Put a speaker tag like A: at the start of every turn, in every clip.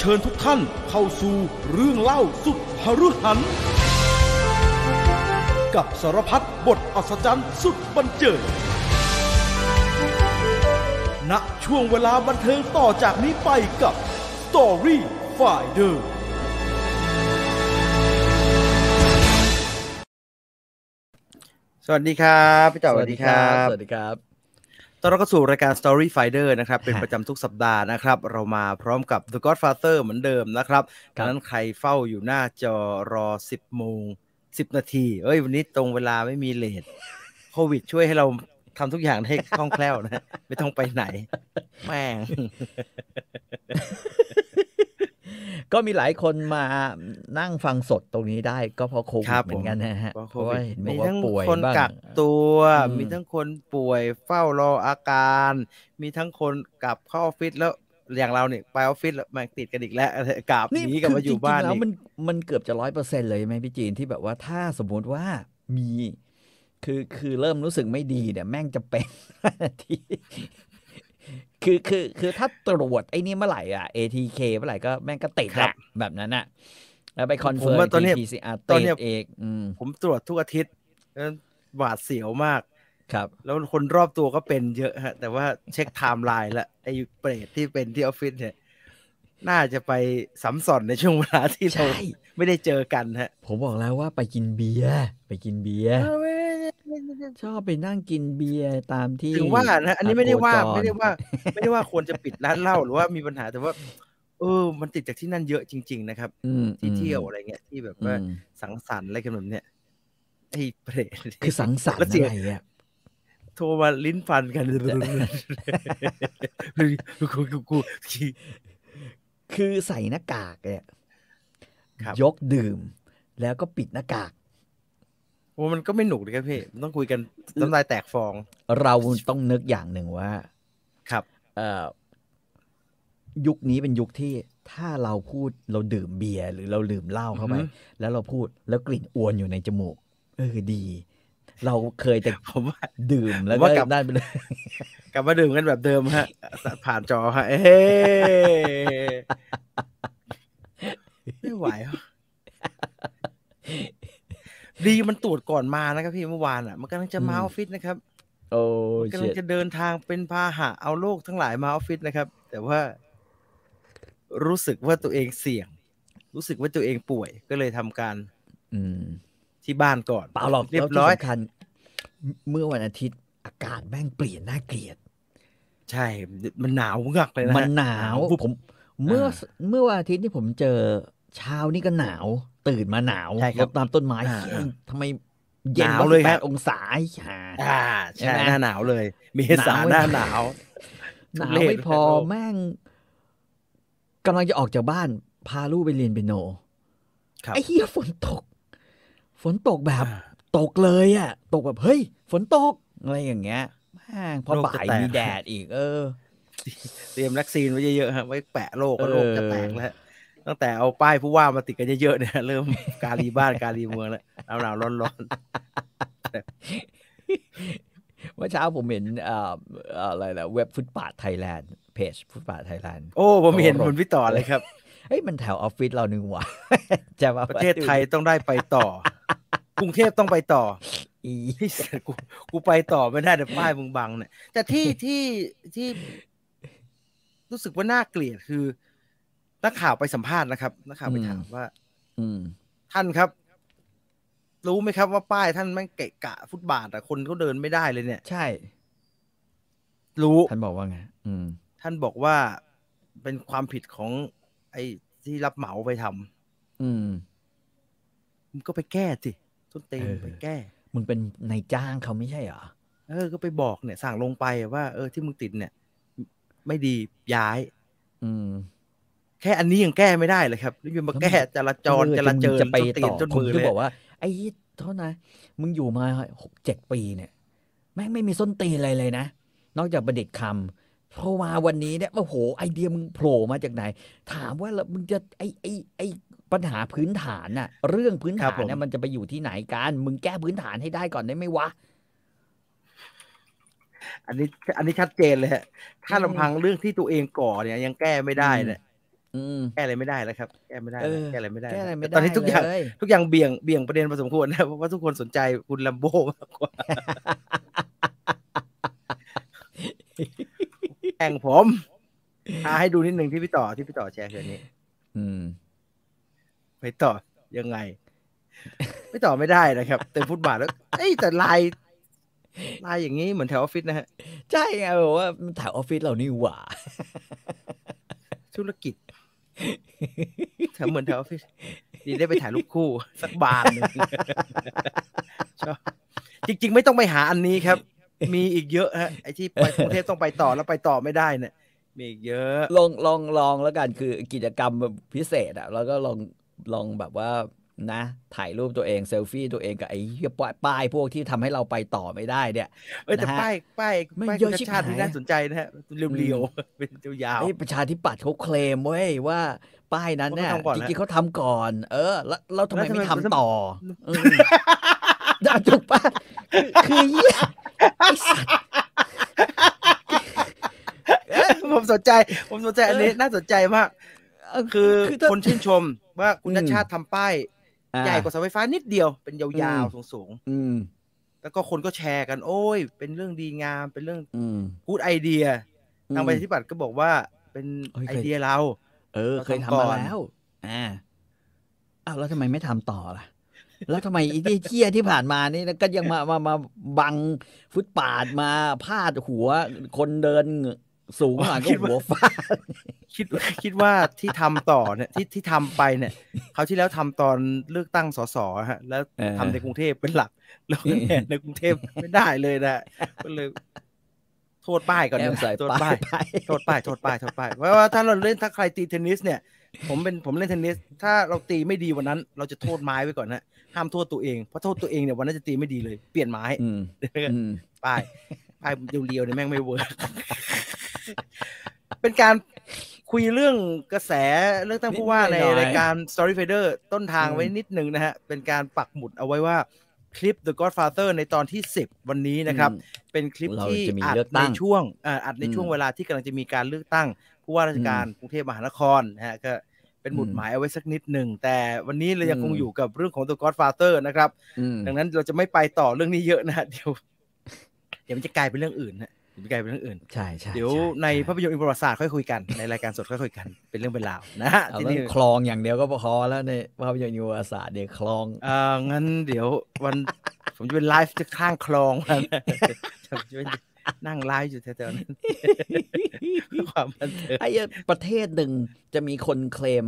A: เชิญทุกท่านเข้าสู่เรื่องเล่าสุดหฤหันต์กับสารพัดบทอัศจรรย์สุดบันเจิดณช่วงเวลาบันเทิงต่อจากนี้ไปกับ Story f i n d e r
B: สวัสดีครับพี่ต่อสวัสดีครับ
C: สวัสดีครับ
B: ต้อนรับเข้าสู่รายการ Story Finder นะครับ เป็นประจำทุกสัปดาห์นะครับ เรามาพร้อมกับ The Godfather เหมือนเดิมนะครับ
C: ครั
B: ดั
C: บ
B: งนั้นใครเฝ้าอยู่หน้าจอรอ 10 โมง 10 นาที เอ้ย วันนี้ตรงเวลาไม่มีเลทโควิดช่วยให้เราทำทุกอย่างให้คล่องแคล่วนะ ไม่ต้องไปไหน แม่ง
C: ก็มีหลายคนมานั่งฟังสดตรงนี้ได้ก็เพราะโควิ
B: ครั
C: ด
B: บผม
C: เหมือนกันนะฮะ
B: เพราะโค
C: เพราะ
B: วิ
C: ว่า
B: ด
C: เห็นบอ
B: มี
C: กว่า
B: ทั้ง
C: ป่วย
B: คน
C: บ้าง
B: กักตัว
C: อืม
B: มีทั้งคนป่วยเฝ้ารออาการ มีทั้งคนกลับเข้าออฟฟิศแล้วอย่างเราเนี่ยไปออฟฟิศแล้วแม่งติดกันอีกแล้วกลับหนี้กลับมาอยู่บ้าน
C: จริงๆแล้ว
B: อีก
C: มันมันเกือบจะร้อยเปอร์เซ็นต์เลยใช่ไหมพี่จีนที่แบบว่าถ้าสมมุติว่ามี คือคือเริ่มรู้สึกไม่ดีเนี่ยแม่งจะเป็น ทันทีคือคือคือถ้าตรวจไอ้นี่เมื่อไหร่อ่ะ ATK เมื่อไหร่ก็แม่งก็ติด
B: ครั
C: ละ
B: บ
C: แบบนั้นอ่ะแล้วไปคอนเฟิร์
B: ผม
C: ม
B: ว่าตอนเนี้ย
C: ที PCR
B: ตอน
C: ติ
B: เนี้
C: ด
B: ย
C: เอกอืม
B: ผมตรวจทุกอาทิตย์แล้วหวาดเสียวมาก
C: ครับ
B: แล้วคนรอบตัวก็เป็นเยอะฮะ แต่ว่าเช็คไทม์ไลน์ละไอ้เปรตที่เป็นที่ออฟฟิศเนี่ยน่าจะไปสัมสอนในช่วงเวลาที่เรา
C: ใช่
B: ไม่ได้เจอกันฮะ
C: ผมบอกแล้วว่าไปกินเบียร์ไปกินเบียร์ชอบไปนั่งกินเบียร์ตามที่
B: ถึงว่านะอันนี้ไม่ได้ว่า
C: โคจ
B: ไม่
C: ร
B: ได้ว่า ไม่ได้ว่าควรจะปิดร้านเหล้าหรือว่ามีปัญหาแต่ว่า เออ มันติดจากที่นั่นเยอะจริง ๆ นะครับ
C: อืม
B: ที่
C: อืม
B: เที่ยวอะไรเงี้ยที่แบบว่า
C: อืม
B: สังสรรค์อะไรกันแบบเนี้ยไอ้เปรต
C: คือสังสรรค์
B: แล้วเสีย
C: อะไรอ่ะ
B: โทรมาลิ้นฟัน กันกูกูกู
C: คือใส่หน้ากากเนี่ย
B: ครับ
C: ยกดื่ม แล้วก็ปิดหน้ากาก
B: โอ้มันก็ไม่หนุกเลยครับพี่มันต้องคุยกันน้ำลายแตกฟอง
C: เราต้องนึกอย่างหนึ่งว่า
B: ครับ
C: เอ่อยุคนี้เป็นยุคที่ถ้าเราพูดเราดื่มเบียร์หรือเราดื่มเหล้าเข้าไป
B: อือฮึ
C: แล้วเราพูดแล้วกลิ่นอวนอยู่ในจมูกเออดี เราเคยแต่
B: ผมว่า
C: ดื่มแล้ว
B: ผม
C: ก็
B: ว่ากลับ
C: ได้ไปเลย
B: กลับมาดื่มกันแบบเดิมฮะ ผ่านจอฮะเอ้ยไม่ไหวว่ะดีมันตรวจก่อนมานะครับพี่เมื่อวานอ่ะ มันกำลังจะมา
C: อื
B: อ
C: ม
B: อฟฟิศนะครับ
C: โอ้
B: มันกำลั
C: เชิ
B: ง
C: ด
B: จะเดินทางเป็นพาหะเอาโรคทั้งหลายมาออฟฟิศนะครับ แต่ว่า รู้สึกว่าตัวเองเสี่ยง รู้สึกว่าตัวเองป่วย ก็เลยทำการ
C: อืม
B: ที่บ้านก่อน
C: เปล่าหรอก
B: เรียบ
C: แล้วที่
B: ร้อย
C: สำคัญเมื่อวันอาทิตย์อากาศแม่งเปลี่ยนน่าเกลียด
B: ใช่ มันหนาวงักเลยนะฮะ
C: มันหนาว
B: ปุ๊บ
C: ผมเมื่อ
B: อ่
C: เมื่อวันอาทิตย์ที่ผมเจอเช้านี่ก็หนาว ตื่นมาหนาว
B: ใช่ครั
C: ร
B: บ
C: ดตามต้นไม้
B: อ่า
C: เฮ้ยทำไมเย็
B: ห
C: น
B: นาว
C: วะ
B: เลย
C: แป
B: ฮะ
C: ดองศาไอ้ห่า
B: อ่า
C: ใช่
B: ใช่
C: ไหม
B: หน้าหนาวเลยเมษา
C: หนาว
B: หน้าหนาว
C: หนาว
B: ทุเรศ
C: ไม่พอ
B: เลยครับ
C: แม่งกำลังจะออกจากบ้าน พาลูกไปเรียนเปียโน
B: ครับ
C: ไอ้เหี้ยฝนตก ฝนตกแบบ
B: อ่า
C: ตกเลยอ่ะ ตกแบบเฮ้ย ฝนตก อะไรอย่างเงี้ยแม่งพอ
B: โลกจะ
C: บ่าย
B: แตก
C: มีแดดอีก เออ
B: เตรียมวัคซีนไว้เยอะๆฮะไว้แปะโรคก็
C: เออ
B: โรคจะแตกแล้วตั้งแต่เอาป้ายผู้ว่ามาติดกันเยอะๆเนี่ย เริ่ม การีบ้านการีเมืองแล้วหนาวหนาวๆร้อน
C: เมื่อเช้าผมเห็นเอ่อเอ่ออะไรนะเว็บฟุตปาดไทยแลนด์เพจฟุตปาดไทยแลนด์
B: ๆ โอ้ผมเห็น
C: โอ้โห
B: มันพี่ต่อเลยครับ
C: เฮ้ยมันแถวออฟฟิศเรา นึงว่ะ จะมา
B: ประเทศไทยต้องได้ไปต่อ กรุงเทพต้องไปต่อ
C: อี
B: ที่เสร็จกูกูไปต่อไม่ได้เดี๋ยวป้ายมึงบังเนี่ยแต่ที่ ที่ที่ รู้สึกว่าน่าเกลียดคือนักข่าวไปสัมภาษณ์นะครับนักข่าวไปถามว่า
C: อืม
B: ท่านครับ รู้ไหมครับว่าป้ายท่านแม่งเกะกะฟุตบาทอะคนก็เดินไม่ได้เลยเนี่ย
C: ใช่
B: รู้
C: ท่านบอกว่าไงอืม
B: ท่านบอกว่าเป็นความผิดของ ไอ้ที่รับเหมาไปทำ
C: อืม
B: มันก็ไปแก้สิต้นเตน
C: เออ
B: ไปแก้
C: มึงเป็นนายจ้างเขาไม่ใช่เหรอ
B: เออ ก็ไปบอกเนี่ย สั่งลงไปว่าเออที่มึงติดเนี่ย ไม่ดีย้าย
C: อืม
B: แค่อันนี้ยังแก้ไม่ได้เลยครับแล้วยังมาแก้จราจร
C: เออ
B: จราเจร
C: จะไป
B: นตี
C: ต่
B: น
C: อ
B: จน
C: ค
B: มื
C: น
B: อ
C: ก็
B: เลย
C: บอกว่า ไอ้โทษนะ มึงอยู่มาหกเจ็ดปีเนี่ย แม่งไม่มีส้นตีนอะไรเลยนะ นอกจากประดิษฐ์คำเพราะว่าวันนี้เนี่ยโอ้โห ไอเดียมึงโผล่มาจากไหน ถามว่าแล้วมึงจะไอไอไอปัญหาพื้นฐานน่ะ เรื่องพื้นฐานน่ะมันจะไปอยู่ที่ไหนกัน มึงแก้พื้นฐานให้ได้ก่อนได้ไหมวะ
B: อันนี้ อันนี้ชัดเจนเลยฮะถ้าลำพังเรื่องที่ตัวเองก่อเนี่ย ยังแก้ไม่ได้เนี่ย
C: อืม
B: แก้อะไรไม่ได้แล้วครับ แก้ไม่ได้
C: เอ
B: แล้ว
C: อ
B: แก้อะไรไม่ได้
C: แก้อะไรไม่ได้
B: ตอนนี้ทุกอย่าง
C: เล
B: ทุกอย่างเบี่ยงเบี่ยงประเด็นพอสมควรนะ เพราะว่าทุกคนสนใจคุณลัมโบมากก ว่า แข่งผมอาให้ดูนิดหนึ่งที่พี่ต่อที่พี่ต่อแชร์คืนนี้
C: อืม
B: ไปต่อยังไง ไม่ต่อไม่ได้นะครับ เต็มฟุตบาทแล้ว เอ้ยแต่ลายลายอย่างนี้เหมือนแถวออฟฟิศนะฮะ
C: ใช่ไงบอกว่ามันแถวออฟฟิศเรานี่หว่า
B: ธุรกิจแถวเหมือนแถวออฟฟิศดีได้ไปถ่ายรูปคู่ สักบานหนึ่งชอบจริง ๆ ไม่ต้องไปหาอันนี้ครับ มีอีกเยอะฮะไอ้ที่ไปกรุงเทพต้องไปต่อแล้วไปต่อไม่ได้เนี่ยมีอีกเยอะ
C: ลองลองลองแล้วกันคือกิจกรรมพิเศษอ่ะแล้วก็ลองลองแบบว่านะ ถ่ายรูปตัวเองเซลฟี่ตัวเองกับไอ้เหี้ยป้ายป้ายพวกที่ทำให้เราไปต่อไม่ได้เนี่ย
B: เอ้ยแต่
C: นะฮะ
B: ป้ายป้าย
C: ไม่
B: ป้าย
C: เย
B: คุ
C: อะ
B: ณ
C: ชิบ
B: ชาติชาตินี่
C: หาย
B: น่าสนใจนะฮะเรียวๆเป็นยาว
C: ไอ้ประชาธิปัตย์เขาเคลมเว้ยว่าป้ายนั้นเนี่ย
B: เขาทำก่อน
C: จ
B: แล้ว
C: ริงๆเขาทำก่อน เออ แล้วแล้วทำไม
B: แล้วทำไม
C: ไม่ทำ
B: มัน
C: ต่ออืมอ่ะถูกปะคือคือเหี้ยไอ้สัตว์
B: ๆ ผมสนใจ ผมสนใจอันนี้น่าสนใจมาก คือ
C: คือถ้า
B: คนชื่นชมว่าคุณ
C: อืม
B: ชาติชาติทำป้าย ใหญ่กว่าเสาไฟฟ้านิดเดียวเป็นยาวๆสูง
C: อืม
B: ๆแล้วก็คนก็แชร์กัน โอ้ย เป็นเรื่องดีงามเป็นเรื่อง
C: อืม
B: กูดไอเดียทางประชา
C: อืม
B: ธิปัตย์ก็บอกว่าเป็น
C: เอ้ยเคย
B: ไอเดียเรา
C: เออ
B: เรา
C: เคย
B: ทำ
C: ทำ
B: ก่อ
C: มาน แล้ว อ่าอ้าวแล้วทำไมไม่ทำต่อล่ะ แล้วทำไมไอ้ที่เชี่ยที่ผ่านมานี่นะก็ยังมามามาบังฟุตปาดมาพาดหัว คนเดินสูงหน่อยก็หัวฟาด
B: คิด คิดว่าที่ทำต่อเนี่ย ที่ที่ทำไปเนี่ยเขาวที่แล้วทำตอนเลือกตั้งสสฮะ แล้ว
C: เออ
B: ทำในกรุงเทพเป็นหลัก แล้วคะแนนในกรุงเทพไม่ได้เลยนะ ก็เลย โทษป้ายก่อน
C: แอ
B: ดีก
C: ม
B: ว่า
C: ใส่
B: โทษ
C: ป้า
B: ป้าย ย
C: ไป
B: โทษป้ายโทษป้ายโทษป้ายเพราะว่าถ้าเราเล่นถ้าใครตีเทนนิสเนี่ย ผมเป็นผมเล่นเทนนิส ถ้าเราตีไม่ดีวันนั้น เราจะโทษไม้ไว้ก่อนนะห้ามโทษตัวเองเพราะโทษตัวเองเนี่ยวันนั้นจะตีไม่ดีเลยเปลี่ยนไม้
C: อืมอืม
B: ป้ายป้ายเรียวๆเนี่ยแม่งไม่เวิร์ก เป็นการคุยเรื่องกระแสเรื่องตั้งผู้ว่าในรายการ Story Fader ต้นทางไว้นิดหนึ่งนะฮะ เป็นการปักหมุดเอาไว้ว่าคลิป The Godfather ในตอนที่ 10 วันนี้นะครับ
C: อืม
B: เป็นคลิป
C: เรา
B: ที่
C: จะมี
B: อัด
C: เลือกตั้
B: ใน
C: ง
B: ช่วงเอ่ออัดใน
C: อืม
B: ช่วงเวลาที่กำลังจะมีการเลือกตั้งผู้ว่าราชการกรุงเทพมหานครนะฮะก็เป็นหมุด
C: อืม
B: หมายเอาไว้สักนิดหนึ่ง แต่วันนี้เรายังคง
C: อืม
B: อยู่กับเรื่องของ The Godfather นะครับ
C: อืม
B: ดังนั้นเราจะไม่ไปต่อเรื่องนี้เยอะนะฮะ เดี๋ยวเดี๋ยวมันจะกลายเป็นเรื่องอื่นนะเดี๋ยวมันจะกลายเป็นเรื่องอื่น
C: ใช่ใช่
B: เดี๋ยว
C: ช่
B: ใน
C: ช่
B: ภาพยนตร์อินประวัติศาสตร์ค่อยคุยกันในรายการสดค่อยคุยกันเป็นเรื่องเป็นราวนะฮะ
C: เอา
B: ที่
C: เรื่
B: นี่
C: องคลองอย่างเดียวก็พอแล้วในภาพยนตร์ยุวศาสตร์เนี่ยคลอง
B: เอ่องั้นเดี๋ยววัน ผมจะเป็นไลฟ์จะข้างคลองนะ ผมจะไปนั่งไลฟ์อยู่แถวๆนั้น ความบันเทิง
C: ไอ้เหี้ยประเทศหนึ่งจะมีคนเคลม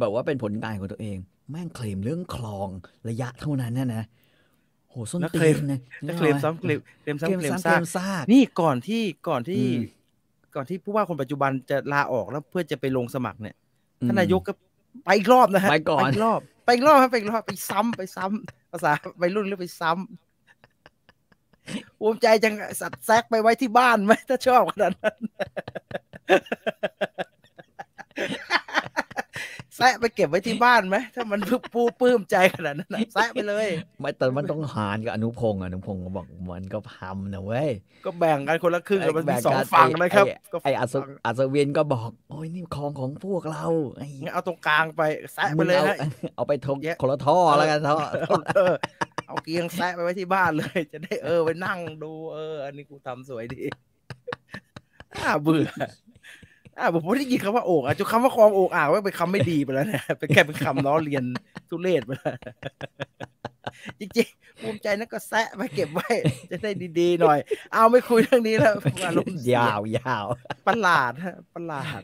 C: แบบว่าเป็นผลงานของตัวเอง แม่งเคลมเรื่องคลองระยะเท่านั้นนะนะโหส้น
B: แล้ว
C: ตี
B: เคลม
C: นนะ
B: แล้วเคลมซ้ำเคลมเคลม
C: เคล
B: ซ้ำ
C: ม
B: เคลม
C: ซ้ำเคล
B: ซาก
C: มซาก
B: นี่ก่อนที่ก่อนที่
C: อืม
B: ก่อนที่ผู้ว่าคนปัจจุบันจะลาออกแล้วเพื่อจะไปลงสมัครเนี่ยท่านนายกก็ไปอีกรอบนะฮะ
C: ไปก่อน
B: ไปอีกรอบไปอีกรอบฮะไปอีกรอบไปซ้ำไปซ้ำภาษาไปรุ่นเรียกไปซ้ำภูมิใจจังสัตว์แซกไปไว้ที่บ้านไหมถ้าชอบขนาดนั้นแซะไปเก็บไว้ที่บ้านไหมถ้ามันปูปลื้มใจขนาดนั้นน่ะแซะไปเลย
C: ไม่แต่มันต้องหารกับอนุพงศ์อะอนุพงศ์ก็บอกมันก็ทำนะเว้ย
B: ก็แบ่งกันคนละครึ่ง
C: เอ้ย
B: แล้วมัน
C: แบ่
B: มี
C: งกัน
B: สองฝั่งนะครับ
C: ไ
B: ก็
C: ไอ้อัศ
B: ฝั่ง
C: อัศเวียนก็บอก โอ้ยนี่คลองของพวกเราไอ้
B: งั้นเอาตรงกลางไปแซะไป
C: มึง
B: เลย
C: เอา
B: ฮะ
C: เอาไปทง
B: แยะ
C: คนละท่อแล้วกันท่อ
B: เอาเออเอาเกียงแซะไปไว้ที่บ้านเลย จะได้เออไปนั่งดู เออ อันนี้กูทำสวยดีน่าเบื่ออ่าผมไม่ได้ยินคำว่าโอ่งอ่ะจุดคำว่าคลองโอ่งอ่างว่าเป็นคำไม่ดีไปแล้วนะเป็นแค่เป็นคำล้อเลียนทุเรศไปแล้วจริงๆภูมิใจนะก็แซะไปเก็บไว้ จะได้ดีๆหน่อย เอาไม่คุยเรื่องนี้แล้วอารมณ์เสี
C: ยาวยาว
B: ประหลาดฮะประหลาด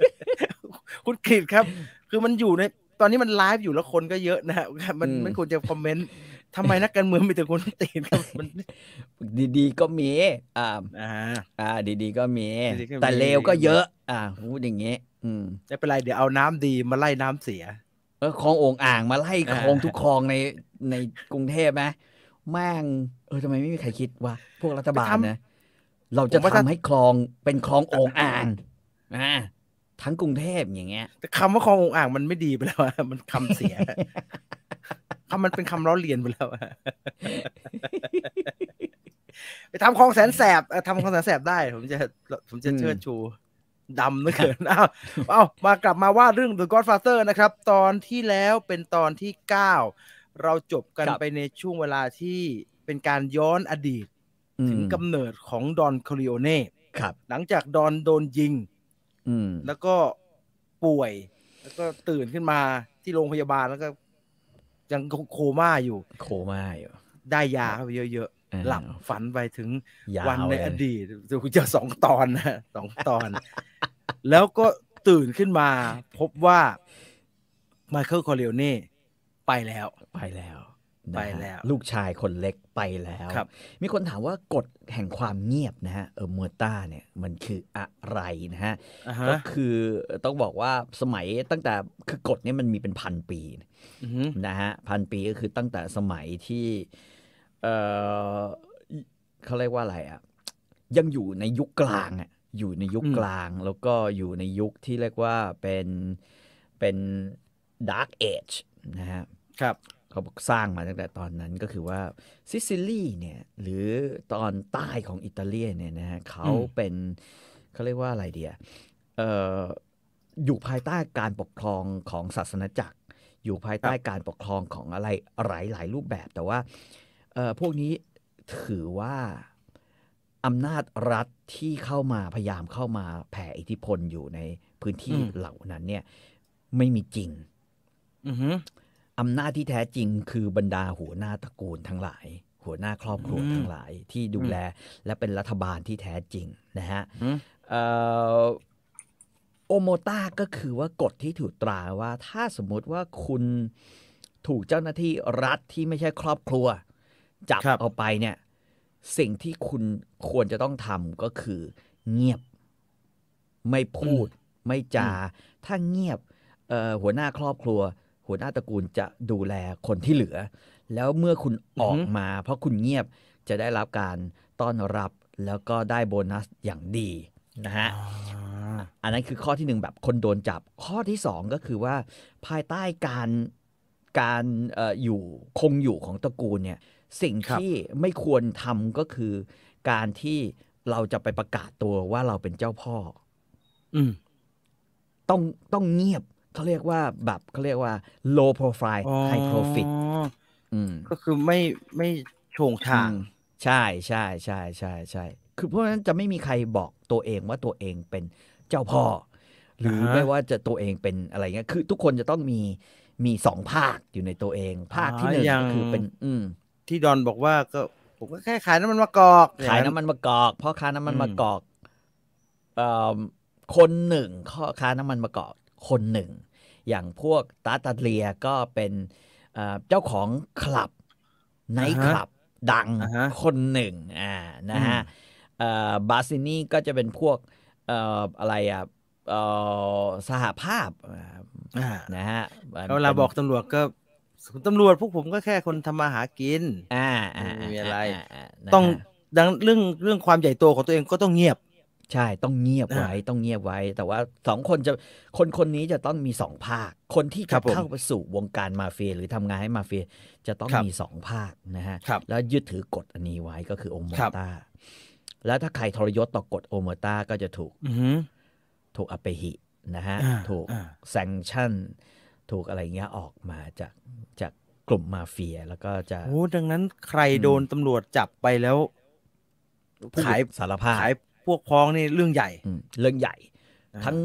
B: คุณกรีดครับ คือมันอยู่ในตอนนี้มันไลฟ์อยู่แล้วคนก็เยอะนะฮ ะมันไม่ควรจะคอมเมนต์ทำไมนักการเมืองมีแต่คนตีนครับ มัน
C: ดีๆก็มีอ่า
B: อ่า
C: อ่าดีๆก็มี
B: ดีๆก็มี
C: แต่เลวก็เยอะ อ่าพูดอย่างเงี้ยอืม
B: ไม่เป็นไรเดี๋ยวเอาน้ำดีมาไล่น้ำเสีย
C: เออคลองโอ่งอ่างมาไล่
B: อ่า
C: คลองทุกคลอง ในในกรุงเทพไหมแม่งเออทำไมไม่มีใครคิดว่า พวกรัฐบาลนะ เราจะทำให้คลองเป็นคลองโอ่งอ่างอ่าทั้งกรุงเทพอย่างเงี้ย
B: แต่คำว่าคลององอ่างมันไม่ดีไปแล้วอะ มันคำเสีย คำมันเป็นคำล้อเลียนไปแล้วอะ ไปทำคลองแสนแสบเออทำคลองแสนแสบได้ ผมจะ ผมจะ
C: อืม
B: เชิดชู ดำเหลือเกิน อ้าวเอามากลับมาว่าเรื่อง The Godfather นะครับ ตอนที่แล้วเป็นตอนที่ 9 เราจบกัน
C: ครับ
B: ไปในช่วงเวลาที่เป็นการย้อนอดีต
C: อืม
B: ถึงกำเนิดของดอนคอริโอเน่
C: ครับ
B: หลังจากดอนโดนยิง
C: อืม
B: แล้วก็ป่วย แล้วก็ตื่นขึ้นมาที่โรงพยาบาลแล้วก็ ยังโคม่าอยู่
C: โคม่าอยู่
B: ได้ยาเข้าไปเยอะ
C: อ่า
B: ๆ หลับฝันไปถึง
C: ยาว
B: วันใน
C: เลย
B: อดีตจะสองตอนนะ สองตอน แล้วก็ตื่นขึ้นมาพบว่าไมเคิลคอร์เล o เน่ไปแล้ว
C: ไปแล้วนะฮะ
B: ไปแล้ว
C: ลูกชายคนเล็กไปแล้ว
B: ครับ
C: มีคนถามว่ากฎแห่งความเงียบนะฮะเออมัวต้าเนี่ยมันคืออะไรนะฮะ
B: อ่า
C: ก็
B: ฮะ
C: คือต้องบอกว่าสมัยตั้งแต่คือกฎเนี้มันมีเป็นพันปี
B: อือฮึ
C: นะฮะพันปีก็คือตั้งแต่สมัยที่เออเขาเรียกว่าอะไรอ่ะยังอยู่ในยุคกลางอ่ะอยู่ในยุคกลางแล้วก็อยู่ในยุคที่เรียกว่าเป็นเป็นดาร์กเอจนะฮะ
B: ครับ
C: เขาบอกสร้างมาตั้งแต่ตอนนั้นก็คือว่าซิซิลีเนี่ยหรือตอนใต้ของอิตาเลียเนี่ยนะฮะเขาเป็นเขาเรียกว่าอะไรเดียเอ่ออยู่ภายใต้การปกครองของศาสนจักร อยู่ภายใต้การปกครองของอะไรหลายหลายๆรูปแบบ แต่ว่าเอ่อพวกนี้ถือว่าอำนาจรัฐที่เข้ามาพยายามเข้ามาแผ่อิทธิพลอยู่ในพื้นที่
B: อืม
C: เหล่านั้นเนี่ยไม่มีจริง
B: อือฮึ
C: อำนาจที่แท้จริงคือบรรดาหัวหน้าตระกูลทั้งหลาย หัวหน้าครอบครัวทั้งหลายที่ดูแลและเป็นรัฐบาลที่แท้จริงนะฮะ
B: อืม
C: เอ่อโอโมต้าก็คือว่ากฎที่ถูกตราว่าถ้าสมมุติว่าคุณถูกเจ้าหน้าที่รัฐที่ไม่ใช่ครอบครัว จับ
B: ครับ
C: เอาไปเนี่ย สิ่งที่คุณควรจะต้องทำก็คือ เงียบ ไม่พูด ไม่จา ถ้าเงียบเอ่อหัวหน้าครอบครัว หัวหน้าตระกูลจะดูแลคนที่เหลือ แล้วเมื่อคุณออก
B: อือฮึ
C: มา เพราะคุณเงียบจะได้รับการต้อนรับแล้วก็ได้โบนัสอย่างดีนะฮะ อันนั้นคือข้อที่หนึ่งแบบคนโดนจับข้อที่สองก็คือว่าภายใต้การการเอออยู่คงอยู่ของตระกูลเนี่ยสิ่ง
B: ครับ
C: ที่ไม่ควรทำก็คือ การที่เราจะไปประกาศตัวว่าเราเป็นเจ้าพ่อ
B: อืม
C: ต้องต้องเงียบเขาเรียกว่าแบบเขาเรียกว่า low profile
B: อ๋อ
C: high profit อืม
B: ก็คือไม่ไม่โฉงฉาง
C: อืมใช่ใช่ใช่ใช่ใช่คือเพราะฉะนั้นจะไม่มีใครบอกตัวเองว่าตัวเองเป็นเจ้าพ่อ หรือ
B: ฮะ
C: ไม่ว่าจะตัวเองเป็นอะไรเงี้ยคือทุกคนจะต้องมีมีสองภาคอยู่ในตัวเอง ภาคที่หนึ่ง
B: อย่าง
C: ก็คือเป็นอืม
B: ที่ดอนบอกว่าก็ผมก็แค่ขายน้ำมันมะกอกอ
C: ขาย
B: ง
C: น้ำมันมะกอกพ่อค้าน้ำมัน
B: อืม
C: มะกอกเอ่อคนหนึ่งพ่อค้าน้ำมันมะกอกคนหนึ่ง อย่างพวกตาตัดเลียก็เป็นเอ่อเจ้าของคลับไนท์คลับ ดัง
B: อ่าฮะ
C: คนหนึ่งอ่านะฮะเอ่อบาซินี่ก็จะเป็นพวกเอ่ออะไรอ่ะเอ่อสหภาพอ่า
B: อ่า
C: นะฮะ
B: แล้วเวลาบอกตำรวจก็คุณตำรวจพวกผมก็แค่คนทำมาหากิน
C: อ่าอ่า
B: ไม่มีอะไร
C: าาา
B: ต้อง
C: นะฮะ
B: ดังเรื่องเรื่องความใหญ่โตของตัวเองก็ต้องเงียบ
C: ใช่ต้องเงียบไว้ต้องเงียบไว้ แต่ว่าสองคนจะคนคนนี้จะต้องมีสองภาค คนที่
B: ครับ
C: จะ
B: ผม
C: เข้าไปสู่วงการมาเฟียหรือทำงานให้มาเฟียจะต้อง
B: ครับ
C: มีสองภาคนะฮะ
B: ครับ
C: แล้วยึดถือกฎอันนี้ไว้ก็คือโอเมอ
B: ครับ
C: ต้า แล้วถ้าใครทรยศต่อกฎโอเมอต้าก็จะถูก
B: อือฮึ
C: ถูกอัปเปหินะฮะ
B: อ่า
C: ถูก
B: อ่า
C: แซงชั่น ถูกอะไรเงี้ยออกมาจากจากกลุ่มมาเฟียแล้วก็จะ
B: โอ้ดังนั้นใครโดนตำรวจจับไปแล้ว
C: พูด
B: ขาย
C: สารภาพ
B: ขายพวกพ้องนี่เรื่องใหญ่
C: อืมเรื่องใหญ่
B: อ่า
C: ทั้ง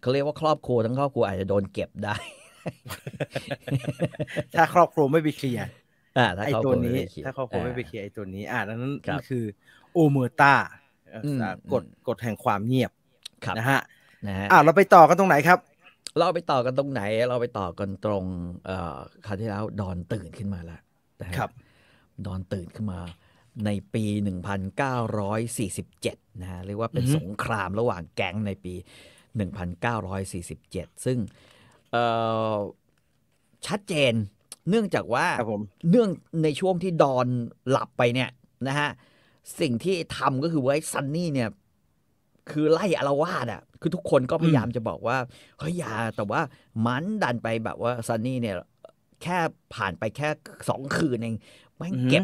C: เขาเรียกว่าครอบครัวทั้งครอบครัวอาจจะโดนเก็บได้
B: ถ้าครอบครัวไม่ไปเคลียร์
C: อ่าถ้า
B: ไอ้
C: ครอบค
B: ตัว
C: รัว
B: นี้
C: ไม่ได้คิด
B: ถ้าครอบครัวไม่ไปเคลียร์ไอ้ตัวนี้ อ่าดังนั้น
C: ครับ
B: นี่คือโอเมอร์ต้าเอ่ออ
C: ม
B: สากฎ
C: อืม
B: กฎแห่งความเงียบ
C: ครับ
B: นะฮะ
C: นะฮะ
B: อ่าเราไปต่อกันตรงไหนครับ
C: เราไปต่อกันตรงไหน เราไปต่อกันตรงเอ่อคราวที่แล้วดอนตื่นขึ้นมาแล้วนะฮะ
B: ครับ
C: ดอนตื่นขึ้นมาในปี 1947 นะฮะเรียกว่าเป็นสงครามระหว่างแก๊งในปี 1947 ซึ่งเอ่อชัดเจนเนื่องจากว่า
B: ครับผม
C: เนื่องในช่วงที่ดอนหลับไปเนี่ยนะฮะสิ่งที่ทำก็คือว่าไอ้ซันนี่เนี่ย คือไล่อารวาสอ่ะคือทุกคนก็พยายามจะบอกว่าเฮ้ยอย่าแต่ว่ามันดันไปแบบว่าซันนี่เนี่ย แค่ผ่านไปแค่สองคืนเองแม่ง
B: อือหือ
C: เก็บ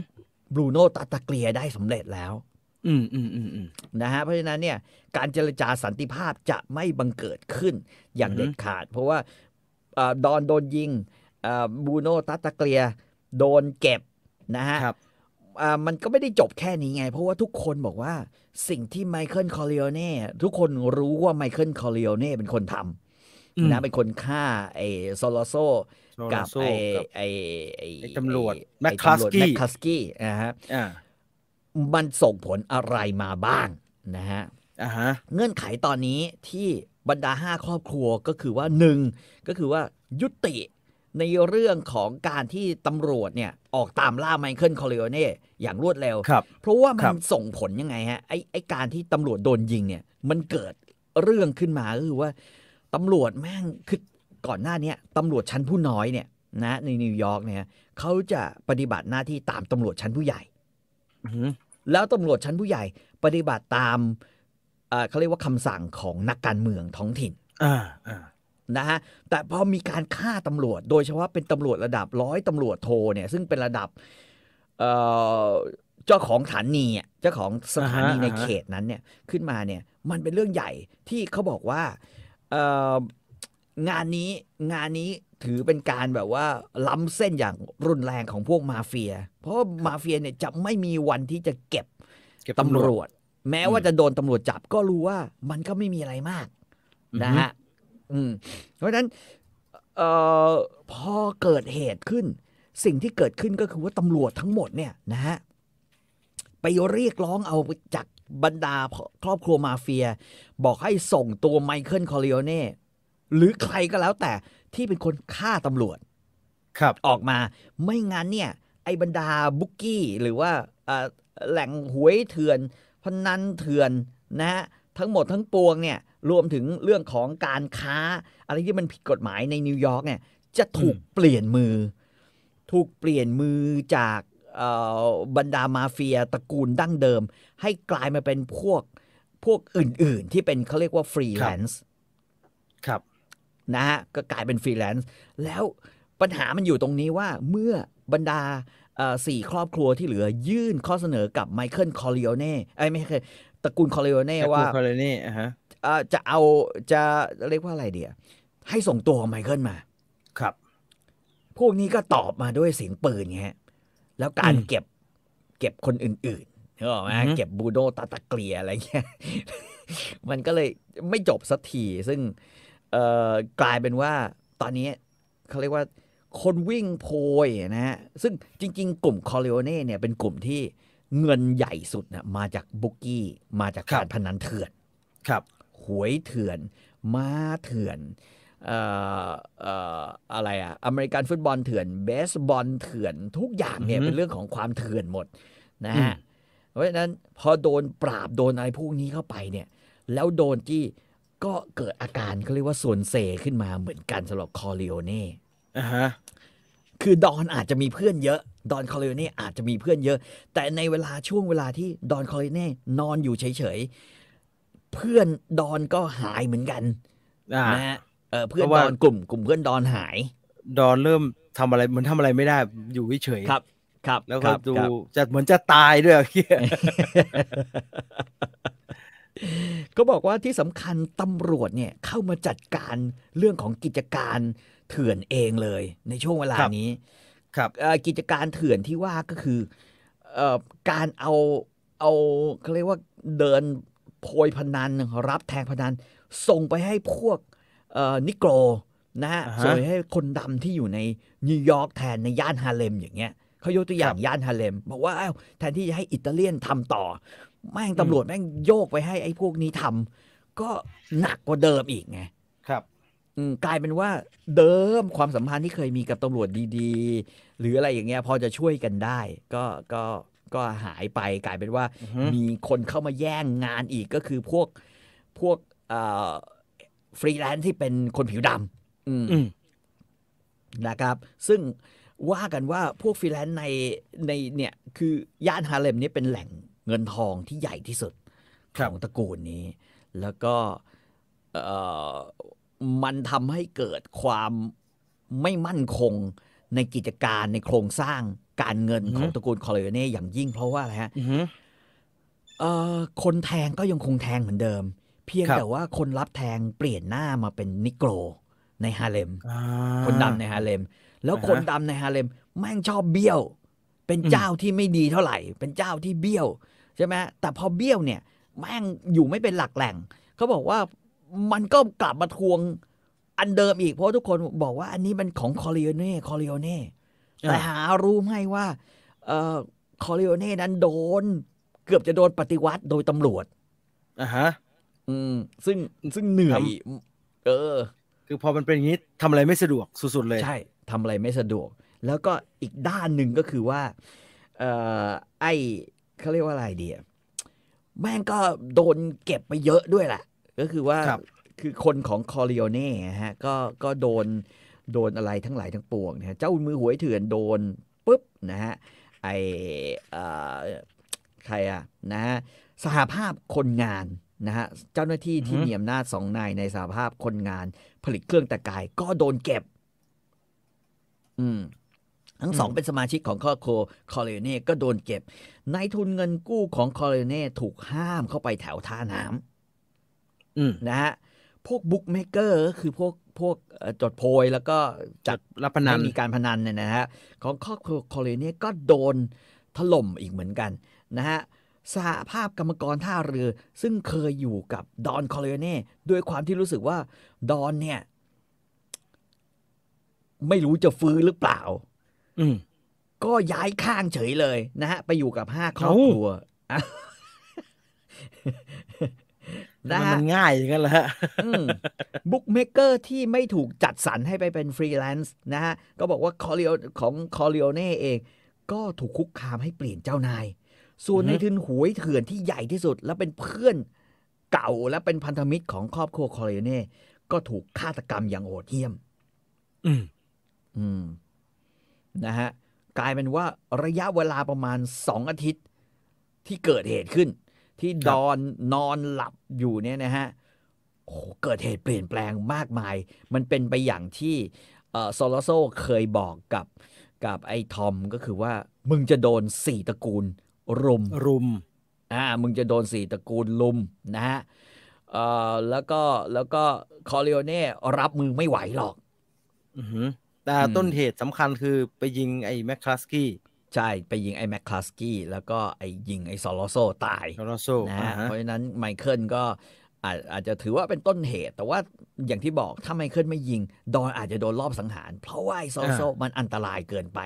C: บรูโน่ตาตะเกลียได้สำเร็จแล้ว
B: อืมอืมอืมอืม
C: นะฮะเพราะฉะนั้นเนี่ยการเจรจาสันติภาพจะไม่บังเกิดขึ้นอย่าง
B: อือฮึ
C: เด็ดขาด เพราะว่าเออดอนโดนยิงเอ่อบูโนตัตตะเกลียโดนเก็บนะฮะ
B: ครับ
C: อ่ามันก็ไม่ได้จบแค่นี้ไง เพราะว่าทุกคนบอกว่าสิ่งที่ไมเคิลคอริโอเน่ทุกคนรู้ว่าไมเคิลคอริโอเน่เป็นคนท
B: อืม
C: ำนะเป็นคนฆ่าไอ้โซโลโซ กับ
B: โซโล
C: ไอ้
B: โซ่กับ
C: ไอ้ไอ้
B: ไอ้ตำรวจ
C: ไอ้
B: McCluskey
C: ตำรวจ McCluskey นะฮะ
B: อ่า
C: มันส่งผลอะไรมาบ้างนะฮะ
B: อ่าฮะ
C: เงื่อนไขตอนนี้ที่บรรดา 5 ครอบครัวก็คือว่า 1 ก็คือว่ายุติในเรื่องของการที่ตำรวจเนี่ย ออกตามล่าไมเคิลคอร์เลโอเน่อย่างรวดเร็ว
B: ครับ
C: เพราะว่า
B: ค
C: มั
B: รั
C: น
B: บ
C: ส่งผลยังไงฮะไอ้ไอ้การที่ตำรวจโดนยิงเนี่ย มันเกิดเรื่องขึ้นมาก็คือว่าตำรวจแม่งคือก่อนหน้าเนี้ยตำรวจชั้นผู้น้อยเนี่ยนะในนิวยอร์กเนี่ยเขาจะปฏิบัติหน้าที่ตามตำรวจชั้นผู้ใหญ่
B: อือฮึ
C: แล้วตำรวจชั้นผู้ใหญ่ปฏิบัติตามเอ่อเขาเรียกว่าคำสั่งของนักการเมืองท้องถิ่น
B: อ่าอ่า
C: นะฮะแต่พอมีการฆ่าตำรวจ โดยเฉพาะเป็นตำรวจระดับร้อยตำรวจโทเนี่ยซึ่งเป็นระดับเอ่อเจ้าของสถานีอะเจ้าของสถานีในเขตนั้นเนี่ยขึ้นมาเนี่ยมันเป็นเรื่องใหญ่ที่เขาบอกว่าเอ่องานนี้งานนี้ถือเป็นการแบบว่าล้ำเส้นอย่างรุนแรงของพวกมาเฟีย เพราะว่ามาเฟียเนี่ยจะไม่มีวันที่จะเก็บ
B: เก็บ
C: ตำร
B: ตำรวจ
C: วจ แม้
B: อืม
C: ว่าจะโดนตำรวจจับก็รู้ว่ามันก็ไม่มีอะไรมาก
B: อือฮึ
C: นะฮะอืมเพราะฉะนั้นเอ่อพอเกิดเหตุขึ้น สิ่งที่เกิดขึ้นก็คือว่าตำรวจทั้งหมดเนี่ยนะฮะไปเรียกร้องเอาจากบรรดาครอบครัวมาเฟีย บอกให้ส่งตัวไมเคิลคอริโอเน่หรือใครก็แล้วแต่ที่เป็นคนฆ่าตำรวจ
B: ครับ
C: ออกมาไม่งั้นเนี่ยไอ้บรรดาบุกกี้หรือว่าเอ่อแหล่งหวยเถื่อนพนันเถื่อนนะฮะทั้งหมดทั้งปวงเนี่ยรวมถึงเรื่องของการค้า อะไรที่มันผิดกฎหมายในนิวยอร์กเนี่ยจะถูกเปลี่ยนมือ ถูกเปลี่ยนมือจากเอ่อบรรดามาเฟียตระกูลดั้งเดิม ให้กลายมาเป็นพวกพวกอื่นๆ ที่เป็นเขาเรียกว่าฟรีแลนซ์
B: ครับ
C: นะฮะก็กลายเป็นฟรีแลนซ์แล้วปัญหามันอยู่ตรงนี้ว่าเมื่อบรรดาเอ่อสี่ครอบครัวที่เหลือยื่นข้อเสนอกับไมเคิลคอริโอเน่ไอ้ยไม่ใช่ตระกูลคอริโอเน่ว่า
B: คอร์นี่อ่าฮะ
C: เอ่อจะเอาจะเรียกว่าอะไรเดียให้ส่งตัวของไมเคิลมา
B: ครับ
C: พวกนี้ก็ตอบมาด้วยเสียงปืนไงฮะแล้วการ
B: อืม
C: เก็บเก็บคนอื่นๆเห็นกออกไหม
B: อือฮึ
C: เก็บบูโดตาตะเกลียอะไรเงี้ย มันก็เลยไม่จบสักที ซึ่งเอ่อกลายเป็นว่าตอนนี้เขาเรียกว่าคนวิ่งโพยนะฮะ ซึ่งจริง ๆ กลุ่มคอริโอเน่เนี่ยเป็นกลุ่มที่เงินใหญ่สุดนะมาจากบุกกี้ มาจากการพนันเถื่อน
B: ครับ
C: หวยเถื่อน ม้าเถื่อนเอ่อเอ่ออะไรอะอเมริกันฟุตบอลเถื่อน เบสบอลเถื่อน ทุกอย่างเนี่ย
B: อือฮึ
C: เป็นเรื่องของความเถื่อนหมดนะ
B: อืม
C: ฮะเพราะฉะนั้นพอโดนปราบโดนอะไรพวกนี้เข้าไปเนี่ย แล้วโดนจี้ก็เกิดอาการเขาเรียกว่าส่วนเซขึ้นมาเหมือนกันสำหรับคอริโอเน่
B: อ่าฮะ
C: คือดอนอาจจะมีเพื่อนเยอะ ดอนคอร์เลโอเน่อาจจะมีเพื่อนเยอะ แต่ในเวลาช่วงเวลาที่ดอนคอร์เลโอเน่นอนอยู่เฉยๆ เพื่อนดอนก็หายเหมือนกัน
B: อ่า
C: นะฮะเอ่อเพื่อน
B: เพราะว่า
C: ดอนกลุ่มกลุ่มเพื่อนดอนหาย
B: ดอนเริ่มทำอะไรเหมือนทำอะไรไม่ได้ อยู่เฉยๆ
C: ครับ ครับ
B: แล้ว
C: ค
B: ก็
C: รับ
B: ดู
C: ครับ
B: จะเหมือนจะตายด้วยอะ เหี้ย
C: ก็บอกว่าที่สำคัญตำรวจเนี่ยเข้ามาจัดการเรื่องของกิจการเถื่อนเองเลย ในช่วงเวลา
B: ครับ
C: นี้
B: ครับ
C: เอ่อกิจการเถื่อนที่ว่าก็คือเอ่อการเอาเอาเขาเรียกว่าเดินโพยพนันรับแทงพนัน ส่งไปให้พวกเอ่อนิโกรนะฮะ
B: อ่าฮะ
C: ส่งไปให้คนดำที่อยู่ในนิวยอร์กแทนในย่านฮาเลมอย่างเงี้ยเขายกตัวอย่า
B: ค
C: ง
B: รับ
C: ย่านฮาเลม บอกว่าอ้าวแทนที่จะให้อิตาเลียนทำต่อ แม่ง
B: อืม
C: ตำรวจแม่งโยกไปให้ไอ้พวกนี้ทำ ก็หนักกว่าเดิมอีกไง
B: ครับ
C: อืมกลายเป็นว่าเดิมความสัมพันธ์ที่เคยมีกับตำรวจดีๆ หรืออะไรอย่างเงี้ยพอจะช่วยกันได้ ก็ก็ก็หายไปกลายเป็นว่า
B: อือฮึ
C: มีคนเข้ามาแย่งงานอีกก็คือพวกพวกเอ่อฟรีแลนซ์ที่เป็นคนผิวดำอืม
B: อืม
C: นะครับซึ่งว่ากันว่าพวกฟรีแลนซ์ในในเนี่ยคือย่านฮาเลมเนี่ยเป็นแหล่งเงินทองที่ใหญ่ที่สุด
B: ครับ
C: ของตระกูลนี้ แล้วก็เอ่อมันทำให้เกิดความไม่มั่นคงในกิจการในโครงสร้างการเงินของตระกูลคอร์เลโอเน่อย่างยิ่งเพราะว่าอะไรฮะ
B: อือฮึ
C: เอ่อคนแทงก็ยังคงแทงเหมือนเดิม เพียง
B: ครับ
C: แต่ว่าคนรับแทงเปลี่ยนหน้ามาเป็นนิโกรในฮาเลม
B: อ่า
C: คนดำในฮาเลม แล้ว
B: อ่าฮะ
C: คนดำในฮาเลมแม่งชอบเบี้ยว เป็น
B: อืม
C: เจ้าที่ไม่ดีเท่าไหร่ เป็นเจ้าที่เบี้ยวใช่ไหมแต่พอเบี้ยวเนี่ย แม่งอยู่ไม่เป็นหลักแหล่ง เขาบอกว่ามันก็กลับมาทวงอันเดิมอีก เพราะทุกคนบอกว่าอันนี้มันของคอริโอเน่คอริโอเน่แต่หารู้ไหมว่าเอ่อคอริโอเน่นั้นโดน เกือบจะโดนปฏิวัติโดยตำรวจ
B: อ่าฮะ
C: อืม ซึ่งซึ่งเหนื่อย
B: ท
C: เออ
B: คือพอมันเป็นอย่างนี้ทำอะไรไม่สะดวกสุดๆเลย
C: ใช่ทำอะไรไม่สะดวก แล้วก็อีกด้านหนึ่งก็คือว่า เอ่อไอ้เขาเรียกว่าอะไรดีอะแม่งก็โดนเก็บไปเยอะด้วยแหละ ก็คือว่า
B: ครับ
C: คือคนของคอริโอเน่ฮะก็ก็โดนโดนอะไรทั้งหลายทั้งปวงนะฮะเจ้ามือหวยเถื่อนโดนปุ๊บนะฮะไอเอ่อใครอะนะฮะสหภาพคนงานนะฮะเจ้าหน้าที่ที่
B: อือฮึ
C: มีอำนาจสองนายในสหภาพคนงาน ผลิตเครื่องแต่งกายก็โดนเก็บ อืม ทั้งสอง
B: อืม
C: เป็นสมาชิกของครอบครัวคอร์เลเน่ก็โดนเก็บนายทุนเงินกู้ของคอร์เลเน่ถูกห้ามเข้าไปแถวท่าน้
B: อืม
C: ำนะฮะ พวกบุ๊กเมเกอร์ก็คือพวกพวกเอ่อจดโพยแล้วก็จัด
B: รับพนัน
C: ให้มีการพนันเนี่ยนะฮะของครอบครัวคอลเลเนียก็โดนถล่มอีกเหมือนกันนะฮะสหภาพกรรมกรท่าเรือ ซึ่งเคยอยู่กับดอนคอลเลเน่ด้วยความที่รู้สึกว่าดอนเนี่ย ไม่รู้จะฟื้นหรือเปล่า
B: อืม
C: ก็ย้ายข้างเฉยเลยนะฮะ ไปอยู่กับห้าครอบ
B: เอ้า
C: ค รัวอ่ะ
B: มั
C: นะ
B: น
C: ฮะ
B: มันง่ายอย่างนั้นเหรอฮะ
C: บุ๊กเมเกอร์ที่ไม่ถูกจัดสรรให้ไปเป็นฟรีแลนซ์นะฮะ ก็บอกว่าคอริโอของคอริโอเน่เอง ก็ถูกคุกคามให้เปลี่ยนเจ้านาย ส่วน
B: อือฮึ
C: ในทุนหวยเถื่อนที่ใหญ่ที่สุด และเป็นเพื่อนเก่าและเป็นพันธมิตรของครอบครัวคอริโอเน่ก็ถูกฆาตกรรมอย่างโหดเหี้ยม
B: อืม
C: อืมนะฮะกลายเป็นว่าระยะเวลาประมาณสองอาทิตย์ที่เกิดเหตุขึ้น ที่
B: ค
C: ด
B: รับ
C: อนนอนหลับอยู่เนี่ยนะฮะโอ้โหเกิดเหตุเปลี่ยนแปลงมากมาย มันเป็นไปอย่างที่เอ่อโซโลโซเคยบอกกับกับไอ้ทอมก็คือว่า มึงจะโดนสี่ตระกูลรุม
B: รุม
C: อ่ามึงจะโดนสี่ตระกูลลุมนะฮะเอ่อแล้วก็แล้วก็คอริโอเน่รับมือไม่ไหวหรอก
B: อือหือแต่
C: อืม
B: ต้นเหตุสำคัญคือไปยิงไอ้แมคคลาสกี้
C: ใช่ ไปยิงไอ้แมคคลาสกี้ แล้วก็ไอ้ยิงไอ้ซอลโลโซตาย
B: โรโซ
C: นะ
B: อ่า
C: ฮะ
B: ฮะ
C: เพราะฉะนั้นไมเคิลก็อาจอาจจะถือว่าเป็นต้นเหตุ แต่ว่าอย่างที่บอกถ้าไมเคิลไม่ยิง ดอนอาจจะโดนรอบสังหาร เพราะว่าไอ้ซอลโลโซมันอันตรายเกินไป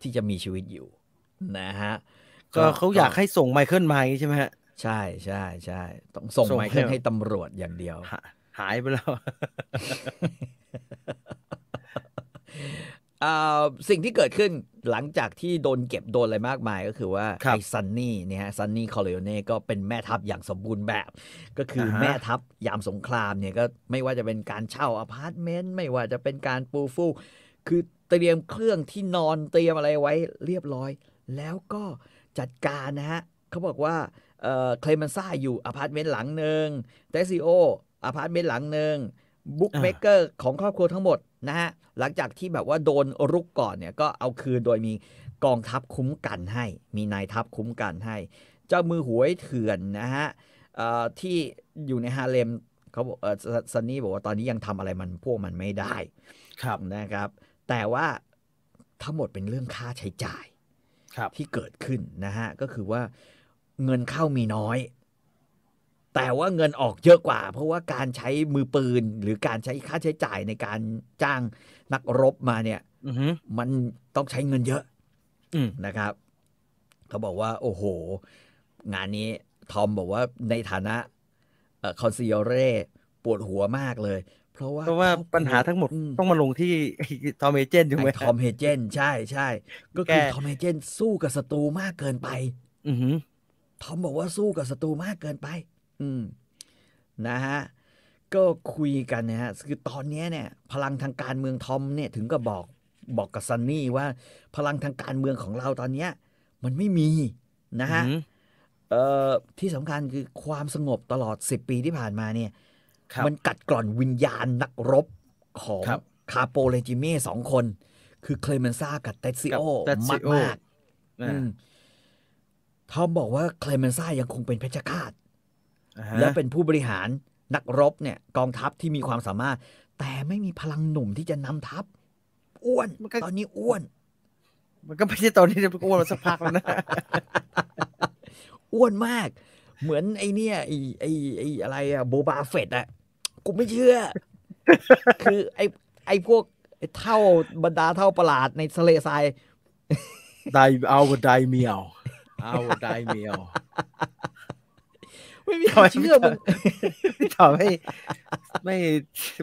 C: ที่จะมีชีวิตอยู่นะฮะ
B: ก็เขาอยากให้ส่งไมเคิลมาอย่างงี้ใช่ไหมฮะ
C: ใช่ใช่ใช่ต้องส่ง
B: ส่ง
C: ไมเคิล
B: ให้
C: ให้ตำรวจอย่างเดียว
B: หาหายไปแล้ว
C: เอ่อสิ่งที่เกิดขึ้นหลังจากที่โดนเก็บโดนอะไรมากมายก็คือว่า
B: ครับ
C: ไอ้ซันนี่เนี่ยฮะซันนี่คอเลโอเน่ก็เป็นแม่ทัพอย่างสมบูรณ์แบบ ก็คืออา
B: ฮะ
C: แม่ทัพยามสงครามเนี่ยก็ไม่ว่าจะเป็นการเช่าอพาร์ตเมนต์ ไม่ว่าจะเป็นการปูฟูกคือเตรียมเครื่องที่นอนเตรียมอะไรไว้เรียบร้อย แล้วก็จัดการนะฮะเขาบอกว่าเอ่อเคลเมนซ่าอยู่อพาร์ตเมนต์หลังหนึ่งเตซิโออพาร์ตเมนต์หลังหนึ่ง บุ๊กเมเกอร์ของครอบครัวทั้งหมดนะฮะ หลังจากที่แบบว่าโดนรุกก่อนเนี่ย ก็เอาคืนโดยมีกองทัพคุ้มกันให้ มีนายทัพคุ้มกันให้ เจ้ามือหวยเถื่อนนะฮะเอ่อที่อยู่ในฮาเลมเขาบอกเอ่อซันซันนี่บอกว่าตอนนี้ยังทำอะไรมันพวกมันไม่ได้
B: ครับ
C: นะครับ แต่ว่าทั้งหมดเป็นเรื่องค่าใช้จ่าย
B: ครับ
C: ที่เกิดขึ้นนะฮะ ก็คือว่าเงินเข้ามีน้อย แต่ว่าเงินออกเยอะกว่า เพราะว่าการใช้มือปืน หรือการใช้ค่าใช้จ่ายในการจ้างนักรบมาเนี่ย
B: อือหือ
C: มันต้องใช้เงินเยอะ
B: อืม
C: นะครับ เขาบอกว่า โอ้โห งานนี้ทอมบอกว่าในฐานะคอนซิเอเร่อ consigliere ปวดหัวมากเลย เพราะว่า
B: เพราะว่าปัญหาทั้งหมด
C: ม
B: ต้องมาลงที่ ทอมเอเจนต์ถูกไหม
C: ไอ้ทอมเฮเจนใช่ใช่ก็คือทอมเฮเจนสู้กับศัตรูมากเกินไป
B: อือหือ
C: ทอมบอกว่าสู้กับศัตรูมากเกินไป อืมนะฮะก็คุยกันนะฮะคือตอนเนี้ยเนี่ย พลังทางการเมืองทอมเนี่ยถึงกับบอกบอกกับซันนี่ว่า พลังทางการเมืองของเราตอนเนี้ย มันไม่มีนะฮะ
B: อือหือ
C: เอ่อที่สำคัญคือความสงบตลอด 10 ปีที่ผ่านมาเนี่ย
B: ครับ
C: มันกัดกร่อนวิญญาณนักรบของ
B: ครับ
C: คาโปเลจิเม่สองคน คือเคลเมนซ่ากับเตซิโอ
B: กับเตซิโอ
C: มากๆ
B: อ่า
C: อืม ทอมบอกว่าเคลเมนซ่ายังคงเป็นเพชฌฆาต
B: อ่าฮะ
C: และเป็นผู้บริหารนักรบเนี่ยกองทัพที่มีความสามารถ แต่ไม่มีพลังหนุ่มที่จะนำทัพ อ้วน
B: มันก็
C: ตอนนี้อ้วน
B: มันก็ไม่ใช่ตอนนี้จะไปกู้มาสักพักแล้วนะ
C: อ้วนมาก เหมือนไอเนี่ยไอไอไออะไรอะโบบาเฟตอะกูไม่เชื่อ คือไอไอพวกไอ้เท่าบรรดาเท่าประหลาดในทะเลทราย
B: ไดเอากับไดเมียว เอากับไดเมี ยว
C: ไม่มีใครเชื่อมึง
B: ถอให้ไม่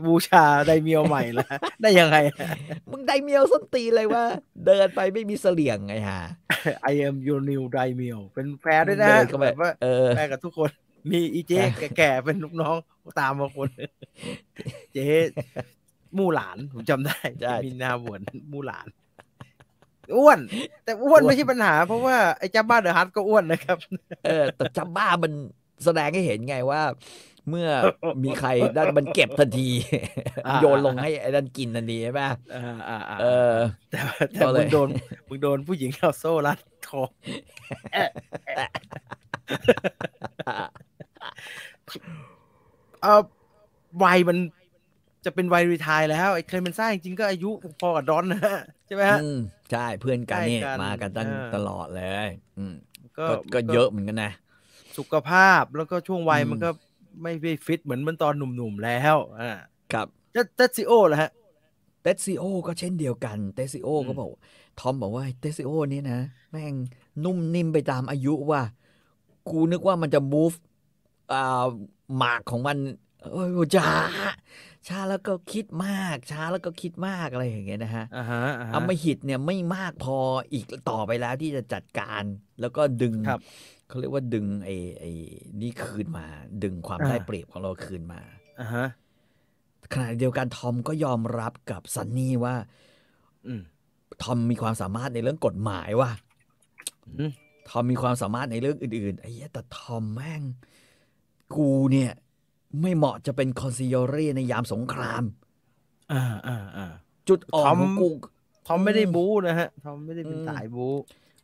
B: บูชาไดเมียวใหม่ละ ได้ยังไง
C: มึงไดเมียวส้นตีนเลยว่า เดินไปไม่มีเสลี่ยงไงฮะ
B: I am your new ไดเมียวเป็นแฟร์ด้วยนะ
C: เดินเข้าไป
B: แบบว่า
C: เออ
B: แฟร์กับทุกคน มีอีเจ๊แก่ๆเป็นลูกน้องตามมาคน เจ๊มู่หลานผมจำได้
C: ใช่
B: มีนาบวนมู่หลาน อ้วน แต่อ้วนไม่ใช่ปัญหา เพราะว่าไอ้เจ้าบ้านเดอะฮัทก็อ้วนนะครับ
C: เออแต่จำบ้ามันแสดงให้เห็นไงว่า เมื่อมีใครด้านมันเก็บทันที
B: อ่า
C: โยนลงให้ไอ้นั่นกินทันทีใช่ไหม
B: อ่าอ่าอ่า
C: เออ
B: แต่ว่าแต่
C: ก็เล
B: มึ
C: ย
B: งโดนมึงโดนผู้หญิงเอาโซ่รัดคอเออวัยมันจะเป็นวัยรีไทายแล้ว ไอ้เคลเมนซ่าจริงๆก็อายุพอกับดอนนะฮะใช่ไหมฮะ
C: อืมใช่เพื่อนกันเนี่ย
B: ใกล้กัน
C: มากันตั้ง
B: เออ
C: ตลอดเลยอืม
B: ก็
C: ก็ก็เยอะเหมือนกันนะ
B: สุขภาพแล้วก็ช่วงวัย
C: อืม
B: มันก็ไม่ได้ฟิตเหมือนมันตอนหนุ่มๆแล้วอ่า
C: ครับ
B: เจเจสซิโอเหรอฮะ
C: เตซิโอก็เช่นเดียวกันเตซิโอก็
B: อืม
C: บอกทอมบอกว่าเตซิโอเนี่ยนะ แม่งนุ่มนิ่มไปตามอายุว่า กูนึกว่ามันจะ move อ่าหมากของมันเอ้ยช้าช้าแล้วก็คิดมาก ช้าแล้วก็คิดมากอะไรอย่างเงี้ยนะฮะ
B: อ่าฮะอ่าฮะ
C: อำมหิตเนี่ยไม่มากพออีกต่อไปแล้วที่จะจัดการ แล้วก็ดึง
B: ครับ
C: เขาเรียกว่าดึงไอ้ไอ้นี่คืนมา ดึงความ
B: อ่า
C: ได้เปรียบของเราคืนมา
B: อ่าฮะ
C: ขณะเดียวกันทอมก็ยอมรับกับซันนี่ว่า
B: อืม
C: ทอมมีความสามารถในเรื่องกฎหมายว่ะ
B: อืม
C: ทอมมีความสามารถในเรื่องอื่นๆไอ้เหี้ยแต่ทอมแม่ง กูเนี่ย ไม่เหมาะจะเป็นคอนซิโอรีในยามสงคราม
B: อ่าอ่าอ่า
C: จุดอ่อน
B: ทอม
C: ของกู
B: ทอมไม่ได้
C: อืม
B: บู๊นะฮะทอมไม่ได้เป็น
C: อืม
B: สายบู๊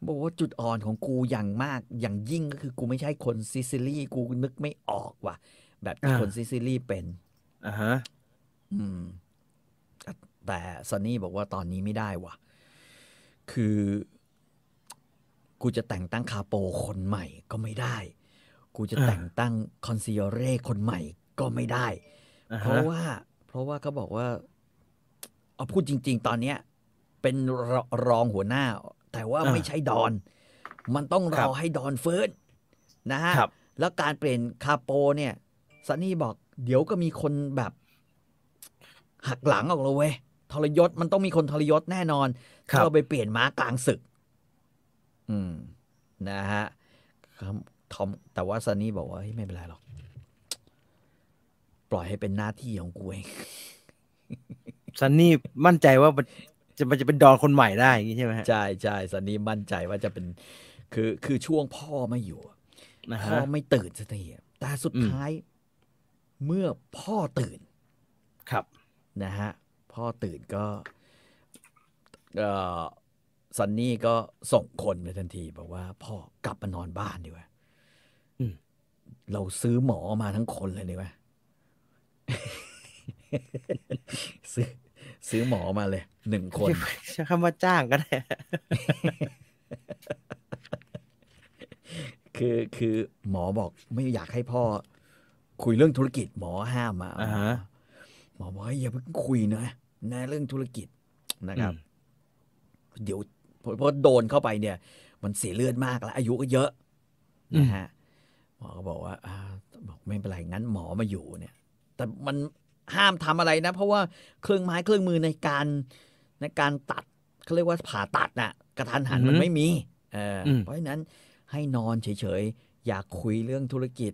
C: บอกว่าจุดอ่อนของกูอย่างมากอย่างยิ่งก็คือกูไม่ใช่คนซิซิลีกูนึกไม่ออกว่ะ แบบที่
B: อ่า
C: คนซิซิลีเป็น
B: อ่าฮะ
C: อืม แต่ซันนี่บอกว่าตอนนี้ไม่ได้ว่ะ คือ กูจะแต่งตั้งคาโปคนใหม่ก็ไม่ได้ กูจะ
B: อ่า
C: แต่งตั้งคอนซิโอเร่คนใหม่ก็ไม่ได้
B: อ่า
C: เพ
B: ฮะ
C: ราะว่า เพราะว่าเขาบอกว่า เอาพูดจริง ๆ ตอนเนี้ย เป็นรรองหัวหน้า แต่ว่าไม่ใช่ดอน มันต้องรอให้ดอนฟื้นนะฮะ
B: ครับ
C: แล้วการเปลี่ยนคาโปเนี่ยซันนี่บอก เดี๋ยวก็มีคนแบบ หักหลังออกเลยเว้ยทรยศมันต้องมีคนทรยศแน่นอน
B: ครับ
C: เราไปเปลี่ยนม้ากลางศึก อืม นะฮะครับทอม แต่ว่าซันนี่บอกว่าเฮ้ยไม่เป็นไรหรอก ปล่อยให้เป็นหน้าที่ของกูเอง
B: ซันนี่มั่นใจว่ามันจะมันจะเป็นดอนคนใหม่ได้อย่างนี้ใช่ไหมฮะ
C: ใช่ใช่ซันนี่มั่นใจว่าจะเป็น คือคือช่วงพ่อไม่อยู่อะ
B: นะ
C: พ่อ
B: ฮะ
C: ไม่ตื่นสักทีอะแต่สุด
B: อืม
C: ท้าย เมื่อพ่อตื่น
B: ครับ
C: นะฮะพ่อตื่นก็เอ่อซันนี่ก็ส่งคนไปทันที บอกว่าพ่อกลับมานอนบ้านดีกว่าเราซื้อหมอมาทั้งคนเลย ดีกว่า ซื้อซื้อหมอมาเลยหนึ่ง คน
B: ใช้คำว่าจ้างก็ได้
C: คือคือหมอบอกไม่อยากให้พ่อ คุยเรื่องธุรกิจหมอห้ามมา
B: อ่าฮะ
C: หมอบอกว่าอย่าเพิ่งคุยนะนะเรื่องธุรกิจนะครับ เดี๋ยวเพราะเพราะโดนเข้าไปเนี่ย มันเสียเลือดมากแล้ว อายุก็เยอะ
B: อืม
C: นะฮะหมอก็บอกว่าอาบอกไม่เป็นไรงั้นหมอมาอยู่เนี่ย แต่มันห้ามทำอะไรนะ เพราะว่าเครื่องไม้เครื่องมือในการในการตัดเขาเรียกว่าผ่าตัดน่ะกระทันหัน
B: อือฮึ
C: มันไม่มีเอออ
B: ม
C: เพราะฉะนั้นให้นอนเฉยๆ อยากคุยเรื่องธุรกิจ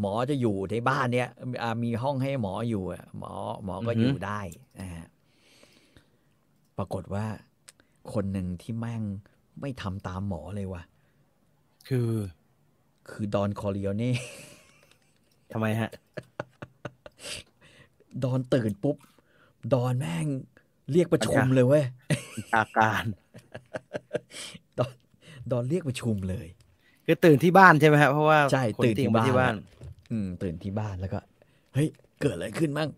C: หมอจะอยู่ในบ้านเนี่ยอ่ามีห้องให้หมออยู่อะหมอหมอก็
B: อือฮึ
C: อยู่ได้นะฮะปรากฏว่าคนหนึ่งที่แม่งไม่ทำตามหมอเลยว่ะ
B: คือ
C: คือดอนคอริโอเน่
B: ทำไมฮะ
C: ดอนตื่นปุ๊บ ดอนแม่งเรียกประชุมเลยเว้ย
B: อาการ
C: ดอนเรียกประชุมเลย
B: คือตื่นที่บ้านใช่ไหมครับเพราะว่า
C: ใช่
B: ข
C: ตื่นที่
B: เยงไปที่
C: บ้า
B: บ้าน น
C: อืมตื่นที่บ้านแล้วก็ เฮ้ย เกิดอะไรขึ้นมั่ง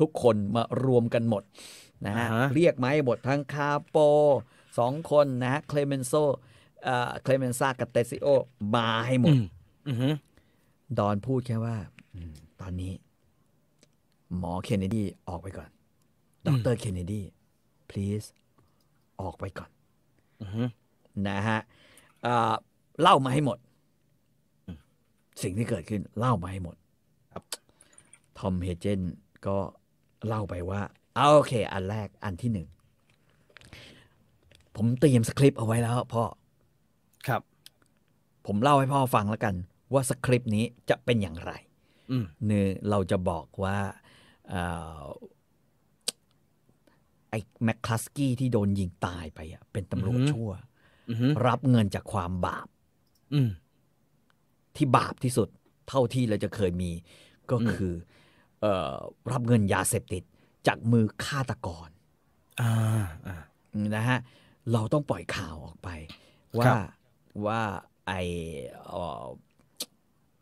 C: ทุกคนมารวมกันหมดนะฮะ
B: อ่าฮะ
C: เรียกไหมาให้หมดทั้งคาโปสองคนนะฮะเคลเมนโซเอ่อเคลเมนซากับเตซิโอ มาให้หม
B: อื
C: ด
B: มอือหือ
C: ดอนพูดแค่ว่าอืมตอนนี้ หมอเคนเนดีออกไปก่อน ด
B: อืม
C: รเคนเนดี please ออกไปก่อน
B: อือหือ
C: นะฮะเอ่อเล่ามาให้หมด
B: อืม
C: สิ่งที่เกิดขึ้น เล่ามาให้หมด
B: ครับ
C: ทอมเฮเจนก็เล่าไปว่าเอาโอเค อันแรกอันที่หนึ่ง ผมเตรียมสคริปต์เอาไว้แล้วพ่อ
B: ครับ
C: ผมเล่าให้พ่อฟังแล้วกัน ว่าสคริปต์นี้จะเป็นอย่างไร
B: อืม
C: เนื้อเราจะบอกว่าเอ่อไอ้แมคคลัสกี้ที่โดนยิงตายไปอะเป็นตำรวจชั่ว
B: อือหือ
C: รับเงินจากความบาป
B: อืม
C: ที่บาปที่สุดเท่าที่เราจะเคยมีก็คือเออรับเงินยาเสพติดจากมือฆาตกร
B: อ่าอ่า
C: นะฮะเราต้องปล่อยข่าวออกไป
B: ครั
C: ว่า
B: บ
C: ว่าไอเอ่อ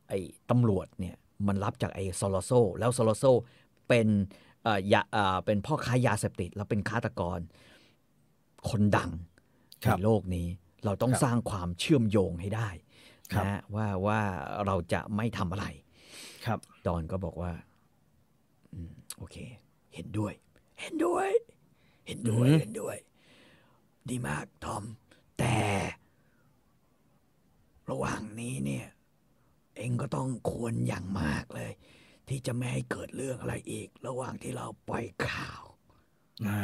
C: ไอตำรวจเนี่ยมันรับจากไอซอลโซ แล้วซอลโซเป็นเอ่อยาเอ่อเป็นพ่อค้ายาเสพติด แล้วเป็นฆาตกรคนดัง
B: ค
C: ใน
B: รับ
C: โลกนี้เราต้อง
B: ครับ
C: สร้างความเชื่อมโยงให้ได้
B: ครับ
C: นะฮะว่าว่าเราจะไม่ทำอะไร
B: ครับ
C: ดอนก็บอกว่าอืมโอเค เห็นด้วย เห็นด้วย เห็นด้วย
B: อือหือ
C: เห็นด้วย ดีมากทอม แต่ระหว่างนี้เนี่ย เองก็ต้องควรอย่างมากเลย ที่จะไม่ให้เกิดเรื่องอะไรอีก ระหว่างที่เราปล่อยข่าว
B: อ่า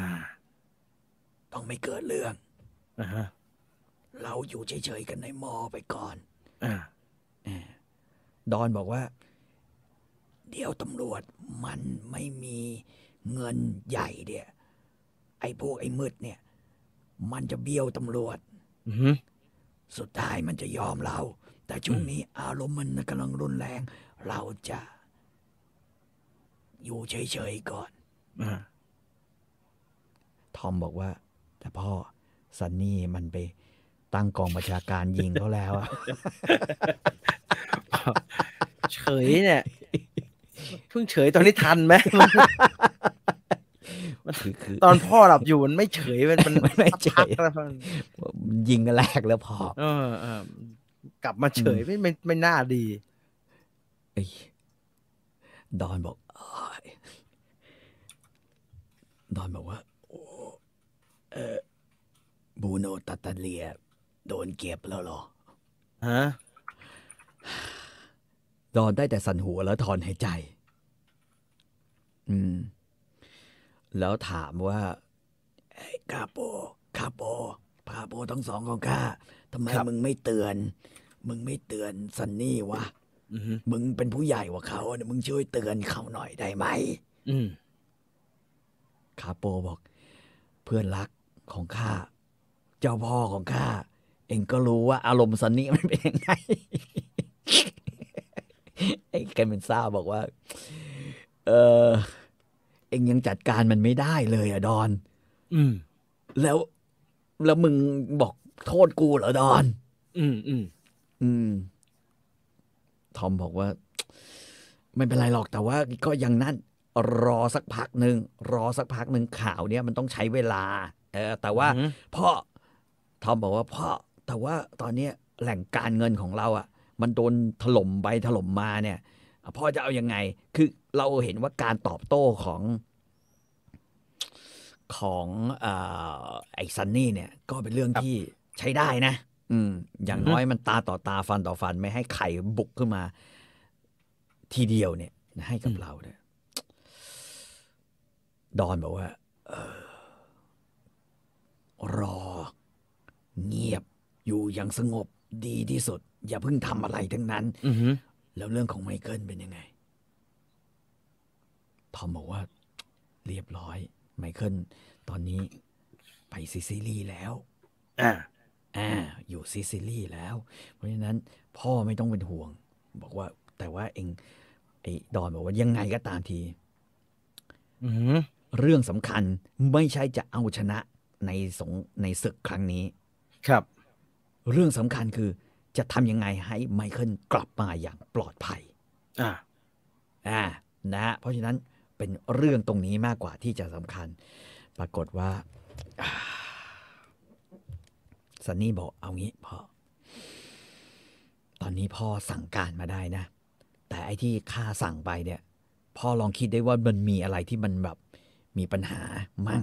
C: ต้องไม่เกิดเรื่อง
B: อ่าฮะ
C: เราอยู่เฉยๆกันในมอไปก่อน
B: อ่า
C: ดอนบอกว่า เดี๋ยวตำรวจมันไม่มีเงินใหญ่เนี่ย ไอ้พวกไอ้มืดเนี่ย มันจะเบี้ยวตำรวจ
B: อือหือ
C: สุดท้ายมันจะยอมเรา แต่ช่วงนี้อารมณ์มันกำลังรุนแรง เราจะ อยู่เฉยๆก่อน
B: อ่า
C: ทอมบอกว่า แต่พ่อซันนี่มันไปตั้งกองบัญชาการยิงเขาแล้วอะ
B: เฉยเนี่ย เพิ่งเฉยตอนนี้ทันไหมมัน
C: คือคือ
B: ตอนพ่อหลับอยู่มันไม่เฉยมันมัน
C: มัน ไม่เฉย
B: พักแล้วมัน
C: ยิงกันแรกแล้วพอ
B: เออเออกลับมาเฉยไม่ไม่ไม่น่าดี
C: เอ้ยดอนบอกเอ้ยดอนบอกว่า โอ้เออบูโนตัตตาเลีย โดนเก็บแล้วเหรอ
B: ฮะ
C: ดอนได้แต่สั่นหัวแล้วถอนหายใจ อืม แล้วถามว่าเอ้ยคาโปคาโปคาโปทั้งสองของข้าทำไม
B: ครับ
C: มึงไม่เตือน มึงไม่เตือนซันนี่วะ
B: อือหือ
C: มึงเป็นผู้ใหญ่กว่าเขาเนี่ยมึงช่วยเตือนเขาหน่อยได้ไหม
B: อืม
C: คาโปบอก เพื่อนรักของข้า เจ้าพ่อของข้า เองก็รู้ว่าอารมณ์ซันนี่มันเป็นยังไง ไอ้แกมเบนซ่าบอกว่า เออเองยังจัดการมันไม่ได้เลยอะดอน
B: อืม
C: แล้ว แล้วมึงบอกโทษกูเหรอดอน
B: อืมอืม
C: อืม ทอมบอกว่า ไม่เป็นไรหรอกแต่ว่าก็ยังนั่น รอสักพักหนึ่งรอสักพักหนึ่งข่าวเนี้ยมันต้องใช้เวลา เออ แต่ว่า
B: อือหือ
C: พ่อทอมบอกว่าพ่อแต่ว่าตอนเนี้ยแหล่งการเงินของเราอะ่ะ มันโดนถล่มไปถล่มมาเนี่ยอ่ะพ่อจะเอายังไง คือเราเห็นว่าการตอบโต้ของของเออไอ้ซันนี่เนี่ย ก็เป็นเรื่องที่ใช้ได้นะ อืม อย่างน้อยมันตาต่อตาฟันต่อฟันไม่ให้ไข่บุกขึ้นมา ทีเดียวเนี่ยนะให้กับเราเนี่ยดอนบอกว่า รอ เงียบอยู่อย่างสงบดีที่สุด อย่าเพิ่งทำอะไรทั้งนั้น
B: อือหือ
C: แล้วเรื่องของไมเคิลเป็นยังไง ทอมบอกว่า เรียบร้อย ไมเคิลตอนนี้ไปซิซิลีแล้ว
B: อ่า
C: อ่า อยู่ซิซิลีแล้ว เพราะฉะนั้นพ่อไม่ต้องเป็นห่วง บอกว่า แต่ว่าเองไอ้ดอนบอกว่ายังไงก็ตามที
B: อือหือ
C: เรื่องสำคัญไม่ใช่จะเอาชนะในสงในศึกครั้งนี้
B: ครับ
C: เรื่องสำคัญคือ จะทำยังไงให้ไมเคิลกลับมาอย่างปลอดภัย
B: อ่า
C: อ่านะฮะเพราะฉะนั้นเป็นเรื่องตรงนี้มากกว่าที่จะสำคัญ ปรากฏว่า อ่าซันนี่บอกเอางี้พ่อ ตอนนี้พ่อสั่งการมาได้นะ แต่ไอ้ที่ข้าสั่งไปเนี่ย พ่อลองคิดได้ว่ามันมีอะไรที่มันแบบมีปัญหามั่ง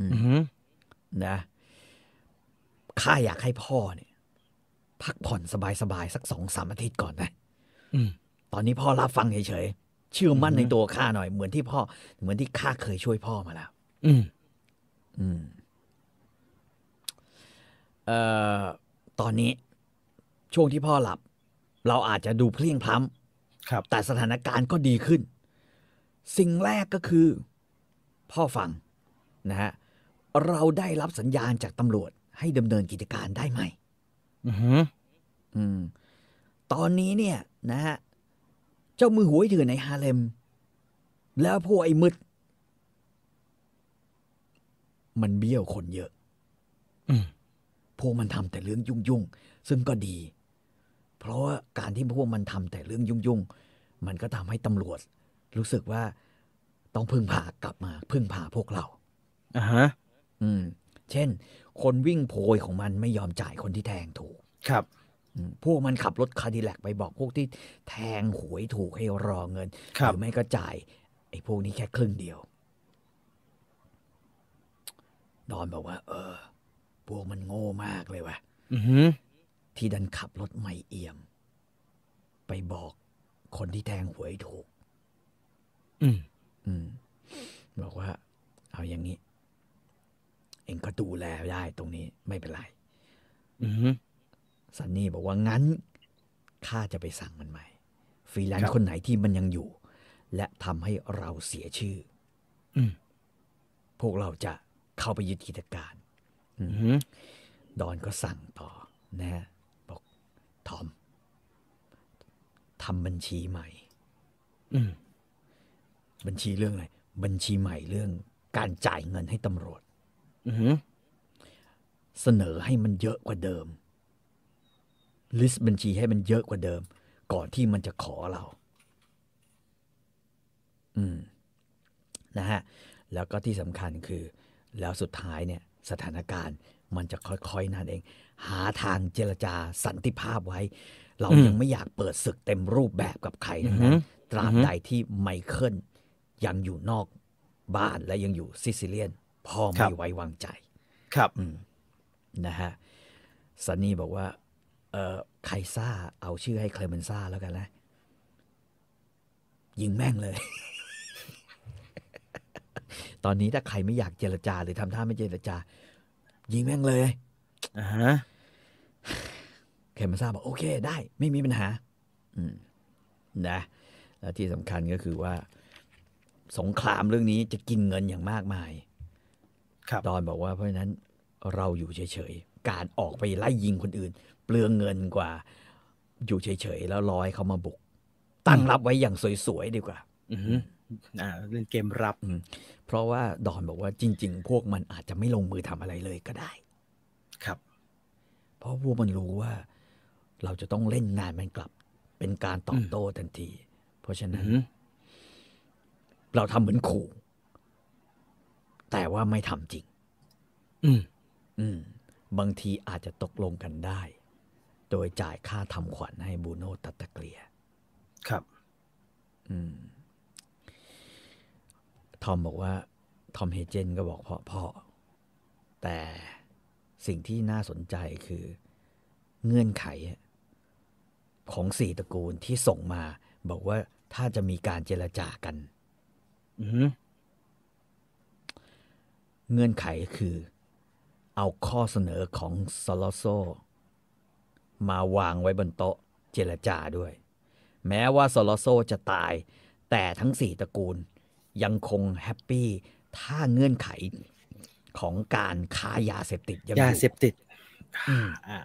B: อือหือ
C: นะข้าอยากให้พ่อเนี่ย พักผ่อนสบายๆสักสองสามอาทิตย์ก่อนนะ
B: อืม
C: ตอนนี้พ่อรับฟังเฉยๆ เชื่อมั่น
B: อือฮึ
C: ในตัวข้าหน่อย เหมือนที่พ่อ เหมือนที่ข้าเคยช่วยพ่อมาแล้ว
B: อืม
C: อืม เอ่อ ตอนนี้ช่วงที่พ่อหลับ เราอาจจะดูเพลียงพล้ำ
B: ครับ
C: แต่สถานการณ์ก็ดีขึ้น สิ่งแรกก็คือ พ่อฟังนะฮะ เราได้รับสัญญาณจากตำรวจให้ดำเนินกิจการได้ไหม
B: อือหือ
C: อืม ตอนนี้เนี่ย นะฮะ เจ้ามือหวยเถื่อนในฮาเลม แล้วพวกไอ้มืด มันเบี้ยวคนเยอะ
B: อืม
C: พวกมันทำแต่เรื่องยุ่งๆ ซึ่งก็ดี เพราะว่าการที่พวกมันทำแต่เรื่องยุ่งๆ มันก็ทำให้ตำรวจ รู้สึกว่าต้องพึ่งพากลับมา พึ่งพาพวกเรา
B: อ่าฮะ
C: อืม เช่น คนวิ่งโพยของมันไม่ยอมจ่ายคนที่แทงถูก
B: ครับ
C: อืมพวกมันขับรถคาดิแลกไปบอกพวกที่แทงหวยถูกให้รอเงิน
B: ครั
C: ห
B: บ
C: รือไม่ก็จ่ายไอ้พวกนี้แค่ครึ่งเดียว ดอนบอกว่า เออ พวกมันโง่มากเลยว่ะ
B: อือหือ
C: ที่ดันขับรถไม่เอี่ยม ไปบอกคนที่แทงหวยถูก
B: อืม
C: อืม บอกว่า เอาอย่างนี้ เองก็ดูแลได้ตรงนี้ไม่เป็นไร
B: อือหือ
C: ซันนี่บอกว่างั้นข้าจะไปสั่งมันใหม่ฟรีแลน
B: ครั
C: ซ์
B: บ
C: คนไหนที่มันยังอยู่ และทำให้เราเสียชื่ออ
B: ม
C: พวกเราจะเข้าไปยึดกิจการ
B: อือหือ
C: ดอนก็สั่งต่อนะฮะบอกทอมทำบัญชีใหม่
B: อืม
C: บัญชีเรื่องอะไร บัญชีใหม่เรื่องการจ่ายเงินให้ตำรวจ
B: อือหือ
C: เสนอให้มันเยอะกว่าเดิม ลิสต์บัญชีให้มันเยอะกว่าเดิม ก่อนที่มันจะขอเรา อืม นะฮะ แล้วก็ที่สำคัญคือ แล้วสุดท้ายเนี่ย สถานการณ์มันจะค่อยๆนั่นเอง หาทางเจรจาสันติภาพไว้ เรายังไม่อยากเปิดศึกเต็มรูปแบบกับใครทั้งนั้น ตราบใดที่ไมเคิลยังอยู่นอกบ้านและยังอยู่ซิซิเลียน พ่อไม่ไว้วางใจ
B: ครับ
C: นะฮะซันนี่บอกว่า เออไคซ่าเอาชื่อให้เคลเมนซ่าแล้วกันนะ ยิงแม่งเลย ตอนนี้ถ้าใครไม่อยากเจรจา หรือทำท่าไม่เจรจา ยิงแม่งเลย
B: อ่าฮะ
C: เคลเมนซ่าบอกโอเค ได้ ไม่มีปัญหา อืมนะ และที่สำคัญก็คือว่า สงครามเรื่องนี้จะกินเงินอย่างมากมาย
B: ครับ
C: ดอนบอกว่าเพราะฉะนั้นเราอยู่เฉยๆ การออกไปไล่ยิงคนอื่น เปลืองเงินกว่า อยู่เฉยๆ แล้วรอให้เขามาบุก ตั้งรับไว้อย่างสวยๆ ดีกว่า
B: อือหืออ่าเล่นเกมรับ
C: เพราะว่าดอนบอกว่าจริง ๆ พวกมันอาจจะไม่ลงมือทำอะไรเลยก็ได้
B: ครับ
C: เพราะพวกมันรู้ว่า เราจะต้องเล่นงานมันกลับ เป็นการตอบโต้ทันที เพราะฉะ
B: อื
C: นั้น
B: ม
C: เราทำเหมือนขู่ แต่ว่าไม่ทำจริง
B: อืม
C: อืม บางทีอาจจะตกลงกันได้ โดยจ่ายค่าทำขวัญให้บูโนตัตตะเกลีย
B: ครับ
C: อืม ทอมบอกว่า ทอมเฮเจนก็บอกพ่อพ่อ แต่สิ่งที่น่าสนใจคือเงื่อนไขอะของสี่ตระกูลที่ส่งมา บอกว่าถ้าจะมีการเจรจากัน
B: อือหือ
C: เงื่อนไขคือ เอาข้อเสนอของซอลโซ มาวางไว้บนโต๊ะเจรจาด้วย แม้ว่าซอลโซจะตาย แต่ทั้งสี่ตระกูลยังคงแฮปปี้ ถ้าเงื่อนไขของการค้ายาเสพติดยังอย
B: าเสู่ พติด
C: อืม
B: อ่า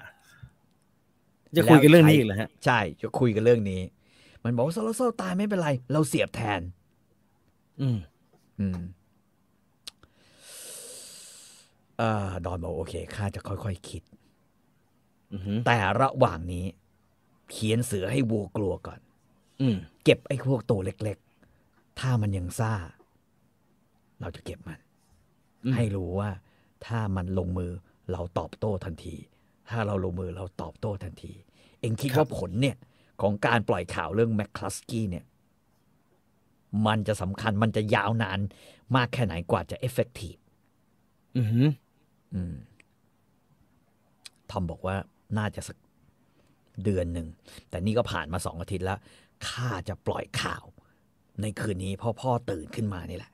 B: จะคุยกันเรื่องนี้อีกเหรอฮะ
C: ใช่จะคุยกันเรื่องนี้ มันบอกว่าซอลโซตายไม่เป็นไร เราเสียบแทน
B: อืม
C: อืมเอ่อดอนบอกโอเคข้าจะค่อยๆคิด
B: อือหือ
C: แต่ระหว่างนี้ เขียนเสือให้วัวกลัวก่อน
B: อืม
C: เก็บไอ้พวกตัวเล็กๆ ถ้ามันยังซ่า เราจะเก็บมัน
B: อืม
C: ให้รู้ว่า ถ้ามันลงมือเราตอบโต้ทันที ถ้าเราลงมือเราตอบโต้ทันที เองคิดว่าผลเนี่ย ของการปล่อยข่าวเรื่องแมคคลัสกี้เนี่ย มันจะสำคัญมันจะยาวนานมากแค่ไหนกว่าจะเอฟเฟกตีฟ
B: อือหือ
C: อืมทอมบอกว่าน่าจะสักเดือนหนึ่ง แต่นี่ก็ผ่านมาสองอาทิตย์แล้วข้าจะปล่อยข่าว ในคืนนี้พ่อพ่อตื่นขึ้นมานี่แหละ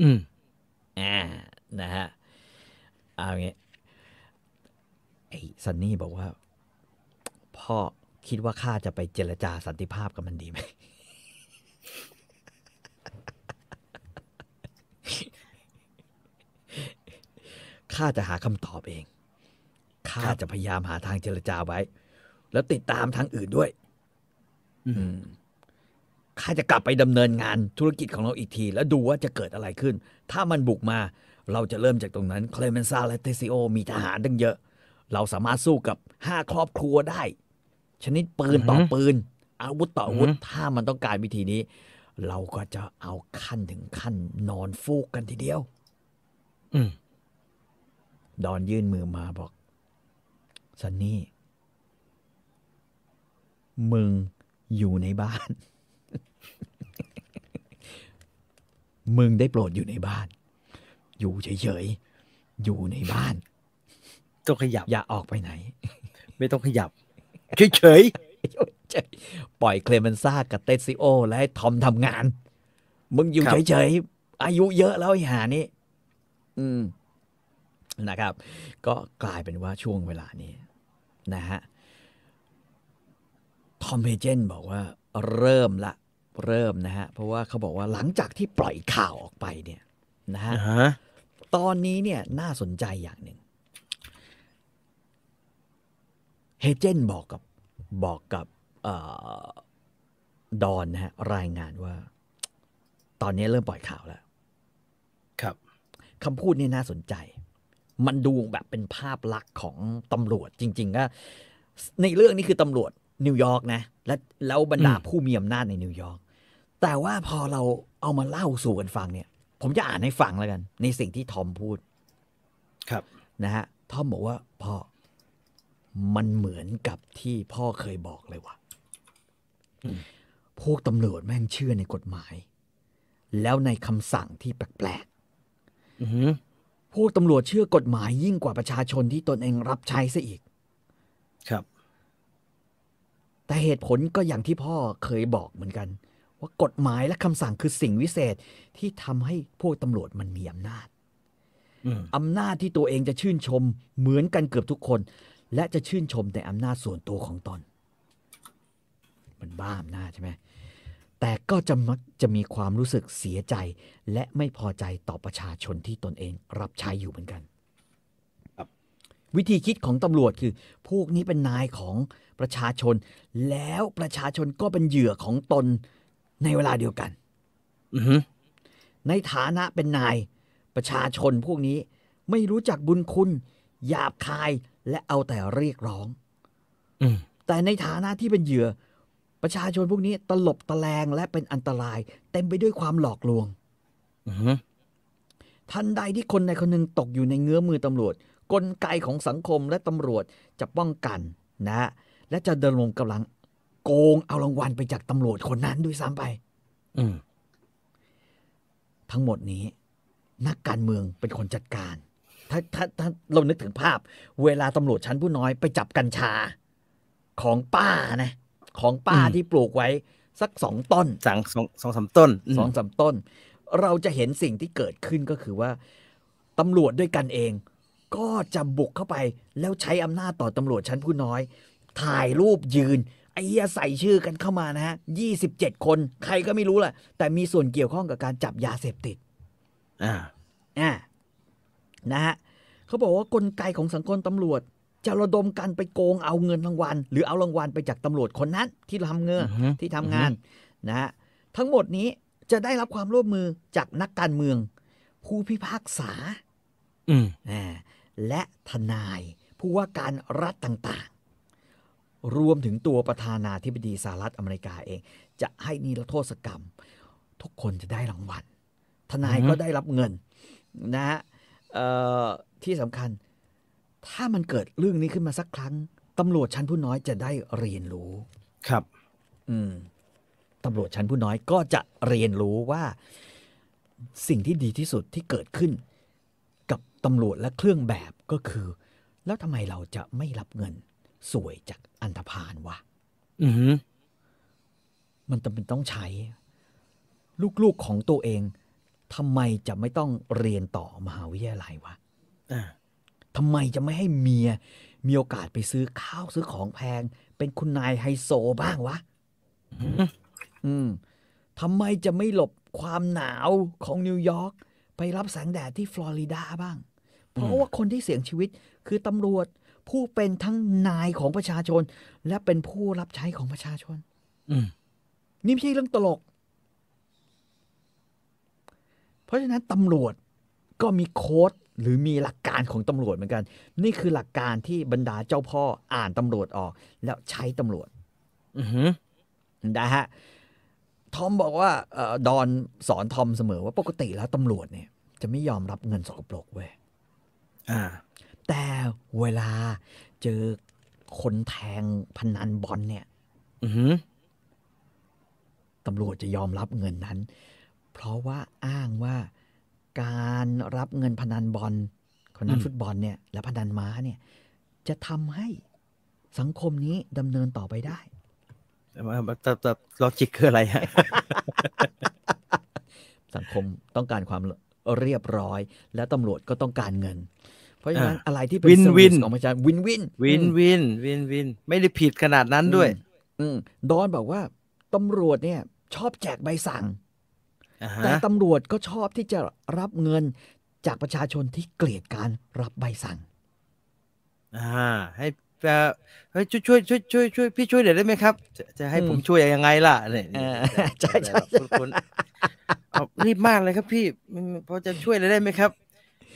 B: อืม
C: อ่า นะฮะ เอาอย่างงี้ไอ้ซันนี่บอกว่า พ่อคิดว่าข้าจะไปเจรจาสันติภาพกับมันดีไหม ข้าจะหาคำตอบเอง ข้าจะพยายามหาทางเจรจาไว้ แล้วติดตามทางอื่นด้วย อืมข้าจะกลับไปดำเนินงานธุรกิจของเราอีกที แล้วดูว่าจะเกิดอะไรขึ้น ถ้ามันบุกมา เราจะเริ่มจากตรงนั้นเคลเมนซาและเทซิโอมีทหารตั้งเยอะ เราสามารถสู้กับห้าครอบครัวได้ ชนิดปืนต่อปืน อาวุธต่ออาวุธ ถ้ามันต้องการวิธีนี้ เราก็จะเอาขั้นถึงขั้นนอนฟูกกันทีเดียว
B: อืม
C: ดอนยื่นมือมาบอกซันนี่ มึงอยู่ในบ้าน มึงได้โปรดอยู่ในบ้าน อยู่เฉยๆ อยู่ในบ้าน
B: ต้องขยับ
C: อย่าออกไปไหน
B: ไม่ต้องขยับ เฉย
C: ปล่อยเคลเมนซ่ากับเตซิโอ และให้ทอมทำงาน มึงอยู่เฉยๆ อายุเยอะแล้วไอ้หานี่ อืม นะครับ ก็กลายเป็นว่าช่วงเวลานี้ นะฮะ ทอมเฮเจนบอกว่าเริ่มละ เริ่มนะฮะ เพราะว่าเขาบอกว่าหลังจากที่ปล่อยข่าวออกไปเนี่ย นะ
B: ๆ
C: ฮะ
B: อ่าฮะ
C: ตอนนี้เนี่ยน่าสนใจอย่างหนึ่งเฮเจนบอกกับบอกกับเออดอนนะฮะรายงานว่า ตอนนี้เริ่มปล่อยข่าวแล้ว
B: ครับ
C: คำพูดนี่น่าสนใจ มันดูแบบเป็นภาพลักษณ์ของตำรวจจริงๆก็ในเรื่องนี้คือตำรวจนิวยอร์กนะ และแล้วบรรดา
B: อืม
C: ผู้มีอำนาจในนิวยอร์กแต่ว่าพอเราเอามาเล่าสู่กันฟังเนี่ย ผมจะอ่านให้ฟังแล้วกัน ในสิ่งที่ทอมพูด
B: ครับ
C: นะฮะทอมบอกว่าพ่อมันเหมือนกับที่พ่อเคยบอกเลยว่ะ
B: อืม
C: พวกตำรวจแม่งเชื่อในกฎหมาย แล้วในคำสั่งที่แปลก
B: อือหือ
C: ๆ พวกตำรวจเชื่อกฎหมายยิ่งกว่าประชาชนที่ตนเองรับใช้ซะอีก
B: ครับ
C: แต่เหตุผลก็อย่างที่พ่อเคยบอกเหมือนกัน ว่ากฎหมายและคำสั่งคือสิ่งวิเศษที่ทำให้พวกตำรวจมันมีอำนาจ
B: อืม
C: อำนาจที่ตัวเองจะชื่นชมเหมือนกันเกือบทุกคน และจะชื่นชมแต่อำนาจส่วนตัวของตน มันบ้าอำนาจใช่ไหมแต่ก็จะมักจะมีความรู้สึกเสียใจ และไม่พอใจต่อประชาชนที่ตนเองรับใช้อยู่เหมือนกัน วิธีคิดของตำรวจคือ พวกนี้เป็นนายของประชาชน แล้วประชาชนก็เป็นเหยื่อของตนในเวลาเดียวกัน
B: อือหือ
C: ในฐานะเป็นนายประชาชนพวกนี้ไม่รู้จักบุญคุณหยาบคายและเอาแต่เรียกร้อง
B: อืม
C: แต่ในฐานะที่เป็นเหยื่อ ประชาชนพวกนี้ตลบตะแลงและเป็นอันตราย เต็มไปด้วยความหลอกลวง
B: อือหือ
C: ทันใดที่คนในคนหนึ่งตกอยู่ในเงื้อมือตำรวจ กลไกของสังคมและตำรวจจะป้องกันนะฮะและจะเดินลงกำลังโกงเอารางวัลไปจากตำรวจคนนั้นด้วยซ้ำไป
B: อืม
C: ทั้งหมดนี้ นักการเมืองเป็นคนจัดการ ถ้าถ้าถ้าเรานึกถึงภาพ เวลาตำรวจชั้นผู้น้อยไปจับกัญชา ของป้านะ ของป้าที่ปลูกไว้ สักสองต้น
B: สั่งสองสองสามต้นม
C: สองสามต้น เราจะเห็นสิ่งที่เกิดขึ้นก็คือว่าตำรวจด้วยกันเอง ก็จะบุกเข้าไปแล้วใช้อำนาจต่อตำรวจชั้นผู้น้อย ถ่ายรูปยืน ไอ้เหี้ยใส่ชื่อกันเข้ามานะฮะยี่สิบเจ็ดคนใครก็ไม่รู้แหละแต่มีส่วนเกี่ยวข้องกับการจับยาเสพติด
B: อ่า
C: อ่านะฮะเขาบอกว่ากลไกของสังคมตำรวจ จะระดมกันไปโกงเอาเงินรางวัล หรือเอารางวัลไปจากตำรวจคนนั้นที่ทำเงิน
B: อือฮึ
C: ที่ทำงานนะฮะทั้งหมดนี้จะได้รับความร่วมมือจากนักการเมือง ผู้พิพากษา
B: อืม
C: อ่าและทนาย ผู้ว่าการรัฐต่าง รวมถึงตัวประธานาธิบดีสหรัฐอเมริกาเอง จะให้นิรโทษกรรม ทุกคนจะได้รางวัล ทนาย
B: อือฮึ
C: ก็ได้รับเงินนะฮะเอ่อที่สำคัญ ถ้ามันเกิดเรื่องนี้ขึ้นมาสักครั้งตำรวจชั้นผู้น้อยจะได้เรียนรู้
B: ครับ
C: อืมตำรวจชั้นผู้น้อยก็จะเรียนรู้ว่า สิ่งที่ดีที่สุดที่เกิดขึ้น กับตำรวจและเครื่องแบบก็คือ แล้วทำไมเราจะไม่รับเงิน สวยจากอันธพาลวะ
B: อือหือ
C: มันจำเป็นต้องใช้ ลูกๆของตัวเองทำไมจะไม่ต้องเรียนต่อมหาวิทยาลัยวะ
B: อ่า
C: ทำไมจะไม่ให้เมียมีโอกาสไปซื้อข้าวซื้อของแพง เป็นคุณนายไฮโซบ้างวะ อืมทำไมจะไม่หลบความหนาวของนิวยอร์กไปรับแสงแดดที่ฟลอริดาบ้าง เพราะว่าคนที่เสี่ยงชีวิตคือตำรวจผู้เป็นทั้งนายของประชาชน และเป็นผู้รับใช้ของประชาชน
B: อืม
C: นี่ไม่ใช่เรื่องตลก เพราะฉะนั้นตำรวจก็มีโค้ดหรือมีหลักการของตำรวจเหมือนกัน นี่คือหลักการที่บรรดาเจ้าพ่ออ่านตำรวจออก แล้วใช้ตำรวจ
B: อือหือ
C: นะฮะ ทอมบอกว่าเอ่อดอนสอนทอมเสมอว่าปกติแล้วตำรวจเนี่ย จะไม่ยอมรับเงินสกปรกเว้ย
B: อ่า
C: แต่เวลาเจอคนแทงพนันบอลเนี่ย
B: อือหือ
C: ตำรวจจะยอมรับเงินนั้น เพราะว่าอ้างว่าการรับเงินพนันบอลพนัน
B: อืม
C: ฟุตบอลเนี่ย และพนันม้าเนี่ย จะทำให้สังคมนี้ดำเนินต่อไปได้
B: แต่ว่าแต่แต่ลอจิกคืออะไร ฮะ
C: สังคมต้องการความเรียบร้อย และตำรวจก็ต้องการเงิน เพราะฉะนั้น
B: อ่า
C: อะไรที่เป็น
B: Win-win
C: service ของประชาชนวินวิน
B: วินวินวินวิน ไม่ได้ผิดขนาดนั้นด้วย
C: อืมดอนบอกว่าตำรวจเนี่ย ชอบแจกใบสั่ง
B: อ่า
C: แต่
B: ฮะ
C: ตำรวจก็ชอบที่จะรับเงินจากประชาชนที่เกลียดการรับใบสั่ง
B: อ่า ให้เอ่อเฮ้ยช่วยช่วยช่วยช่วยช่วยพี่ช่วยเดี๋ยวได้ไหมครับ จะจะให้
C: อืม
B: ผมช่วยยังไงล่ะเนี่ย
C: เออใช่ใช่
B: คุณคุณเอารีบมากเลยครับพี่มันมันพอจะช่วยอะไรได้ไหมครับ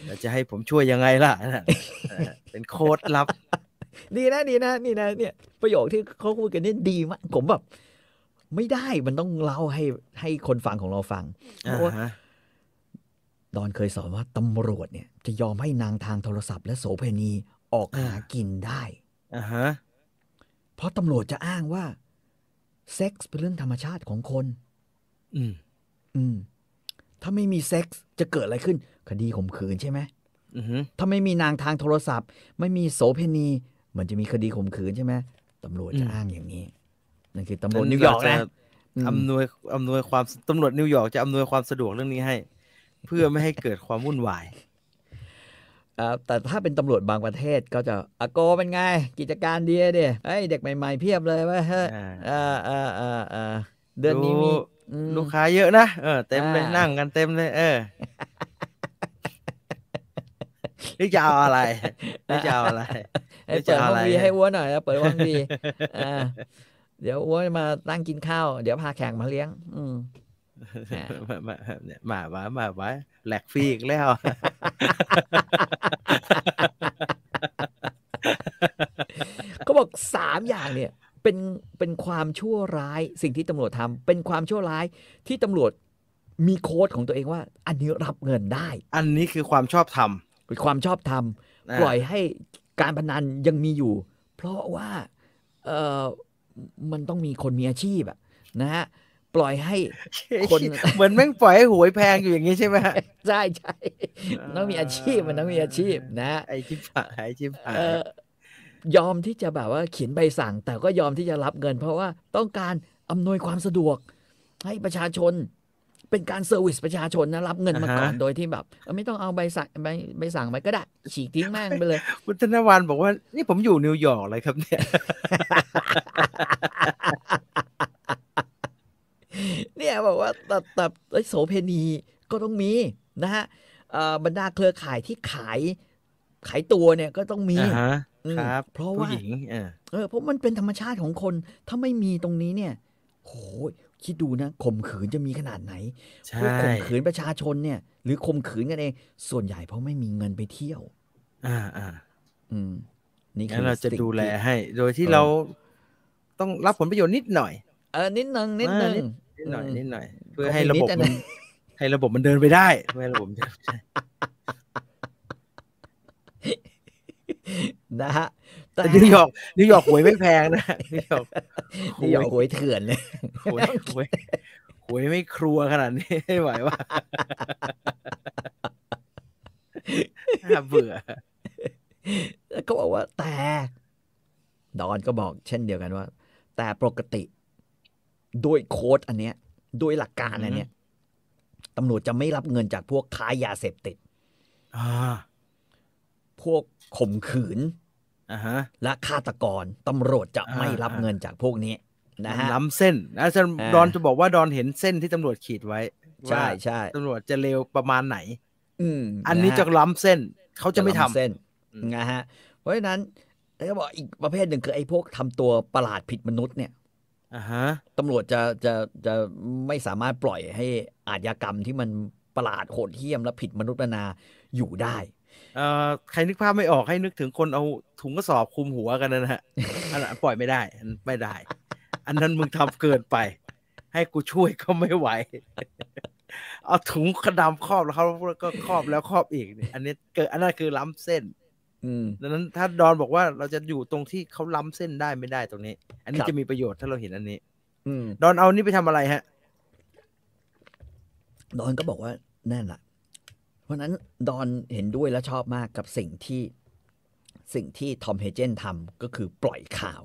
B: แล้วจะให้ผมช่วยยังไงล่ะนะเออเป็นโค้ดลับ
C: ดีนะดีนะนี่นะเนี่ยประโยคที่เขาพูดกันเนี่ยดีมากผมแบบไม่ได้มันต้องเล่าให้ให้คนฟังของเราฟังเพ
B: อ่า
C: ราะว่า
B: ฮะ
C: ดอนเคยสอนว่าตำรวจเนี่ยจะยอมให้นางทางโทรศัพท์และโสเพณีออกหากินได้
B: อ่าฮะ
C: เพราะตำรวจจะอ้างว่า เซ็กส์เป็นเรื่องธรรมชาติของคน
B: อืม
C: อืม ถ้าไม่มีเซ็กส์จะเกิดอะไรขึ้น คดีข่มขืนใช่ไหม
B: อือฮึ
C: ถ้าไม่มีนางทางโทรศัพท์ ไม่มีโสเพณี มันจะมีคดีข่มขืนใช่ไหมตำรวจจะอ้างอย่างนี้นั่นคือตำรวจนิวยอร์กนะ
B: จอำนวยอำนวยความตำรวจนิวยอร์กจะอำนวยความสะดวกเรื่องนี้ให้ เพื่อไม่ให้เกิดความวุ่นวาย
C: เอ่อแต่ถ้าเป็นตำรวจบางประเทศก็จะอาโกเป็นไง กิจการดีเดียเฮ้ยเด็กใหม่ๆเพียบเลยเว่าเฮ้ย เออเออเออเออเดือนนี้มี
B: ดู
C: อืม
B: ลูกค้าเยอะนะเออเต็มเลย
C: อ่า
B: นั่งกันเต็มเลย เออนี่จะเอาอะไรนี่จะเอาอะไร
C: ให้เปิดห้
B: จะ
C: อง
B: อะไร
C: วี
B: อ่ะ
C: ให้อ้วนหน่อยนะเปิดห้อง วีอ่าเดี๋ยวอ้วนมานั่งกินข้าว เดี๋ยวพาแขกมาเลี้ยง อืม อ่า
B: มามาเนี่ยมามามามาแหลกฟรีอีกแล้ว
C: เขาบอกสามอย่างเนี่ยเป็นเป็นความชั่วร้ายสิ่งที่ตำรวจทำเป็นความชั่วร้ายที่ตำรวจมีโค้ดของตัวเองว่า อันนี้รับเงินได้
B: อันนี้คือความชอบธรรม
C: เป็นความชอบธรรม
B: นะ
C: ปล่อยให้การพนันยังมีอยู่ เพราะว่าเออมันต้องมีคนมีอาชีพอะนะฮะปล่อยให้ คน
B: เหมือนแม่งปล่อยให้หวยแพงอยู่อย่างนี้ใช่ไหม
C: ใช่ใช่มัน ต้องมีอาชีพมันต้องมีอาชีพนะฮะ
B: ไอชิบหายไอชิบหาย
C: เอ่อยอมที่จะแบบว่าเขียนใบสั่ง แต่ก็ยอมที่จะรับเงิน เพราะว่าต้องการอำนวยความสะดวก ให้ประชาชน เป็นการเซอร์วิสประชาชนนะรับเงินมาก่อนโดยที่แบบเออไม่ต้องเอาใบสั่งใบใบสั่งไปก็ได้ ฉีกทิ้งแม่งไปเลย
B: คุณธนวันบอกว่า นี่ผมอยู่นิวยอร์กเลยครับเนี่ย
C: เนี่ยบอกว่าแต่แต่ไอ้โสเพณีก็ต้องมีนะฮะเอ่อบรรดาเครือข่ายที่ขายขายตัวเนี่ยก็ต้องมี
B: อ่าฮะ
C: อืม
B: ครับ
C: เพราะ
B: ผู้
C: ว่า
B: หญิงเออ
C: เออเพราะมันเป็นธรรมชาติของคน ถ้าไม่มีตรงนี้เนี่ยโหยคิดดูนะข่มขืนจะมีขนาดไหน
B: ใช
C: พวก่ ข่มขืนประชาชนเนี่ย หรือข่มขืนกันเองส่วนใหญ่เพราะไม่มีเงินไปเที่ยว
B: อ่าอ่า
C: อืมนี่คื
B: งั้
C: อน
B: เราจะ
C: สิ่ง
B: ดูแล
C: ที่
B: ให้ โดยที่
C: เออ
B: เรา ต้องรับผลประโยชน์นิดหน่อย
C: เออนิดนึงนิดนึง
B: นิดหน่อย
C: อืม
B: นิดหน่อย เพื่อ
C: ก็
B: ให้
C: เป็น
B: ระบบ
C: มิตรอะ
B: มั
C: นะ
B: นให้ระบบมันเดินไปได้เพื่อให้ระบบมันเดินไปได้
C: นะฮะ
B: แต่นิวยอร์กนิวยอร์กหวยไม่แพง นะนิวยอร์ก
C: นิวยอร์กหวยเถื่อนเลย
B: หวยหวยหวยไม่ครัวขนาดนี้ไม่ไหวว่าน่าเบื่อ
C: แล้วก็บอกว่าแต่ดอนก็บอกเช่นเดียวกันว่า แต่ปกติด้วยโค้ดอันเนี้ยด้วยหลักการอันเนี้ยตำรวจจะไม่รับเงินจากพวกค้ายาเสพติด
B: อ่า
C: พวกข่มขืน
B: อ่าฮะ
C: และฆาตกรตำรวจจะไม่รับ
B: อ่า
C: เงินจากพวกนี้นะฮะ
B: ล้ำเส้นนะอาจารย์
C: อ่า
B: ดอนจะบอกว่าดอนเห็นเส้นที่ตำรวจขีดไว้
C: ใช่
B: ว่า
C: ใช่
B: ตำรวจจะเร็วประมาณไหน
C: อืม
B: อันนี้
C: ฮ
B: จะล้ำเส้นเขาจะไม่ท
C: ล้ำเส้น
B: อืม
C: นะฮะ เพราะฉะนั้นแล้วก็บอกอีกประเภทหนึ่งคือไอ้พวกทำตัวประหลาดผิดมนุษย์เนี่ย
B: ำอ่าฮะ
C: ตำรวจจะจะจะไม่สามารถปล่อยให้อาชญากรรมที่มันประหลาดโหดเหี้ยมและผิดมนุษย์นานาอยู่ได้
B: เอ่อใครนึกภาพไม่ออกให้นึกถึงคนเอาถุงกระสอบคลุมหัวกันนะนะฮะ อันนั้นปล่อยไม่ได้อันไม่ได้ อันนั้นมึงทำเกินไป ให้กูช่วยก็ไม่ไหว เอาถุงกระดำครอบแล้วเขาก็ครอบแล้วครอบอีกเนี่ยอันนี้เกิดอันนั้นคือล้ำเส้น
C: อืม
B: ดังนั้นถ้าดอนบอกว่าเราจะอยู่ตรงที่เขาล้ำเส้นได้ไม่ได้ตรงนี้ อันนี้
C: ครับ
B: จะมีประโยชน์ถ้าเราเห็นอันนี้
C: อืม
B: ดอนเอานี่ไปทำอะไรฮะ
C: ดอนก็บอกว่านั่นแหละเพราะฉะนั้นดอนเห็นด้วยและชอบมากกับสิ่งที่สิ่งที่ทอมเฮเจนทำก็คือปล่อยข่าว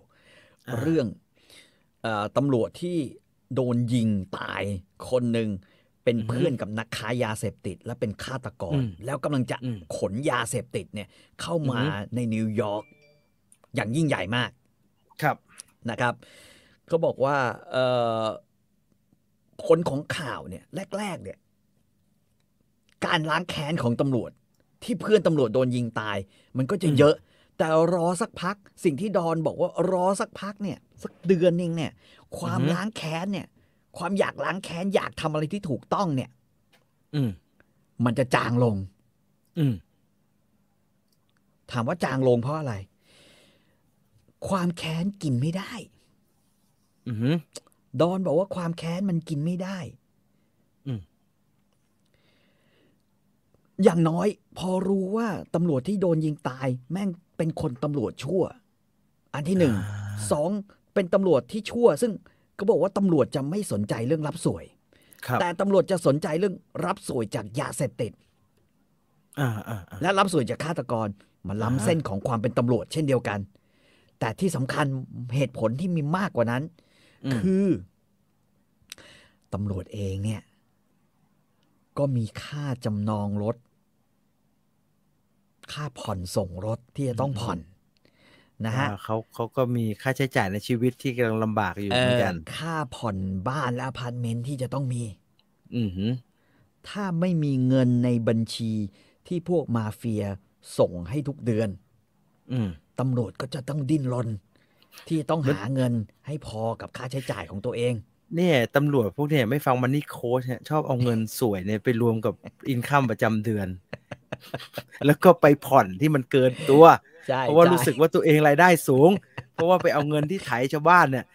B: อ่า
C: เรื่องเออตำรวจที่โดนยิงตายคนหนึ่งเป็น
B: อือฮึ
C: เพื่อนกับนักค้ายาเสพติด และเป็นฆาตกร
B: อืม
C: แล้วกำลังจะ
B: อืม
C: ขนยาเสพติดเนี่ยเข้ามา
B: อือฮึ
C: ในนิวยอร์กอย่างยิ่งใหญ่มาก
B: ครับ
C: นะครับเขาบอกว่าเอ่อผลของข่าวเนี่ย แรก ๆ เนี่ย การล้างแค้นของตำรวจ ที่เพื่อนตำรวจโดนยิงตาย มันก็จะเยอะ แต่รอสักพัก สิ่งที่ดอนบอกว่ารอสักพักเนี่ย สักเดือนหนึงเนี่ย ความ
B: อือฮึ
C: ล้างแค้นเนี่ย ความอยากล้างแค้นอยากทำอะไรที่ถูกต้องเนี่ย
B: อืม
C: มันจะจางลง
B: อืม
C: ถามว่าจางลงเพราะอะไร ความแค้นกินไม่ได้
B: อือหือ
C: ดอนบอกว่าความแค้นมันกินไม่ได้
B: อืม
C: อย่างน้อยพอรู้ว่าตำรวจที่โดนยิงตาย แม่งเป็นคนตำรวจชั่ว อันที่หนึ่ง สอง เป็นตำรวจที่ชั่ว ซึ่งก็บอกว่าตำรวจจะไม่สนใจเรื่องรับสวย
B: ครับ
C: แต่ตำรวจจะสนใจเรื่องรับสวยจากยาเสพติด
B: อ่าอ่าอ่า
C: และรับสวยจากฆาตกร มัน
B: อ่า
C: ล้ำ
B: ฮะ
C: เส้นของความเป็นตำรวจเช่นเดียวกัน แต่ที่สำคัญเหตุผลที่มีมากกว่านั้น
B: อืม
C: คือตำรวจเองเนี่ย ก็มีค่าจำนองรถ ค่าผ่อนส่งรถที่จะต้องผ่อนนะฮะ
B: อ่าเขาเขาก็มีค่าใช้จ่ายในชีวิตที่กำลังลำบากอยู่เหมือนกัน
C: เอ่อค่าผ่อนบ้านและอพาร์ตเมนต์ที่จะต้องมี
B: อือหือ
C: ถ้าไม่มีเงินในบัญชีที่พวกมาเฟียส่งให้ทุกเดือน
B: อืม
C: ตำรวจก็จะต้องดิ้นรน ที่ต้องหาเงินให้พอกับค่าใช้จ่ายของตัวเอง
B: เนี่ยตำรวจพวกเนี่ยไม่ฟังมันนี่โค้ชเนี่ยชอบเอาเงินสวยเนี่ยไปรวมกับอินคัมประจำเดือน แล้วก็ไปผ่อนที่มันเกินตัว
C: ใช่
B: เพราะว่า
C: ใช่
B: รู้สึกว่าตัวเองรายได้สูง เพราะว่าไปเอาเงินที่ไถชาวบ้านเนี่ย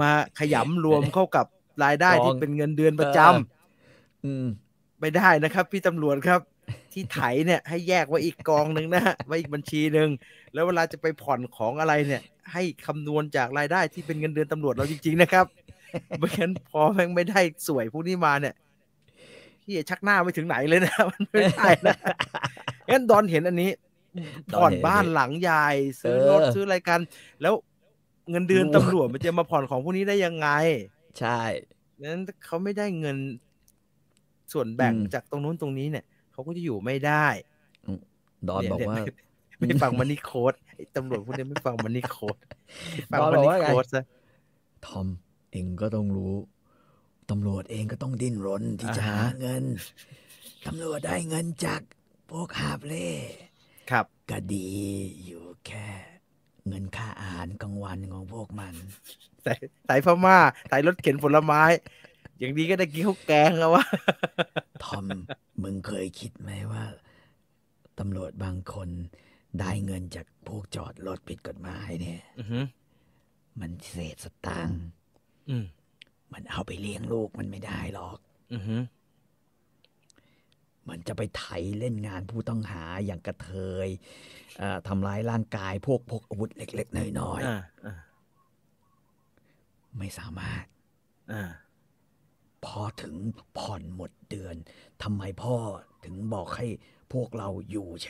B: มาขยำรวมเข้ากับรายได้ที่เป็นเงินเดือนประจำ
C: อืม
B: ไม่ได้นะครับ พี่ตำรวจครับ ที่ไถเนี่ยให้แยกไว้อีกกองหนึ่งนะ ไว้อีกบัญชีหนึ่งแล้วเวลาจะไปผ่อนของอะไรเนี่ย ให้คำนวณจากรายได้ที่เป็นเงินเดือนตำรวจเราจริง ๆ นะครับ ไม่งั้นพอแม่งไม่ได้สวยพวกนี้มาเนี่ยพี่ชักหน้าไม่ถึงไหนเลยนะ มันไม่ได้นะงั้นดอนเห็นอันนี้
C: ด
B: ผ่
C: อ
B: อน น
C: เห็น
B: บ้านหลังใหญ่ซื้อรถ
C: เออ
B: ซื้ออะไรกัน แล้วเงินเดือนตำรวจมันจะมาผ่อนของพวกนี้ได้ยังไง
C: ใช่
B: นั้นเขาไม่ได้เงินส่วนแบ่ง
C: อืม
B: จากตรงนู้นตรงนี้เนี่ยเขาก็จะอยู่ไม่ได้
C: ดอน
B: เย
C: บอก
B: เย
C: ว่า
B: ไม่ไม่ฟังมันนี่โค้ดไอ้ตำรวจพวกนี้ไม่ฟังมันนี่โค้ดฟัง
C: ดอน
B: มัน
C: บอก
B: นี่
C: ว่าไง
B: โค้ดซะ
C: ทอมเองก็ต้องรู้ ตำรวจเองก็ต้องดิ้นรนที่จะ
B: อ่าฮะ
C: หาเงิน ตำรวจได้เงินจากพวกหาบเล่
B: ครับ
C: ก็ดีอยู่แค่ เงินค่าอาหารกลางวันของพวกมัน
B: สายสายพม่าสายรถเข็นผลไม้ อย่างนี้ก็ได้กินข้าวแกงแล้ววะ
C: ทอม มึงเคยคิดไหมว่า ตำรวจบางคนได้เงินจากพวกจอดรถผิดกฎหมายเนี่ย มันเศษสตังค์
B: อืม
C: มันเอาไปเลี้ยงลูกมันไม่ได้หรอก
B: อือหือ
C: มันจะไปไถเล่นงานผู้ต้องหาอย่างกระเทยเอ่อทำร้ายร่างกายพวกพกอาวุธเล็กๆน้อย
B: อ่าอ่า
C: ๆไม่สามารถ
B: อ่า
C: พอถึงผ่อนหมดเดือนทำไมพ่อถึงบอกให้พวกเราอยู่เฉ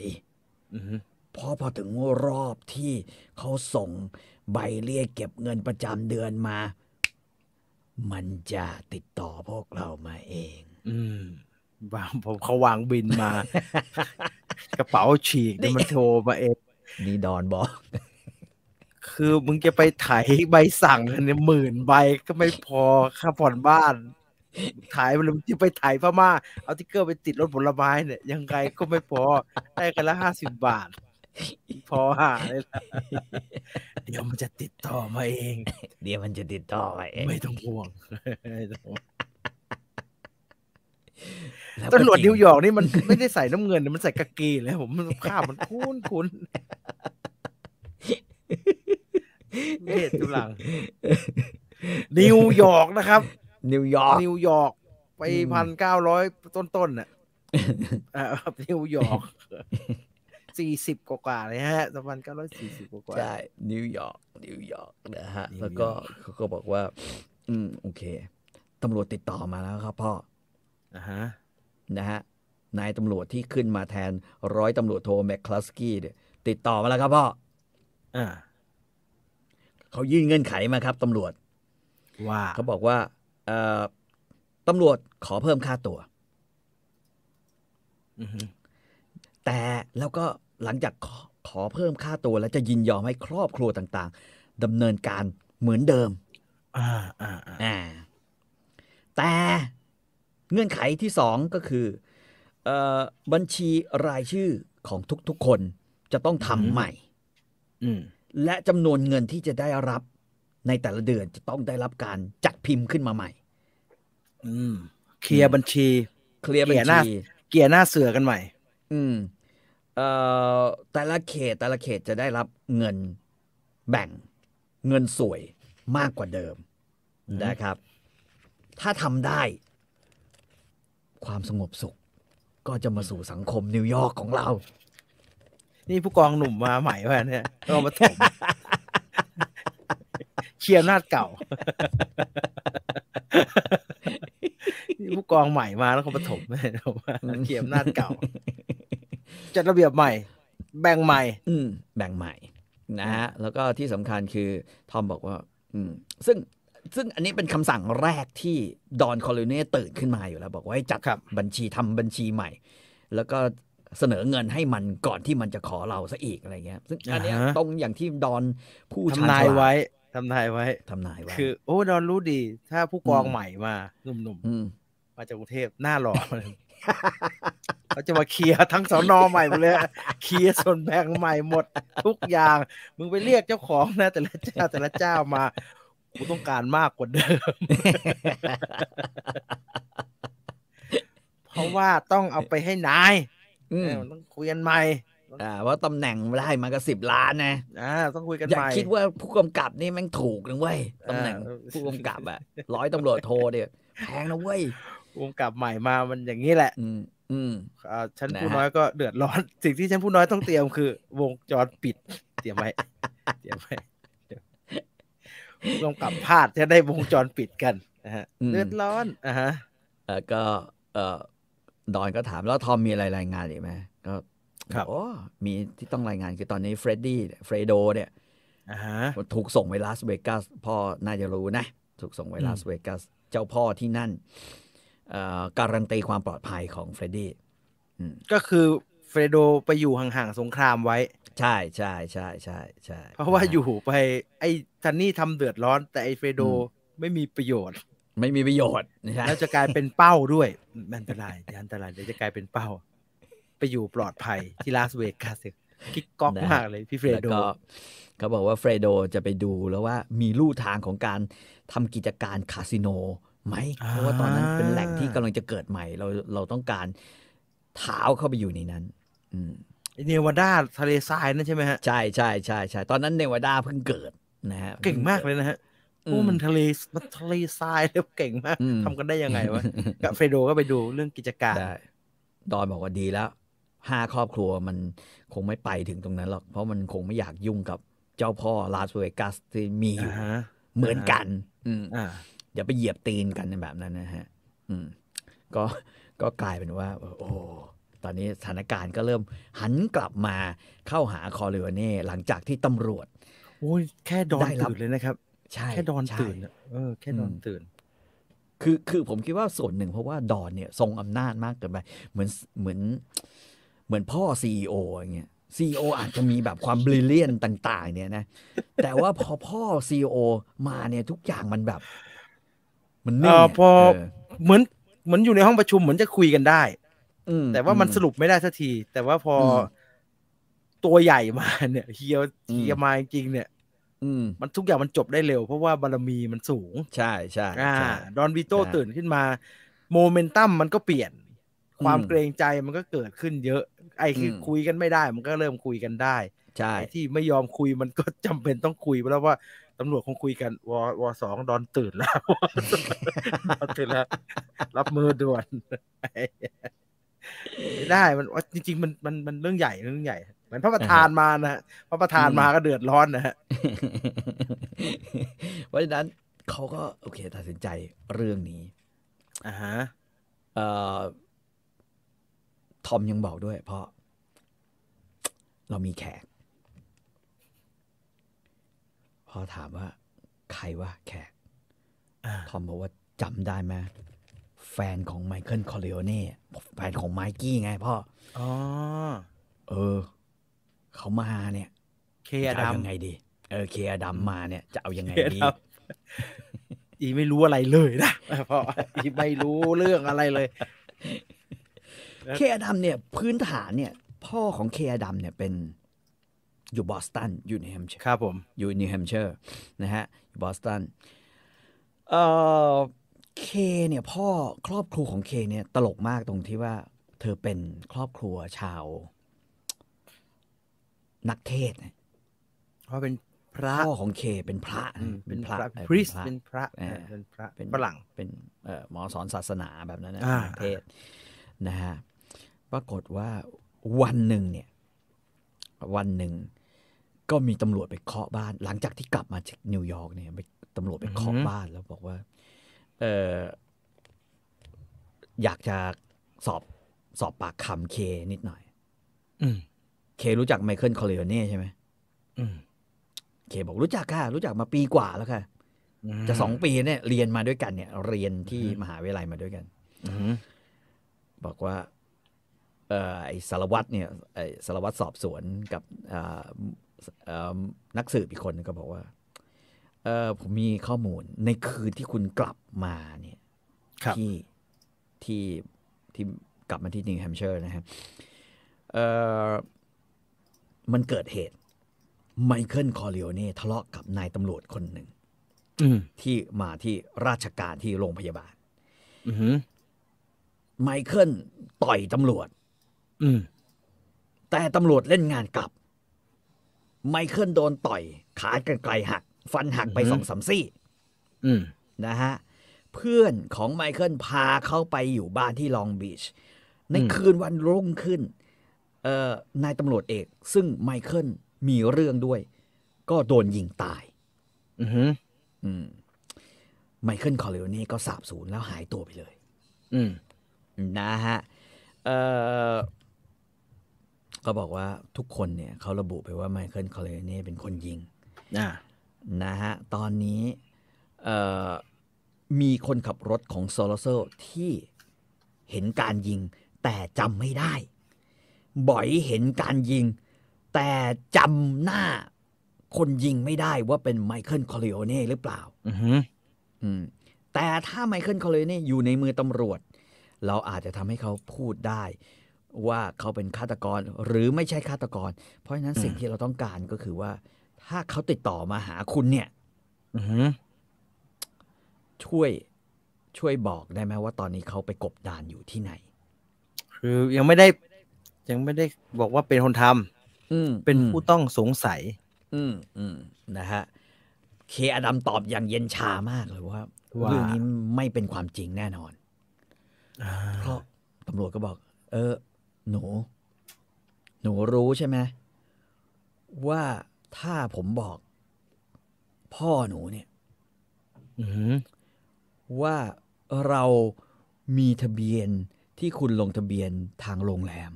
C: ยๆ
B: อือหือ
C: พอพอถึงรอบที่เขาส่งใบเรียกเก็บเงินประจำเดือนมา มันจะติดต่อพวกเรามาเอง
B: อืมวางผม เขาวางบินมา กระเป๋าฉีกเดี๋ยวมันโทรมาเอง
C: นี่ดอนบอก
B: คือมึงจะไปไถใบสั่งเนี่ยหมื่นใบก็ไม่พอค่าผ่อนบ้านขายมันเลยมึงจะไปไถพม่า เอาติ๊กเกอร์ไปติดรถผลไม้เนี่ยยังไงก็ไม่พอ ได้กันละห้าสิบบาท พอหาเลยล่ะเดี๋ยวมันจะติดต่อมาเอง
C: เดี๋ยวมันจะติดต่อมาเอง
B: ไม่ต้องห่วงไม่ต้องห่วง
C: แล้ก็
B: ตำรวจ
C: จ
B: นิวยอร์ก นี่มันไม่ได้ใส่น้ำเงินนะมันใส่กางเกีเลยผมมันข้าวมันคุ้นคุ้นเด็ดตุ ลัง นิวยอร์กนะครับ
C: นิวยอร์ก
B: นิวยอร์กไป
C: อืม
B: พันเก้าร้อยต้นๆ น่ะเอ่อนิวยอร์กสี่สิบกว่าๆเลยฮะประมาณเก้าร้อยสี่สิบกว่า
C: ใช่ นิวยอร์ก นิวยอร์กนะฮะ
B: นิวยอร์ก
C: แล้วก็เขาก็บอกว่า อืม โอเค ตำรวจติดต่อมาแล้วครับพ่อ
B: ๆนะฮะ
C: นะฮะ นายตำรวจที่ขึ้นมาแทนร้อยตำรวจโทแมคคลัสกี้เนี่ยติดต่อมาแล้วครับพ่อ
B: อ่า
C: เขายื่นเงื่อนไขมาครับตำรวจ
B: ว่า
C: เขาบอกว่าเอ่อตำรวจขอเพิ่มค่าตัว
B: อือฮึ
C: แต่แล้วก็หลังจากขอขอเพิ่มค่าตัว แล้วจะยินยอมให้ครอบครัวต่างๆดำเนินการเหมือนเดิม
B: อ่าอ่าอ่า
C: อ่าแต่เงื่อนไขที่สองก็คือเอ่อบัญชีรายชื่อของทุกๆคนจะต้องทำใหม่
B: อืม
C: และจำนวนเงินที่จะได้รับในแต่ละเดือนจะต้องได้รับการจัดพิมพ์ขึ้นมาใหม่
B: อืมเคลียร์บัญชี
C: เคลียร์บัญ
B: เขียนหน้า
C: ชี
B: เกียร์หน้าเสือกันใหม่
C: อืมเอ่อแต่ละเขตแต่ละเขตจะได้รับเงินแบ่งเงินสวยมากกว่าเดิม
B: อืม
C: นะครับ ถ้าทำได้ ความสงบสุข ก็จะมาสู่สังคมนิวยอร์กของเรา
B: นี่ผู้กองหนุ่มมาใหม่ว่ะเนี่ยก็มาถม เคลียร์อำนาจเก่า นี่ผู้กองใหม่มาแล้วเขามาถมผมว่าเคลียร์อำนาจเก่า จัดระเบียบใหม่ แบ่งใหม่
C: อืมแบ่งใหม่นะฮะแล้วก็ที่สำคัญคือ ทอมบอกว่า อืมซึ่งซึ่งอันนี้เป็นคำสั่งแรกที่ดอนคอลเน่ตื่นขึ้นมาอยู่แล้ว บอกว่าให้จัด
B: ครับ
C: บัญชีทำบัญชีใหม่ แล้วก็เสนอเงินให้มันก่อนที่มันจะขอเราซะอีกอะไรเงี้ย ซึ่งอันเนี้ยตรงอย่างที่ดอนผู้ชาญ
B: ทำนา
C: ฉ
B: ย
C: ลา
B: ไว้
C: ด
B: ทำนายไว้
C: ทำนายไว้
B: คือ โอ้ดอนรู้ดี ถ้าผู้กองใหม่มาหนุ่ม
C: ม
B: ๆมาจากกรุงเทพหน้าหล่อเลยเขาจะมาเคลียร์ทั้งสอนอใหม่หมดเลยเคลียร์ส่วนแบ่งใหม่หมด ทุกอย่าง มึงไปเรียกเจ้าของนะ แต่ละเจ้าแต่ละเจ้ามากูต้องการมากกว่าเดิม เพราะว่าต้องเอาไปให้นาย
C: อืม
B: เออมันต้องคุยกันใหม่
C: อ่าว่าตำแหน่งได้มาก็สิบล้านนะ
B: อ่าต้องคุยกัน
C: อย่า
B: ใหม่
C: คิดว่าผู้กำกับนี่แม่งถูกนะเว้ยตำแหน่ง
B: อ่า
C: ผู้กำกับอะร้อยตำรวจโทเนี่ยแพงนะเว้ย
B: วงกลับใหม่มามันอย่างนี้แหละ
C: อืมอืม
B: อ่าชั้น
C: นะฮะ
B: ผู้น้อยก็เดือดร้อน สิ่งที่ชั้นผู้น้อยต้องเตรียมคือ วงจรปิด เตรียมไว้ เตรียมไว้ลงกลับพลาดจะได้วงจรปิดกันนะฮะ
C: อืม
B: เดือดร้อนอ่ะฮะ
C: แล้วก็เออดอนก็ถามแล้วทอมมีอะไรรายงานอีกไหมก็
B: ครับ
C: โอ้มีที่ต้องรายงานคือตอนนี้เฟรดดี้เฟรโดเนี่ย
B: อ่ะฮะ
C: ถูกส่งไปลาสเวกัสพ่อน่าจะรู้นะ ถูกส่งไป
B: อืม
C: ลาสเวกัสเจ้าพ่อที่นั่นเอ่อการันตีความปลอดภัยของเฟรดดี้
B: ก็คือเฟรโดไปอยู่ห่างๆสงครามไว้
C: ใช่ใช่ใช่ใช่ใช่
B: เพราะว่า
C: ฮ
B: อยู่ไป ไอ้ทันนี่ทำเดือดร้อน แต่ไอ้เฟรโดไม่มีประโยชน์
C: ไม่มีประโยชน์นะฮะ
B: แล้วจะกลายเป็นเป้าด้วยมันอันตรายเดี๋ยวอันตรายเดี๋ยวจะกลายเป็นเป้า ไปอยู่ปลอดภัยที่ลาสเวกัสกิ๊กก๊อกมากเลยพี่เฟร
C: แล้ว
B: โด
C: ก็เขาบอกว่าเฟรโดจะไปดูแล้วว่ามีลู่ทางของการทำกิจการคาสิโนไหมเพราะว่าตอนนั้นเป็นแหล่งที่กำลังจะเกิดใหม่ เราเราต้องการเท้าเข้าไปอยู่ในนั้น อืม
B: เนวาดาทะเลทรายนั่นใช่ไหมฮะ
C: ใช่ใช่ใช่ใช่ตอนนั้นเนวาดาเพิ่งเกิด นะฮะ
B: เก่งมากเลยนะฮะ
C: อืม
B: โอ้มันทะเลมันทะเลทรายเลยเก่งมาก
C: อืม
B: ทำกันได้ยังไงวะ กับเฟโดก็ไปดูเรื่องกิจการ
C: ได้ดอนบอกว่าดีแล้วห้าครอบครัวมันคงไม่ไปถึงตรงนั้นหรอก เพราะมันคงไม่อยากยุ่งกับเจ้าพ่อลาสเวกัสที่มีอยู่
B: อ่าฮะ
C: เหมือนกัน อืม
B: อ่า
C: อย่าไปเหยียบตีนกันในแบบนั้นนะฮะ อืม ก็ ก็กลายเป็นว่า โอ้ ตอนนี้สถานการณ์ก็เริ่มหันกลับมาเข้าหาคอร์เลโอเน่หลังจากที่ตำรวจ
B: โอ้ยแค่ดอน
C: ได้รับ
B: ตื่นเลยนะครับ
C: ใช่
B: แค่ดอน
C: ใช่
B: ตื่นอะเออแค่ดอน
C: อืม
B: ตื่น
C: คือ คือผมคิดว่าส่วนหนึ่งเพราะว่าดอนเนี่ยทรงอำนาจมากเกินไป เหมือน เหมือน เหมือนพ่อซีออย่างเงี้ยซีออาจจะมีแบบความบริเลียนต่าง ๆ เนี่ยนะ แต่ว่าพอพ่อซีอมาเนี่ยทุกอย่างมันแบบ มันนิ่ง
B: เอ่อ
C: อะ
B: พอ
C: เ
B: เหมือนเหมือนอยู่ในห้องประชุมเหมือนจะคุยกันได้
C: อืม
B: แต่ว่ามันสรุปไม่ได้สักที แต่ว่าพออ
C: ม
B: ตัวใหญ่มาเนี่ยเฮีย
C: อืม
B: เฮียมาจริงๆเนี่ย
C: อืม
B: มันทุกอย่างมันจบได้เร็ว เพราะว่าบารมีมันสูง
C: ใช่ใช่
B: อ่า
C: ใช่
B: ดอนวิโต้
C: ใช่
B: ตื่นขึ้นมา โมเมนตัมมันก็เปลี่ยน ความ
C: อืม
B: เกรงใจมันก็เกิดขึ้นเยอะ ไอ้คืออ
C: ม
B: คุยกันไม่ได้ มันก็เริ่มคุยกันได้
C: ใช่
B: ไอ้ที่ไม่ยอมคุยมันก็ จำเป็นต้องคุยเพราะว่าตำรวจคงคุยกันวอวอสองดอนตื่นแล้ว ดอนตื่นแล้ว รับมือด่วน ไม่ได้มันว่าจริง ๆ มันมันมันเรื่องใหญ่เรื่องใหญ่เหมือนพระประธานมานะฮะพระประธานมาก็เดือดร้อนนะฮะ
C: เพราะฉะนั้นเขาก็โอเคตัดสินใจเรื่องนี้
B: อ่าฮะ
C: เอ่อทอมยังบอกด้วย เพราะ เรามีแขก พอถามว่า ใครว่าแขก
B: อ่า
C: ทอมบอกว่าจำได้ไหมแฟนของไมเคิลคอร์เลโอเน่แฟนของไมกี้ไงพ่อ
B: อ๋อ
C: เออ เขามาเนี่ย
B: เค
C: จะ
B: อดั
C: เอา
B: ม
C: ยังไงดี เออ เคอดัมมาเนี่ย จะเอายังไง
B: เคอ
C: ดี
B: ดัม อีไม่รู้อะไรเลยนะเพราะอีไม่รู้เรื่องอะไรเลย
C: เคอดัมเนี่ย พื้นฐานเนี่ย พ่อของเคอดัมเนี่ยเป็นอยู่บอสตันอยู่นิวแฮมเช
B: ครับผม
C: อยู่นิวแฮมเชอร์นะฮะอยู่บอสตันเอ่อเคเนี่ยพ่อครอบครัวของเคเนี่ย ตลกมากตรงที่ว่า เธอเป็นครอบครัวชาว นักเทศน์นะ
B: เพราะเป็นพระ
C: พ่อของเคเป็นพระ
B: อื
C: นะ
B: ม
C: เป็นพระเออ
B: พริส
C: เป็นพระ
B: เป็นพระ
C: เออ
B: เออเป็นพระ
C: เป็น
B: ฝรั่ง
C: เป็นเอ่อหมอสอนศาสนาแบบนั้นนะ
B: อ่า
C: ต่างประเทศนะฮะปรากฏว่าวันหนึ่งเนี่ย วันหนึ่ง ก็มีตำรวจไปเคาะบ้าน หลังจากที่กลับมาจากนิวยอร์กเนี่ยไปตำรวจไปเคาะบ้านแล้วบอกว่า เอออยากจะสอบสอบปากคำเคนิดหน่อย
B: อืม
C: เครู้จักไมเคิลคอร์เลโอเน่ใช่ไหม
B: อืม
C: เคบอกรู้จักค่ะ รู้จักมาปีกว่าแล้วค่ะ จะสองปีเนี่ยเรียนมาด้วยกันเนี่ย เรียนที่
B: อือฮึ
C: มหาวิทยาลัยมาด้วยกัน
B: อืม
C: บอกว่าเอ่อไอสารวัตรเนี่ยไอสารวัตรสอบสวนกับเอ่อเอ่อนักสืบอีกคนก็บอกว่าเออผมมีข้อมูลในคืนที่คุณกลับมาเนี่ย
B: ครับ
C: ที่ที่ที่กลับมาที่นิวแฮมเชอร์นะครับเออมันเกิดเหตุไมเคิลคอร์เลโอเน่ทะเลาะกับนายตำรวจคนหนึ่ง
B: อืม
C: ที่มาที่ราชการที่โรงพยาบาล
B: อืม
C: ไมเคิลต่อยตำรวจ
B: อืม
C: แต่ตำรวจเล่นงานกลับ ไมเคิลโดนต่อย ขากรรไกรหัก ฟันหักไปสองสามซี่
B: อืม
C: นะฮะ เพื่อนของไมเคิลพาเขาไปอยู่บ้านที่ลองบีช ในคืนวันรุ่งขึ้นเอ่อนายตำรวจเอก ซึ่งไมเคิลมีเรื่องด้วย ก็โดนยิงตาย
B: อืม
C: อืมไมเคิลคอร์เลโอเน่ก็สาบสูญแล้วหายตัวไปเลย
B: อืม
C: นะฮะ เออก็บอกว่าทุกคนเนี่ยเขาระบุไปว่าไมเคิลคอลเลเน่เป็นคนยิง
B: อ่า
C: นะฮะ ตอนนี้เอ่อมีคนขับรถของโซโลโซที่เห็นการยิง แต่จำไม่ได้ บ่อยเห็นการยิง แต่จำหน้าคนยิงไม่ได้ว่าเป็นไมเคิลคอลเลโอเน่หรือเปล่า
B: อืม
C: อืมแต่ถ้าไมเคิลคอลเลนเนี่ยอยู่ในมือตำรวจ เราอาจจะทำให้เขาพูดได้ ว่าเขาเป็นฆาตกรหรือไม่ใช่ฆาตกร เพราะฉะนั้นสิ่งที่เราต้องการก็คือว่า ถ้าเขาติดต่อมาหาคุณเนี่ย
B: อืม
C: ช่วยช่วยบอกได้ไหมว่าตอนนี้เขาไปกบดานอยู่ที่ไหน
B: คือยังไม่ได้ ยังไม่ได้บอกว่าเป็นคนทำ
C: อืม
B: เป็น
C: อืม
B: ผู้ต้องสงสัย
C: อืมอืมนะฮะ เคอดัมตอบอย่างเย็นชามากเลยว่า
B: ว่า
C: เรื่องนี้ไม่เป็นความจริงแน่นอน
B: อ่า
C: เพราะตำรวจก็บอก เออ หนู หนูรู้ใช่ไหมว่าถ้าผมบอก พ่อหนูเนี่ย
B: อืม
C: ว่าเรามีทะเบียนที่คุณลงทะเบียนทางโรงแรม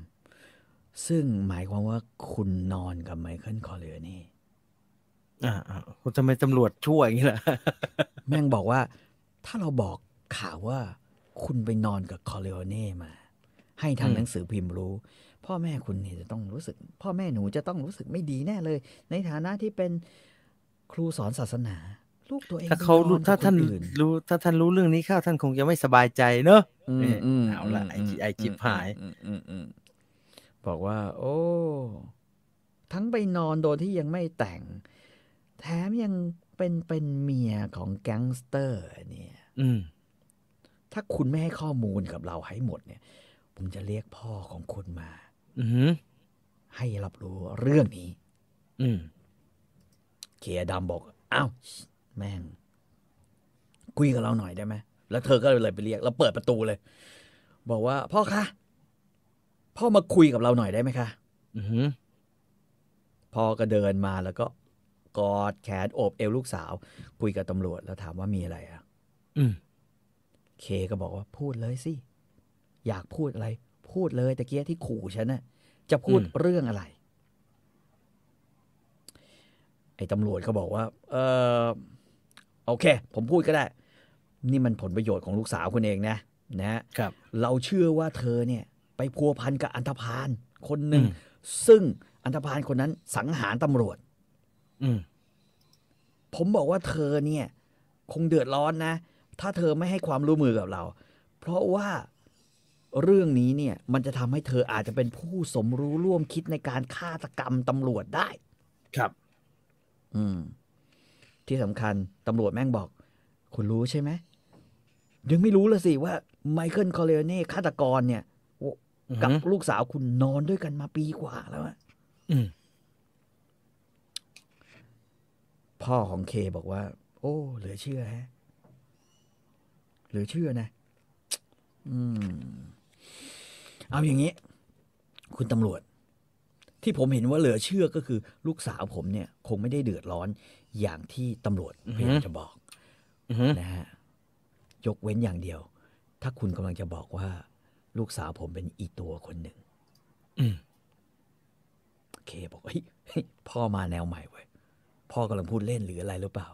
C: ซึ่งหมายความว่าคุณนอนกับไมเคิลคอลเลอร์นี่
B: อ่าอ่าทำไมตำรวจชั่วอย่างนี้ล่ะ
C: แม่งบอกว่า ถ้าเราบอกข่าวว่า คุณไปนอนกับคอเลโอเน่มา ให้ทาง
B: อืม
C: หนังสือพิมพ์รู้ พ่อแม่คุณเนี่ยจะต้องรู้สึก พ่อแม่หนูจะต้องรู้สึกไม่ดีแน่เลย ในฐานะที่เป็นครูสอนศาสนา ลูกตัวเอง
B: ถ้าเขารู้
C: ไปอ
B: ถ้าท่าน
C: กับคอื่น
B: รู้ถ้าท่านรู้เรื่องนี้เข้าท่านคงจะไม่สบายใจเนอะ
C: อืมม
B: เอาละไอ้จิ
C: ม
B: ไอ้จิ๊บหาย
C: อืมอืมอืมบอกว่า โอ้ ทั้งไปนอนโดยที่ยังไม่แต่ง แถมยังเป็นเป็นเมียของแก๊งสเตอร์เนี่ย
B: อืม
C: ถ้าคุณไม่ให้ข้อมูลกับเราให้หมดเนี่ย ผมจะเรียกพ่อของคุณมา
B: อืม
C: ให้รับรู้เรื่องนี้
B: อืม
C: เคียดำบอก อ้าว แม่ง คุยกับเราหน่อยได้ไหม แล้วเธอก็เลยไปเรียก แล้วเปิดประตูเลย บอกว่า พ่อคะ พ่อมาคุยกับเราหน่อยได้ไหมคะ
B: อืม
C: พ่อก็เดินมาแล้วก็กอดแขนโอบเอวลูกสาว คุยกับตำรวจแล้วถามว่ามีอะไรอ่ะ
B: อืม
C: เคก็บอกว่าพูดเลยสิ อยากพูดอะไร พูดเลยตะเกียที่ขู่ฉันน่ะจะพูดเรื่องอะไร ไอ้ตำรวจก็บอกว่า เออโอเค ผมพูดก็ได้ นี่มันผลประโยชน์ของลูกสาวคุณเองนะ นะ
B: ครับ
C: เราเชื่อว่าเธอเนี่ย ไปพัวพันกับอันธพาลคนหนึ่ง
B: อืม
C: ซึ่งอันธพาลคนนั้นสังหารตำรวจ
B: อืม
C: ผมบอกว่าเธอเนี่ย คงเดือดร้อนนะ ถ้าเธอไม่ให้ความร่วมมือกับเรา เพราะว่าเรื่องนี้เนี่ยมันจะทำให้เธออาจจะเป็นผู้สมรู้ร่วมคิดในการฆาตกรรมตำรวจได้
B: ครับ
C: อืม ที่สำคัญตำรวจแม่งบอก คุณรู้ใช่ไหมยังไม่รู้เลยสิว่าไมเคิลคอร์เลเน่ฆาตกรเนี่ย กับลูกสาวคุณนอนด้วยกันมาปีกว่าแล้วอะ
B: อืม
C: พ่อของเคบอกว่า โอ้ เหลือเชื่อฮะ เหลือเชื่อนะ อืม เอาอย่างนี้ คุณตำรวจ ที่ผมเห็นว่าเหลือเชื่อก็คือ ลูกสาวผมเนี่ย คงไม่ได้เดือดร้อนอย่างที่ตำรวจพยายามจะบอก
B: อืม
C: นะฮะยกเว้นอย่างเดียว ถ้าคุณกำลังจะบอกว่า ลูกสาวผมเป็นอีตัวคนหนึ่ง
B: อืม
C: เคบอกเฮ้ยเฮ้ยพ่อมาแนวใหม่เว้ยพ่อกำลังพูดเล่นหรืออะไรหรือเปล่า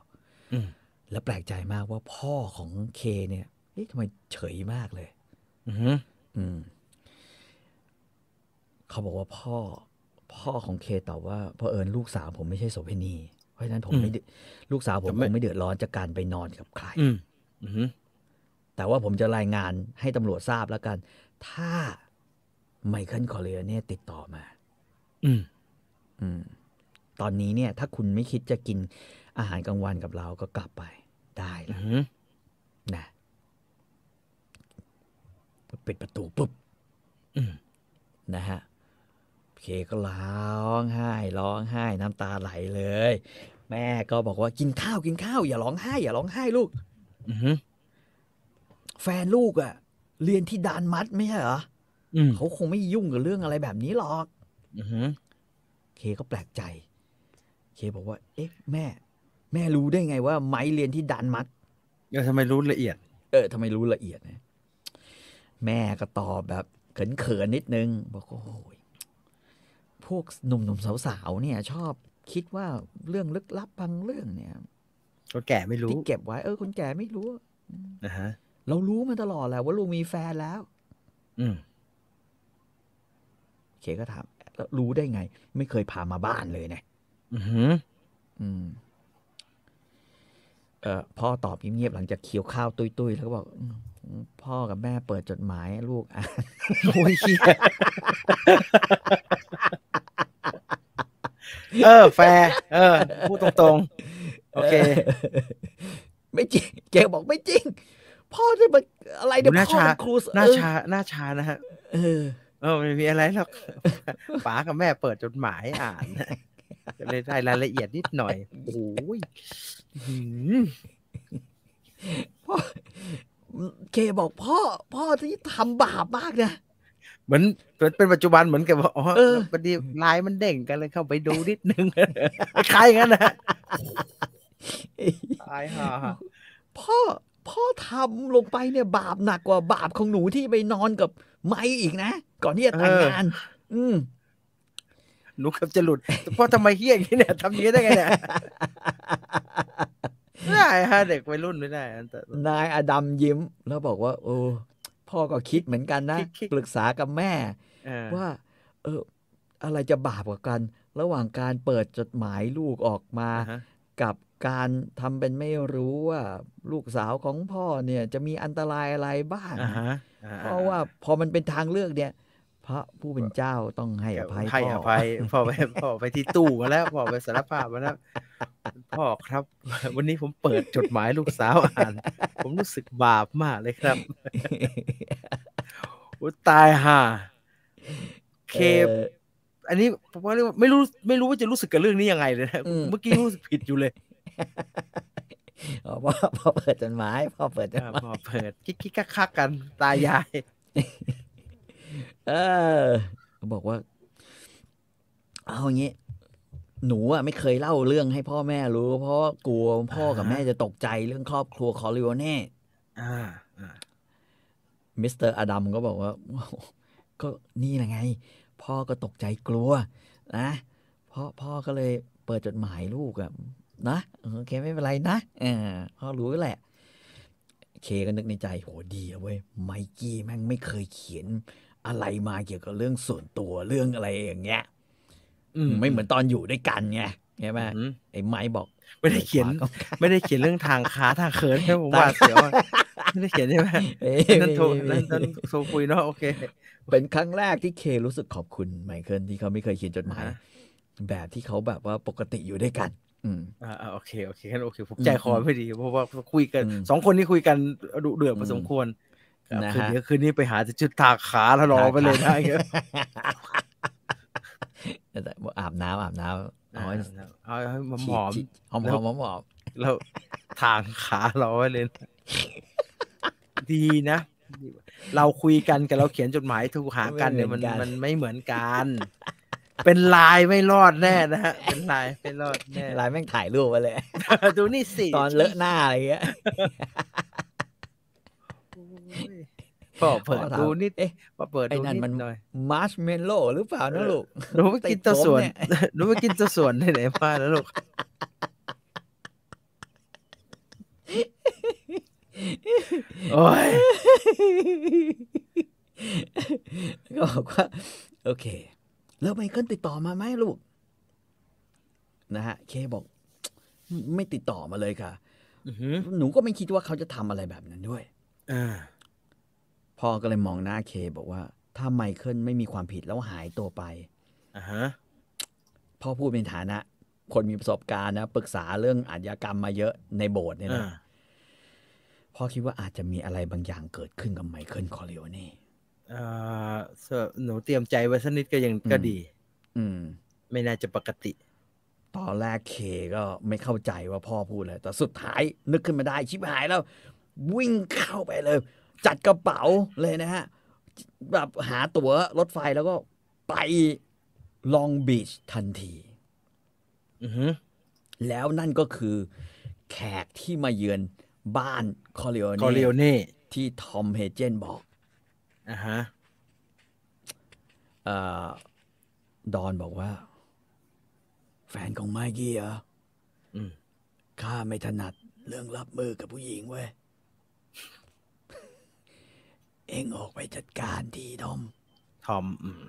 B: อืม
C: แล้วแปลกใจมากว่าพ่อของเคเนี่ยเอ๊ะทำไมเฉยมากเลย
B: อืม
C: อืม เขาบอกว่าพ่อ พ่อของเคตอบว่าเพอเอิญลูกสาวผมไม่ใช่โสเภณีเพราะฉะนั้นผมไม่เดือดลูกสาวผมคงไม่เดือดร้อนจากการไปนอนกับใคร
B: อืมอืม
C: แต่ว่าผมจะรายงานให้ตำรวจทราบแล้วกัน ถ้าไมเคิลคอร์เลอเนี่ยติดต่อมา
B: อืม
C: อืม ตอนนี้เนี่ย ถ้าคุณไม่คิดจะกินอาหารกลางวันกับเราก็กลับไปได้
B: อื
C: นะ
B: ม
C: นะปิดประตูปุ๊บ
B: อืม
C: นะฮะเคก็ร้องไห้ ร้องไห้ น้ำตาไหลเลย แม่ก็บอกว่ากินข้าวกินข้าว อย่าร้องไห้ อย่าร้องไห้ลูก
B: อืม
C: แฟนลูกอะเรียนที่ดานมัดไม่ใช่เหรอ
B: อืม
C: เขาคงไม่ยุ่งกับเรื่องอะไรแบบนี้หรอก
B: อืม
C: เคก็แปลกใจ เคบอกว่า เอ๊ะ แม่ แม่รู้ได้ไงว่าไม้เรียนที่ดันมัด
B: แล้วทำไมรู้ละเอียด
C: เออทำไมรู้ละเอียดนะ แม่ก็ตอบแบบเขินๆนิดนึง บอกว่าโอ้ยพวกหนุ่มๆสาวๆเนี่ย ชอบคิดว่าเรื่องลึกลับบางเรื่องเนี่ย
B: ก็แก่ไม่รู้
C: ที่เก็บไว้ เออ คนแก่ไม่รู้
B: นะฮะ
C: เรารู้มาตลอดแหละว่าลุงมีแฟนแล้ว
B: อืม
C: เคก็ถามแล้วรู้ได้ไง ไม่เคยพามาบ้านเลยนะ
B: อืม
C: อืมเออพ่อตอบเงียบๆหลังจากเคี้ยวข้าวตุยๆแล้วก็บอกอืมพ่อกับแม่เปิดจดหมายให้ลูกอ่าน
B: โอ้ยเหี้ยเออ แฟร์เออ พูดตรงๆ โอเค
C: ไม่จริงเกบอกไม่จริง พ่อจะมาอะไรเนี่ย
B: หน้า
C: พ่อเป็
B: ชา
C: นครูส
B: หน้า
C: เออ
B: ชาหน้าชานะฮะ
C: เออ
B: เออไม่มีอะไรหรอก ป๋ากับแม่เปิดจดหมายอ่าน ก็เลยได้รายละเอียดนิดหน่อย โอ้โหหืม
C: พ่อเคบอกพ่อ พ่อที่ทำบาปมากนะ
B: เหมือนเหมือนเป็นปัจจุบันเหมือนกับว่าอ๋อ
C: เออ
B: พอดีไลน์มันเด้งกันเลยเข้าไปดูนิดนึง ใครงั้นนะตายห่า
C: พ่อพ่อทำลงไปเนี่ยบาปหนักกว่าบาปของหนูที่ไปนอนกับไม้อีกนะ ก่อนที่จะแต่งงาน อืม
B: หนูเกับจะหลุดพ่อทำไมเฮี้ยอย่างนี้เนี่ยทำอย่างนี้ได้ไงเนี่ย ไม่ได้ฮะเด็กวัยรุ่นไม่ได้อันตราย
C: นายอดัมยิ้ม แล้วบอกว่า โอ้พ่อก็คิดเหมือนกันนะ
B: คิดคิด
C: ปรึกษากับแม่
B: เออ
C: ว่า เออ อะไรจะบาปกว่ากัน ระหว่างการเปิดจดหมายลูกออกมา
B: อ่าฮะ
C: กับการทำเป็นไม่รู้ว่าลูกสาวของพ่อเนี่ยจะมีอันตรายอะไรบ้าง
B: อ่าฮะ
C: เพราะว่าพอมันเป็นทางเลือกเนี่ย พระผู้เป็นเจ้าต้องให้อภัย
B: ให้
C: พ่
B: อ
C: อ
B: ภั ยพ่อไปพ่อไปที่ตู้มาแล้วพ่อไปสารภาพมาแล้วพ่อครับ วันนี้ผมเปิดจดหมายลูกสาว อ่าน ผมรู้สึกบาปมากเลยครับ โอ้ตายห่าเค
C: เออ
B: อันนี้ผมว่าเรียกว่าไม่รู้ไม่รู้ว่าจะรู้สึกกับเรื่องนี้ยังไงเลยนะ
C: อืม
B: เมื่อกี้รู้สึกผิดอยู่ เลย
C: อ๋อ พ่อพ่อเปิดจดหมายพ่อเปิดจด
B: อ่า
C: หมาย
B: พอเปิดกิ๊กกิ๊กคักๆกันตายาย
C: เออบอกว่า เอาอย่างงี้หนูอะไม่เคยเล่าเรื่องให้พ่อแม่รู้ เพราะกลัวพ่อกับ
B: อ่าฮะ
C: แม่จะตกใจเรื่องครอบครัวคอ ริโอเน่
B: อ่าอ่า
C: มิสเตอร์อดัมก็บอกว่าโอ้โหก็นี่แหละไง พ่อก็ตกใจกลัว นะพ่อพ่อก็เลยเปิดจดหมายลูกอะนะโอเคไม่เป็นไรนะเออพ่อรู้แหละ เคก็นึกในใจโหดีอะเว้ยไมกี้แม่งไม่เคยเขียนอะไรมาเกี่ยวกับเรื่องส่วนตัวเรื่องอะไรอย่างเงี้ย
B: อื
C: ไม่เหมือนตอนอยู่ด้วยกันไงใช่ไหม
B: อืม
C: ไอ้ไม้บอก
B: ไม่ได้เขียน
C: ปากก็
B: ไม่ได้เขียนเรื่องทางค้าทางเขินใช่ไหมผมว่าเสียว อะไม่ได้เขียนใช่ไหม
C: เอ้ย
B: นั่นโทรนั่นนั่นโทรคุยเนาะโอเค
C: เป็นครั้งแรกที่เครู้สึกขอบคุณไมเคิลที่เขาไม่เคยเขียนจดหมาย
B: อ่าฮะ
C: แบบที่เขาแบบว่าปกติอยู่ด้วยกัน อืม
B: อ่าอ่าโอเคโอเคงั้นโอเคผมใจคอไม่ดีเพราะว่าคุยกัน
C: อืม
B: สองคนนี้คุยกันดุเดือดพอสมควรครับ
C: นะ
B: คืน
C: ฮะ
B: นี้คืนนี้ไปหาจุดทางขาแล้วรอไปเลย นะ
C: แต่ว่าอาบน้ำอาบน้ำ
B: เอา
C: เอา
B: เอา
C: ให้
B: ให้มันหอม
C: ฉีดหอม
B: แล้
C: ห
B: ว
C: อมหอมหอม
B: แล้วทางขาเราไว้เลยนะ ดีนะ เราคุยกันกับเราเขียนจดหมายถูกหากันเนี่ยมันมันไม่เหมือนกัน เป็นลายไม่รอดแน่นะฮะเป็นลายไม่รอดแน่
C: ลายแม่งถ่ายรูปไว้ เลย
B: ดูนี่สิ
C: ตอนเลอะหน้าอะไรเงี้ย
B: พ่อเปิดดูนิด
C: เอ๊ะ
B: พ่อเปิด
C: ไอ้
B: ดู
C: นั่น
B: นิด
C: มัน
B: หน่อย
C: มาร์ชเมลโล่หรือเปล่านะลูก
B: หนูไปกินตัวสวน
C: ติดผมเนี่ย
B: หนูไปกินตัวสวนที่ไหนมาแล้วลูกโอ้ย
C: ก็บอกว่า โอเค แล้วไมเคิลติดต่อมาไหมลูก นะฮะ เคบอก ไม่ติดต่อมาเลยค่ะ
B: อื้อหือ
C: หนูก็ไม่คิดว่าเขาจะทำอะไรแบบนั้นด้วย
B: อ่า
C: พ่อก็เลยมองหน้าเคบอกว่า ถ้าไมเคิลไม่มีความผิดแล้วหายตัวไป
B: อ่าฮะ
C: พ่อพูดในฐานะ คนมีประสบการณ์นะ ปรึกษาเรื่องอาชญากรรมมาเยอะในโบสถ์เนี่ย
B: อ่า
C: นะพ่อคิดว่าอาจจะมีอะไรบางอย่างเกิดขึ้นกับไมเคิลคอริโอเน่
B: อ่าเสื้อหนูเตรียมใจไว้สักนิดก็ยังก็
C: อืม
B: ดี
C: อืม
B: ไม่น่าจะปกติ
C: ตอนแรกเคก็ไม่เข้าใจว่าพ่อพูดเลย แต่สุดท้ายนึกขึ้นมาได้ชิบหายแล้ว วิ่งเข้าไปเลย จัดกระเป๋าเลยนะฮะ แบบหาตั๋วรถไฟแล้วก็ไปลองบีชทันที
B: อือหือ
C: แล้วนั่นก็คือแขกที่มาเยือนบ้านคอริโอ
B: คอริโอ
C: เน่
B: เน่
C: ที่ทอมเฮเจนบอก
B: อ่าฮะ
C: เออดอนบอกว่า แฟนของไมกี้เหรอ
B: อืม
C: ข้าไม่ถนัดเรื่องรับมือกับผู้หญิงเว้ย เองออกไปจัดการทีทอม
B: ทอมอืม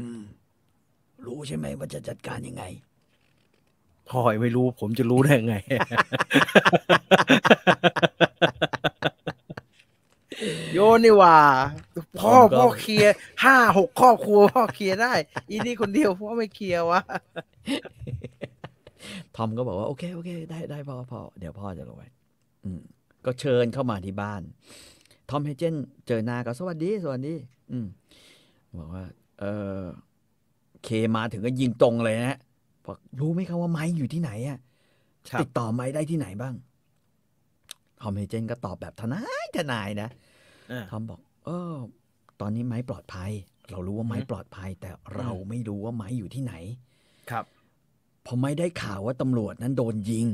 C: อืม รู้ใช่ไหมว่าจะจัดการยังไง
B: พ่อยังไม่รู้ ผมจะรู้ได้ยังไง โยนนี่หว่า พ่อ
C: ผมก็
B: พ่อเคลียร์ห้าหกครอบครัวพ่อเคลียร์ได้ อีนี่คนเดียวพ่อไม่เคลียร์วะ
C: ทอมก็บอกว่าโอเคโอเค ได้ได้พ่อพ่อเดี๋ยวพ่อจะลงไปอืม ก็เชิญเข้ามาที่บ้าน ทอมเฮเจนเจอหน้าก็สวัสดีสวัสดี อืมบอกว่า เออเคมาถึงก็ยิงตรงเลยนะฮะ บอกรู้ไหมครับว่าไม้อยู่ที่ไหนอ่ะ
B: ครับ
C: ติดต่อไม้ได้ที่ไหนบ้าง ทอมเฮเจนก็ตอบแบบทนายทนายนะ
B: เออ
C: ทอมบอก เออ ตอนนี้ไม้ปลอดภัย เรารู้ว่าไม้
B: อือฮึ
C: ปลอดภัย แต่เราไม่รู้ว่าไม้อยู่ที่ไหน
B: ครับ
C: พอไม่ได้ข่าวว่าตำรวจนั้นโดนยิง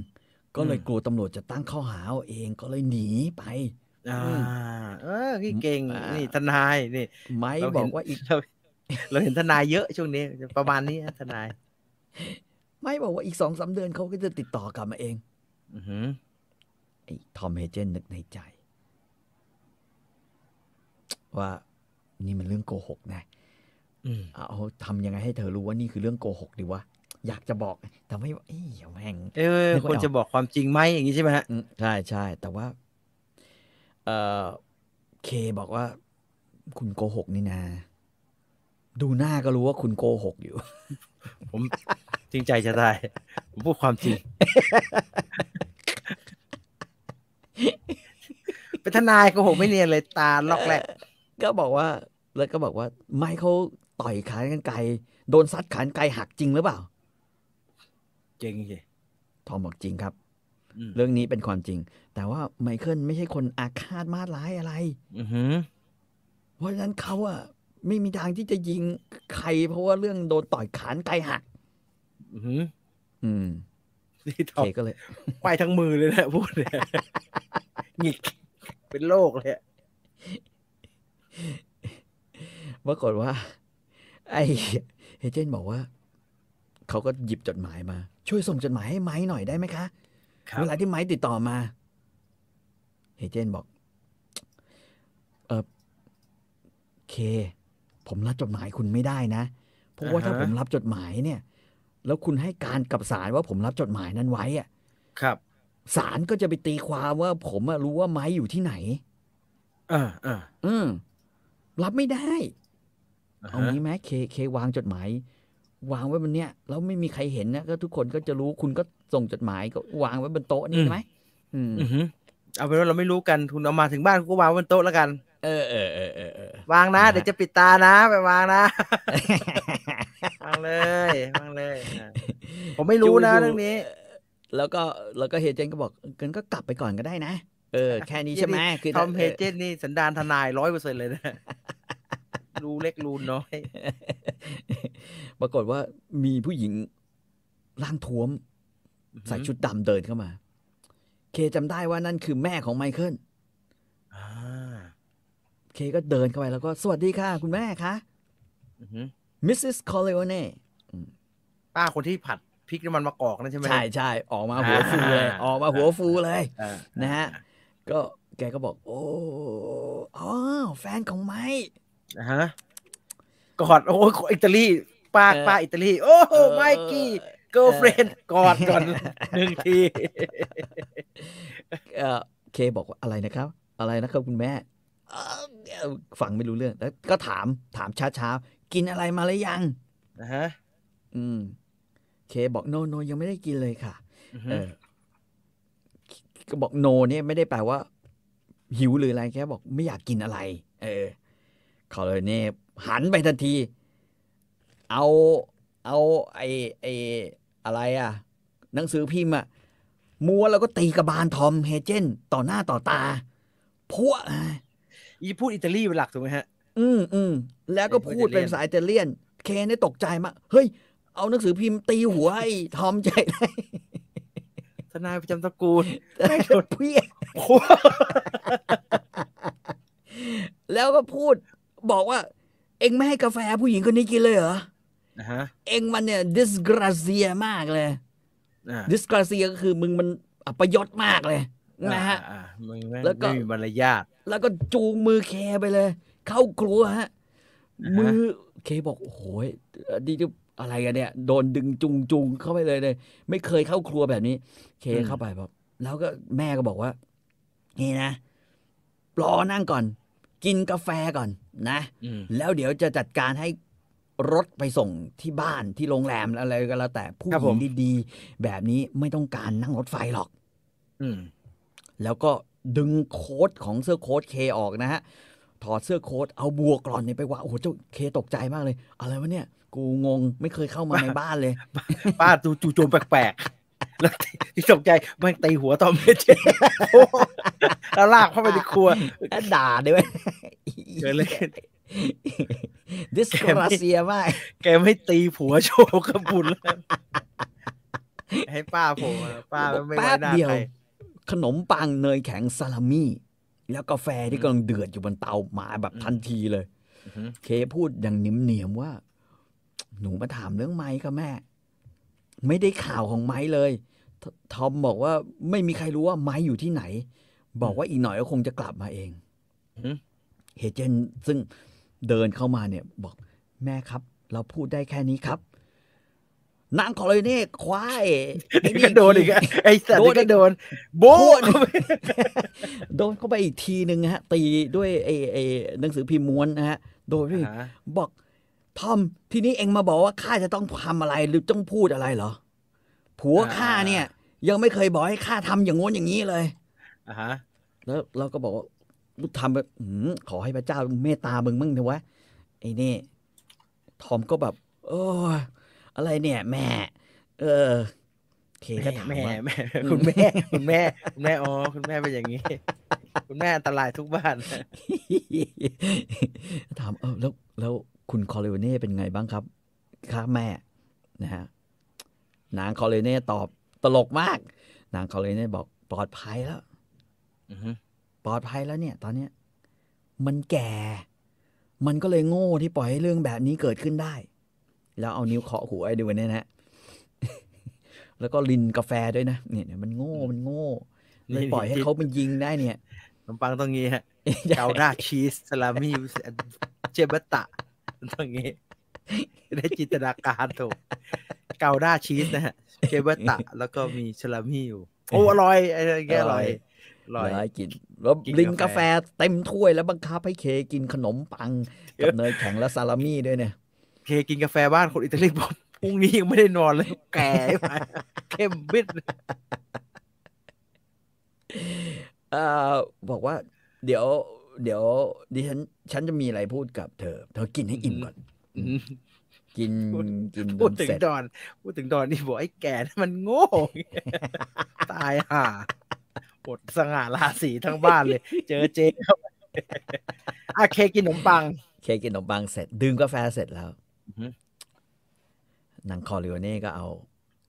C: ก็เลย
B: อืม
C: กลัวตำรวจจะตั้งข้อหาเอาเองก็เลยหนีไป
B: อ่า
C: อืม
B: เออพี่เก่ง
C: อ่านี่
B: นี่ทนายนี่
C: ไม้
B: เรา
C: บ
B: เห็
C: อน กว่าอีก
B: เราเราเห็นทนายเยอะช่วงนี้ประมาณนี้นะทนาย
C: ไม่บอกว่าอีกสองสามเดือนเขาก็จะติดต่อกลับมาเอง
B: อือหือ
C: ไอ้ทอมเฮเจนนึกในใจ ว่านี่มันเรื่องโกหกนะ
B: อืม
C: เอาทำยังไงให้เธอรู้ว่านี่คือเรื่องโกหกดีวะ อยากจะบอกแต่ไม่เอ้ยแม่ง
B: เอ้ย
C: นึกไม่ออก
B: ควรจะบอกความจริงไหมอย่างนี้ใช่ไหมฮะ
C: อืมใช่ใช่แต่ว่า เออเคบอกว่า คุณโกหกนี่นา ดูหน้าก็รู้ว่าคุณโกหกอยู่
B: ผม จริงใจจะได้ผมพูดความจริง เป็นทนายโก็หกไม่เนียนเลยตาล็อกแรก
C: ก็บอกว่า แล้วก็บอกว่า ไม่เขาต่อยขานกันไกลโดนซัดขานไกลหักจริงหรือเปล่า
B: เจริงสิ
C: ทอมบอกจริงครับ
B: อืม
C: เรื่องนี้เป็นความจริง แต่ว่าไมเคิลไม่ใช่คนอาฆาตมาดร้ายอะไร
B: อือหือ
C: เพราะฉะนั้นเขาอะไม่มีทางที่จะยิงใคร เพราะว่าเรื่องโดนต่อยขานไกลหัก
B: อือหือ
C: อืม
B: นี่ทอ
C: เค
B: ม
C: ก็เลย
B: ไปทั้งมือเลยนะพูดเนี่ยหงิกเป็นโรคเลยอะ
C: ปรากฏว่า ไอเฮเจนบอกว่า เขาก็หยิบจดหมายมา ช่วยส่งจดหมายให้ไม้หน่อยได้ไหมคะ เวลาที่ไม้ติดต่อมา เฮเจนบอก เออเค ผมรับจดหมายคุณไม่ได้นะ เพราะว่าถ้าผมรับจดหมายเนี่ย แล้วคุณให้การกับศาลว่าผมรับจดหมายนั้นไว้อะ
B: ครับ
C: ศาลก็จะไปตีความว่าผมอะรู้ว่าไม้อยู่ที่ไหน
B: อ่าอ่า
C: อืมรับไม่ได้
B: อ่า
C: เอา
B: ฮะ
C: งี้ไหมเคเควางจดหมายวางไว้บนเนี้ยแล้วไม่มีใครเห็นนะก็ทุกคนก็จะรู้คุณก็ส่งจดหมายก็วางไว้บนโต๊ะนี่ใช่ไหมอืม
B: อือหือเอาเป็นว่าเราไม่รู้กันคุณเอามาถึงบ้านคุณก็วางบนโต๊ะแล้วกัน
C: เออเออเออเออเออ
B: วางนะ
C: นะฮะ
B: เดี๋ยวจะปิดตานะ ไปวาง นะ วางเลยวางเลย อ่ะผมไม่รู้นะ
C: ยู่ๆ
B: เรื่องนี้
C: แล้วก็แล้วก็เฮเจนก็บอกกันก็กลับไปก่อนก็ได้นะเออ แค่นี้ใช่ไหมคือ
B: ทอมเฮเจนนี่สันดานทนายร้อยเปอร์เซ็นเลย นะ รู้เล็กรู้น้อย
C: ปรากฏว่ามีผู้หญิงร่างท้วม
B: อือหือ
C: ใส่ชุดดำเดินเข้ามา เคจำได้ว่านั่นคือแม่ของไมเคิล
B: อ่า
C: เคก็เดินเข้าไปแล้วก็สวัสดีค่ะ คุณแม่คะ
B: อือหือ
C: Mrs. Corleone
B: ป้าคนที่ผัดพริกน้ำมันมะกอกนั่นใช่ไหม
C: ใช่ใช่ออกมาหัวฟูเลย
B: อ่า
C: ออกมาหัวฟูเลย
B: อ่า
C: นะฮะ ก็แกก็บอก โอ้อ๋อแฟนของไม้
B: อ่าฮะกอดโอ้ยอิตาลีป้า
C: เออ
B: ป้าอิตาลี โอ้โหไมกี้เกิร์ลเฟรนกอด ก่อนหนึ่งที
C: เออเคบอกว่าอะไรนะครับ อะไรนะครับคุณแม่เอ่อฟังไม่รู้เรื่อง แล้วก็ถามถามช้าๆ กินอะไรมาหรือยัง
B: นะฮะ
C: อืม เคบอกโนโนยังไม่ได้กินเลยค่ะ
B: อือ
C: เอ
B: หือ
C: อก็บอกโนเนี่ยไม่ได้แปลว่า หิวหรืออะไรแค่บอกไม่อยากกินอะไร เออคาร์เน่หันไปทันที เอาเอาไอไออะไรอ่ะ หนังสือพิมพ์อ่ะมัวแล้วก็ตีกระบาลทอมเฮเจน ต่อหน้าต่อตาพัว
B: อีพูดอิตาลีเป็นหลักถูกไหมฮะ
C: อืมอืมแล้วก็พูดเป็นภาษาอิตาเลียน เคนได้ตกใจมากเฮ้ย เอาหนังสือพิมพ์ตีหัวไอ้ทอม ใจเลย
B: ทนายประจำตระกู ล
C: แม่งโดนเพี้ย แล้วก็พูดบอกว่า เอ็งไม่ให้กาแฟผู้หญิงคนนี้กินเลยเหรอ
B: นะฮะ
C: เอ็งมันเนี่ย disgracia มากเลย
B: อ่า
C: disgracia ก็คือมึงมันอัปยศมากเลยนะฮะ
B: อ่าอ่ามึงแม่ง
C: แล้วก็
B: ไม่มีมารยาท
C: แล้วก็จูงมือเคไปเลย เข้าครัวฮะ
B: อ่าฮะ
C: มือเคบอกโอ้โหนี่จะอะไรกันเนี่ย โดนดึงจุงจุงเข้าไปเลยเลย ไม่เคยเข้าครัวแบบนี้ เคเข้าไปบอกแล้วก็แม่ก็บอกว่า นี่นะ รอนั่งก่อน กินกาแฟก่อนนะ
B: อืม
C: แล้วเดี๋ยวจะจัดการให้รถไปส่งที่บ้านที่โรงแรมอะไรก็แล้วแต่ผู้
B: ครับ
C: ห
B: ผ
C: ญิ
B: ม
C: งดีๆ แบบนี้ไม่ต้องการนั่งรถไฟหรอก
B: อืม
C: แล้วก็ดึงโค้ดของเสื้อโค้ดเคออกนะฮะ ถอดเสื้อโค้ทเอาบัวกร่อนเนี่ยไปวางโอ้โหเจ้าเคตกใจมากเลย อะไรวะเนี่ย กูงงไม่เคยเข้ามาในบ้านเลย
B: ป้าดูจู่โจมแปลกๆแล้วที่ตกใจแม่งตีหัวตอมเมเจแล้วลากเข้าไปในครัว
C: ด่าด้วย
B: เกิดอะไรขึ้ น
C: ดิสกราเซียมาก
B: แกไม่ตีผัวโชว์กระบุญแล้วให้ป้าโผมป้าไม่
C: แป๊
B: ไว้
C: บ
B: หน้า
C: เดียว
B: ใคร
C: ขนมปังเนยแข็งซาลามี่ แล้วกาแฟที่กำลังเดือดอยู่บนเตามาแบบทันทีเลย
B: อื้อหือ
C: เคพูดอย่างเหนียมๆว่า หนูมาถามเรื่องไม้ค่ะแม่ ไม่ได้ข่าวของไม้เลยททอมบอกว่าไม่มีใครรู้ว่าไม้อยู่ที่ไหน บอกว่าอีกหน่อยก็คงจะกลับมาเองเฮเจนซึ่งเดินเข้ามาเนี่ย บอกแม่ครับ เราพูดได้แค่นี้ครับ นางคอลเน่ควายไอ้
B: ก็โดนอีกอะไอ้สัตว์นี่ก็โดน โบ้เข้าไป
C: โดนเข้าไปอีกทีหนึ่งฮะ ตีด้วยไอ้ไอ้หนังสือพิมพ์ม้วนนะฮะ โดนด้วย
B: อ่า
C: บอกทอมทีนี้เองมาบอกว่าข้าจะต้องทำอะไรหรือต้องพูดอะไรเหรอ ผัวข้าเนี่ย ยังไม่เคยบอกให้ข้าทำอย่างง้นอย่างนี้เลย
B: อ่าฮะ
C: แล้วเราก็บอกว่ากูทำแบบอืมขอให้พระเจ้าเมตตามึงมั่งเถอะวะไอ้นี่ทอมก็แบบ โอ้ยอะไรเนี่ย แม่ เออเคก็ถาม
B: แม่
C: ว่า
B: แม่คุณแม่คุณแม่คุณแม่อ๋อคุณแม่เป็นอย่างนี้ คุณแม่อันตรายทุกบ้าน
C: ถามเออแล้วแล้วคุณคอเลเน่เป็นไงบ้างครับครับแม่นะฮะนางคอเลเน่ตอบตลกมาก นางคอเลเน่บอกปลอดภัยแล้ว
B: อือฮึ
C: ปลอดภัยแล้วเนี่ย ตอนเนี้ยมันแก่ มันก็เลยโง่ที่ปล่อยให้เรื่องแบบนี้เกิดขึ้นได้ แล้วเอานิ้วเคาะหัวไอ้ดูเนี่ยนะฮะ แล้วก็ลินกาแฟด้วยนะเนี่ยเนี่ยมันโง่มันโง่เลยปล่อยให้เขามันยิงได้เนี่ย
B: ขนมปังต้องงี้ฮะ เกาด้าชีสสลามี่เจเบตตะมันต้องงี้ ได้จินตนาการถูกเกาด้าชีสนะฮะเจเบตตะ แล้วก็มีสลามี่อยู่ โอ้ อร่อยไอ้แกอร่อยอร่อย
C: เวลากินแล้ว
B: กิน
C: ลินกาก
B: าแ
C: แฟ
B: ฟ
C: เต็มถ้วยแล้วบังคับให้เคกินขนม ปัง กับเนยแข็งและซาลามี่ด้วยเนี่ย
B: เคกินกาแฟบ้านคนอิตาลีบอกพรุ่งนี้ยังไม่ได้นอนเลย แก่ไป เข้มบิด
C: เอ่อบอกว่า เดี๋ยว เดี๋ยวดิฉันฉันจะมีอะไรพูดกับเธอ เธอกินให้อิ่มก่อน
B: อืม
C: กินกินจ
B: พูด
C: น
B: ถึง
C: เสร็จ
B: ดอน พูดถึงดอนนี่บอกไอ้แก่นั่นมันโง่ ตายห่าหมดสง่าราศีทั้งบ้านเลย เจอเจ๊เข้าไปอ่ะเคกินขนมปัง
C: เคกินขนมปังเสร็จ ดื่มกาแฟเสร็จแล้ว
B: อือฮึ
C: นางคอริโอเน่ก็เอา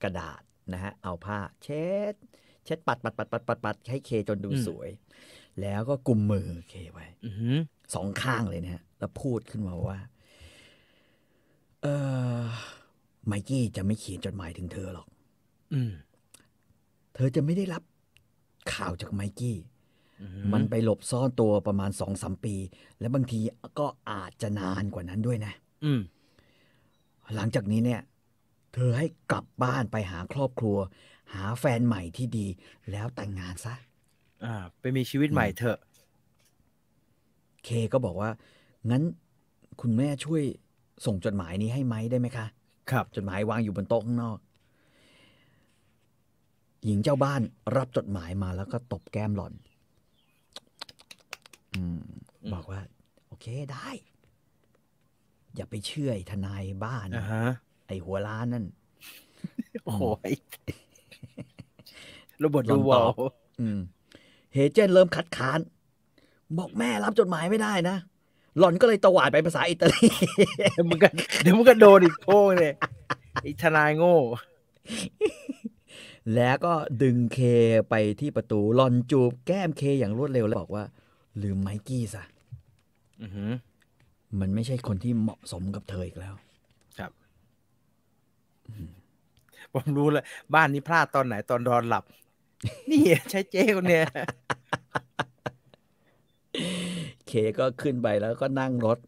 C: กระดาษนะฮะ เอาผ้า เช็ด เช็ดปัดปัดปัดปัดปัดปัดให้เคจนดูสวย แล้วก็กุมมือเคไว้
B: อือหือ
C: สองข้างเลยนะฮะ แล้วพูดขึ้นมาว่า เออไมกี้จะไม่เขียนจดหมายถึงเธอหรอก
B: อืม
C: เธอจะไม่ได้รับข่าวจากไมกี้
B: อื
C: มันไปหลบซ่อนตัวประมาณสองสามปี และบางทีก็อาจจะนานกว่านั้นด้วยนะ
B: อืม
C: หลังจากนี้เนี่ย เธอให้กลับบ้านไปหาครอบครัว หาแฟนใหม่ที่ดี แล้วแต่งงานซะ
B: อ่า ไปมีชีวิตใหม่เถอะ
C: เคก็บอกว่า งั้นคุณแม่ช่วยส่งจดหมายนี้ให้ไหมได้ไหมคะ
B: ครับ
C: จดหมายวางอยู่บนโต๊ะข้างนอก หญิงเจ้าบ้านรับจดหมายมาแล้วก็ตบแก้มหล่อนอม
B: อืม
C: บอกว่า โอเคได้ อย่าไปเชื่อไอ้ทนายบ้าน
B: อ่าฮะ
C: ไอ้หัวล้านนั่น
B: โอ้โหไอ้โระบบ
C: ล
B: ดู
C: อง
B: ว
C: ต
B: อ
C: อ
B: ล
C: บ อืมเฮเจนเริ่มคัดค้าน บอกแม่รับจดหมายไม่ได้นะ หล่อนก็เลยตวาดไปภาษาอิตาลี
B: เดี๋ยวมึงก็เดี๋ยวมึงก็โดนอีกโค้งเลยไอ้ทนายโง่
C: แล้วก็ดึงเคไปที่ประตูหลอนจูบแก้มเคอย่างรวดเร็วแล้วบอกว่า ลืมไมกี้ซะ
B: อือหือ
C: มันไม่ใช่คนที่เหมาะสมกับเธออีกแล้ว
B: ครับ ผมรู้แล้วบ้านนี้พลาดตอนไหนตอนดอนหลับ นี่ใช้เจ๊คนเนี้ย
C: เคก็ขึ้นไปแล้วก็นั่งรถ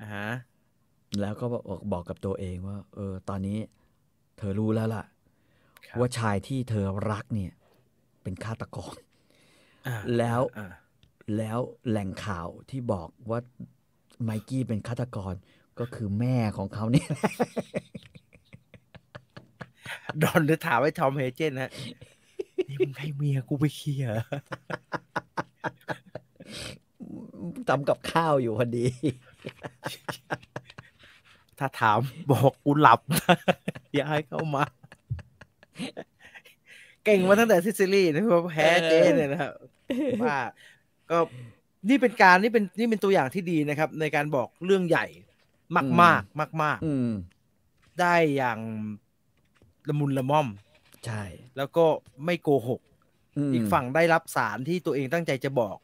B: อ่าฮะ
C: แล้วก็บอกบอกกับตัวเองว่า เออ ตอนนี้ เธอรู้แล้วล่ะ
B: ครับ
C: ว่าชายที่เธอรักเนี่ย เป็นฆาตกร
B: อ่า
C: แล้ว
B: อ่า
C: แล้วแหล่งข่าวที่บอกว่าไมกี้เป็นฆาตกรก็คือแม่ของเขาเนี่ย
B: ดอนจะถามไอ้ทอมเฮเจนนะ นี่มึงให้เมียกูไปเคลียร์
C: ท ทำกับข้าวอยู่พอดี
B: ถ้าถามบอกกูหลับ อย่าให้เข้ามา เก่งมาตั้งแต่ซิซิลีนะเพราะแพ้เจเนี่ยนะครับ ว่าก็นี่เป็นการนี่เป็นนี่เป็นตัวอย่างที่ดีนะครับ ในการบอกเรื่องใหญ่มากมากมากมากๆ
C: อืม
B: ได้อย่างละมุนละม่อม
C: ใช่
B: แล้วก็ไม่โกหก
C: ม
B: อีกฝั่งได้รับสารที่ตัวเองตั้งใจจะบอก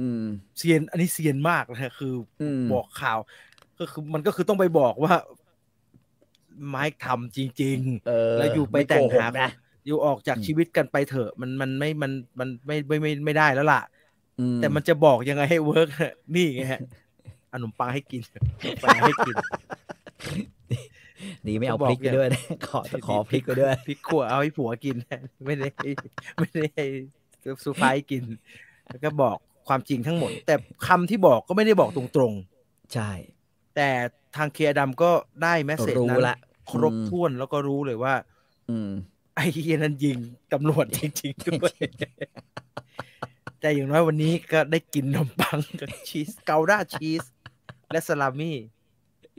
C: อืม
B: เซียน อันนี้เซียนมากนะฮะคืออ
C: ม
B: บอกข่าว ก็คือมันก็คือต้องไปบอกว่า ไม้ทำจริง
C: เออ
B: แล้วอยู่ไป
C: ม่โก
B: แต่ง
C: หก
B: หา
C: นะ
B: ๆ อยู่ออกจาก
C: อืม
B: ชีวิตกันไปเถอะ มันมันไม่มันมันไม่ไม่ไม่ไม่ได้แล้วล่ะ
C: อื
B: แต่มันจะบอกยังไงให้เวิร์ก นี่ไงฮะเอาขนมปังให้กินขนมปังให้กิน
C: ดีไม่เอา
B: ผมบอ
C: พ
B: ก
C: ริกไป
B: อย่าง
C: ด้วยนะ ขอ ขอพริกไปด้วย
B: พริกขั่วเอาให้ผัวกิน ไม่ได้ไม่ได้ให้ซูฟายกิน แล้วก็บอกความจริงทั้งหมด แต่คำที่บอกก็ไม่ได้บอกตรง
C: ใช่
B: ๆ แต่ทางเคดำก็ได้แมสเซจ
C: รู้
B: นั้น
C: ละ
B: ครบถ้วนแล้วก็รู้เลยว่า
C: อืม
B: ไอ้เฮียนั้นยิงตำรวจจริงๆด้วย แต่อย่างน้อยวันนี้ก็ได้กินขนมปังกับชีสเกาด้าชีส และสลามี่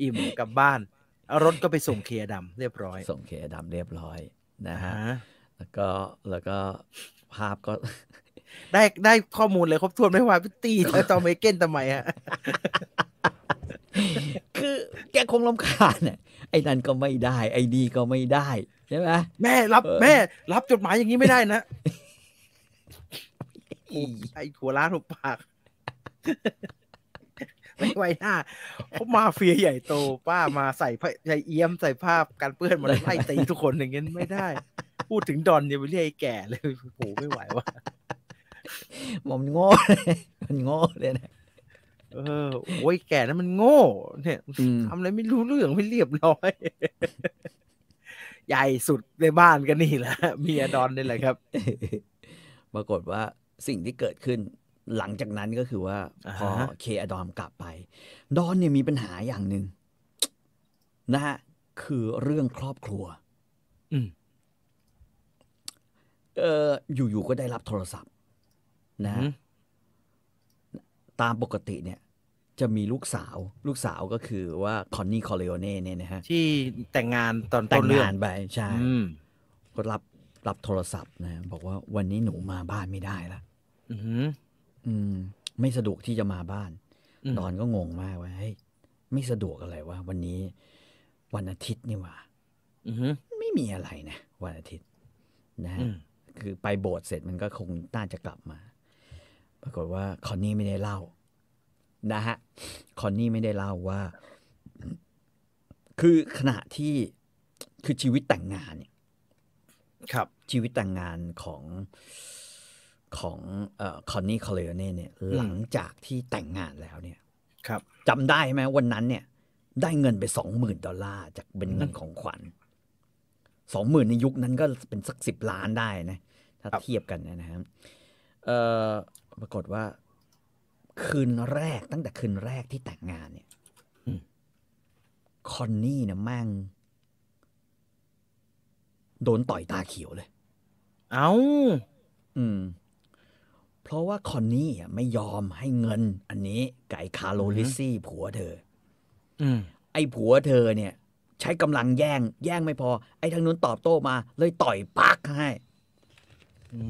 B: อิ่มกลับบ้านเอารถก็ไปส่งเคลียร์ดำเรียบร้อย
C: ส่งเคดำเรียบร้อยนะฮะ
B: อ่า
C: แล้วก็แล้วก็ภาพก็
B: ได้ได้ข้อมูลเลยครบถ้วนไม่ว่าพี่ตีเธอตอมเมเก้นทำไมฮะ
C: คือแกคงลำคาญน่ะไอ้นั่นก็ไม่ได้ ไอ้ดีก็ไม่ได้ ใช่ไหม
B: แม่รับ
C: เออ
B: แม่ รับจดหมายอย่างนี้ไม่ได้นะ
C: อี
B: ไอ้หัวล้านหุบปาก ไม่ไหวหน้าเขามาเฟียใหญ่โต ป้ามาใส่ผ้าใส่เอี้ยมใส่ภาพการเปื้อนมาแล้วไล่ตีทุกคนอย่างเงี้ยไม่ได้ พูดถึงดอนอย่าไปเรียกไอ้แก่เลยโอ้โหไม่ไหวว่ะ
C: มันโง่เลย มันโง่เลยนะ
B: เออโอ้ยแก่นั้นมันโง่ เนี่ย
C: อืม
B: ทำอะไรไม่รู้เรื่องไม่เรียบร้อย ใหญ่สุดในบ้านก็นี่แหละเมียดอนนี่แหละครับ
C: ปรากฏว่าสิ่งที่เกิดขึ้นหลังจากนั้นก็คือว่า
B: อ่า
C: พ
B: ฮะ
C: อเคอดอมกลับไป ดอนเนี่ยมีปัญหาอย่างหนึ่งนะฮะคือเรื่องครอบครัว
B: อืม
C: เอออยู่ๆก็ได้รับโทรศัพท์ นะฮะ
B: อือหือ
C: ตามปกติเนี่ย จะมีลูกสาวลูกสาวก็คือว่าคอนนี่คอเลโอเน่เนี่ยนะฮะ
B: ที่แต่งงานตอน
C: แต่
B: ต้
C: ง
B: นเรื่อง
C: าง นไปใช่
B: อืม
C: ก็รับรับโทรศัพท์นะ บอกว่าวันนี้หนูมาบ้านไม่ได้ละ
B: อือหือ
C: อืม ไม่สะดวกที่จะมาบ้าน
B: อืม
C: ดอนก็งงมากว่าเฮ้ยไม่สะดวกอะไรวะวันนี้ วันอาทิตย์นี่หว่า
B: อือหือ
C: ไม่มีอะไรนะวันอาทิตย์ นะฮะ
B: อืม
C: คือไปโบสถ์เสร็จมันก็คงน่าจะกลับมา ปรากฏว่าคอนนี่ไม่ได้เล่า นะฮะคอนนี่ไม่ได้เล่าว่า คือขณะที่คือชีวิตแต่งงานเนี่ย
B: ครับ
C: ชีวิตแต่งงานของของคอนนี่คอเลเน่เนี่ย
B: อืม
C: หลังจากที่แต่งงานแล้วเนี่ย
B: ครับ
C: จำได้ไหมวันนั้นเนี่ย ได้เงินไปสองหมื่นดอลลาร์จากเป็นเงินของขวัญสองหมื่นในยุคนั้นก็เป็นสักสิบล้านได้นะ ถ้า
B: ครับ
C: เทียบกันนะครับเอ่อปรากฏว่า คืนแรกตั้งแต่คืนแรกที่แต่งงานเนี่ยคอนนี่นะแม่ง โดนต่อยตาเขียวเลย
B: เอ้า
C: อืม เพราะว่าคอนนี่อ่ะไม่ยอมให้เงิน อันนี้ไก่คาโรลิซี่ผัวเธอ
B: อืม
C: ไอ้ผัวเธอเนี่ย ใช้กำลังแย่ง แย่งไม่พอ ไอ้ทางนู้นตอบโต้มา เลยต่อยปักให้
B: อื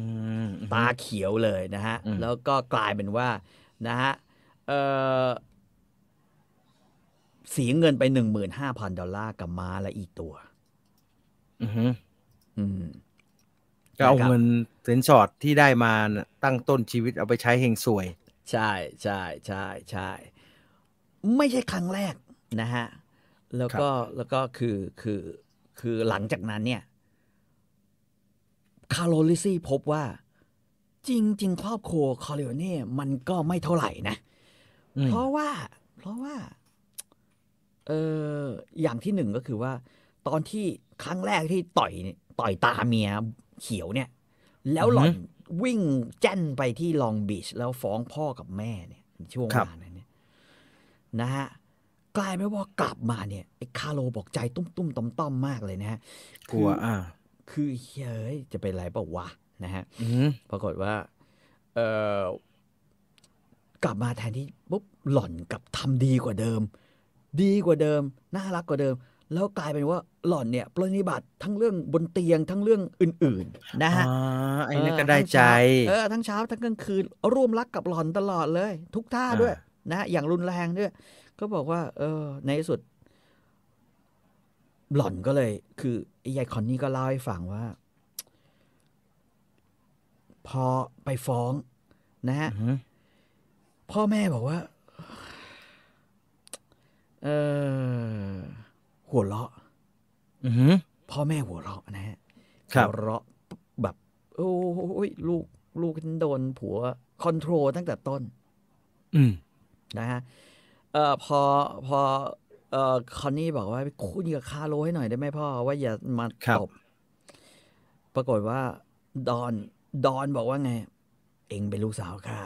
B: ม
C: ตาเขียวเลยนะฮะ
B: อืม
C: แล้วก็กลายเป็นว่า นะฮะเอ่อเสียเงินไป 15,000 ดอลลาร์กับม้าและอีกตัว
B: อือหือ
C: อืม
B: ก็เอา
C: นะครับ
B: เงินสินสอดที่ได้มาน่ะตั้งต้นชีวิตเอาไปใช้เฮงสวย
C: ใช่ใช่ใช่ใช่ไม่ใช่ครั้งแรกนะฮะ แล้วก็แล้วก็คือคือคือหลังจากนั้นเนี่ย คาร์โลลิซี่พบว่า จริง ๆ ครอบครัวคอร์เลโอเน่มันก็ไม่เท่าไหร่นะ
B: อืม
C: เพราะว่า เพราะว่า เอออย่างที่หนึ่งก็คือว่า ตอนที่ครั้งแรกที่ต่อยเนี่ยต่อยตาเมียเขียวเนี่ย แล้วหล่อนวิ่งแจ้นไปที่ลองบีชแล้วฟ้องพ่อกับแม่เนี่ยช่วงเวลานั้นเนี่ยนะฮะกลายเป็นว่ากลับมาเนี่ยไอ้คาโลบอกใจตุ้มตุ้มๆต่อมต้อมๆมากเลยนะฮะ
B: กลัว
C: คือ
B: อ่า
C: คือเฮ้ยจะเป็นไรเปล่าวะนะฮะ
B: อือหือ
C: ปรากฏว่า เออ กลับมาแทนที่ปุ๊บหล่อนกลับทำดีกว่าเดิม ดีกว่าเดิม น่ารักกว่าเดิม แล้วกลายเป็นว่าหล่อนเนี่ยปฏิบัติทั้งเรื่องบนเตียงทั้งเรื่องอื่นๆนะฮะ
B: อ่าไอ้นั่น
C: เออ
B: ก็ได้ใจ
C: ทั้งเช้าเออทั้งเช้าทั้งกลางคืนร่วมรักกับหลอนตลอดเลย ทุกท่า
B: อ่า
C: ด้วย นะอย่างรุนแรงด้วย ก็บอกว่า เออ ในที่สุด หล่อนก็เลย คือไอ้ยายคอนนี่ก็เล่าให้ฟังว่า พอไปฟ้องนะฮะ พ่อแม่บอกว่า เออหัวเราะ
B: อือหือ
C: พ่อแม่หัวเราะนะฮะ
B: ครับ
C: หัวเราะแบบ โอ้ยลูกลูกฉันโดนผัวคอนโทรลตั้งแต่ต้น
B: อืม
C: นะฮะเอ่อพอพอเอ่อคอนนี่บอกว่าไปคุยกับคาโลให้หน่อยได้ไหมพ่อ ว่าอย่ามา
B: ครับ
C: ตบปรากฏว่า ดอนดอนบอกว่าไง เองเป็นลูกสาวข้า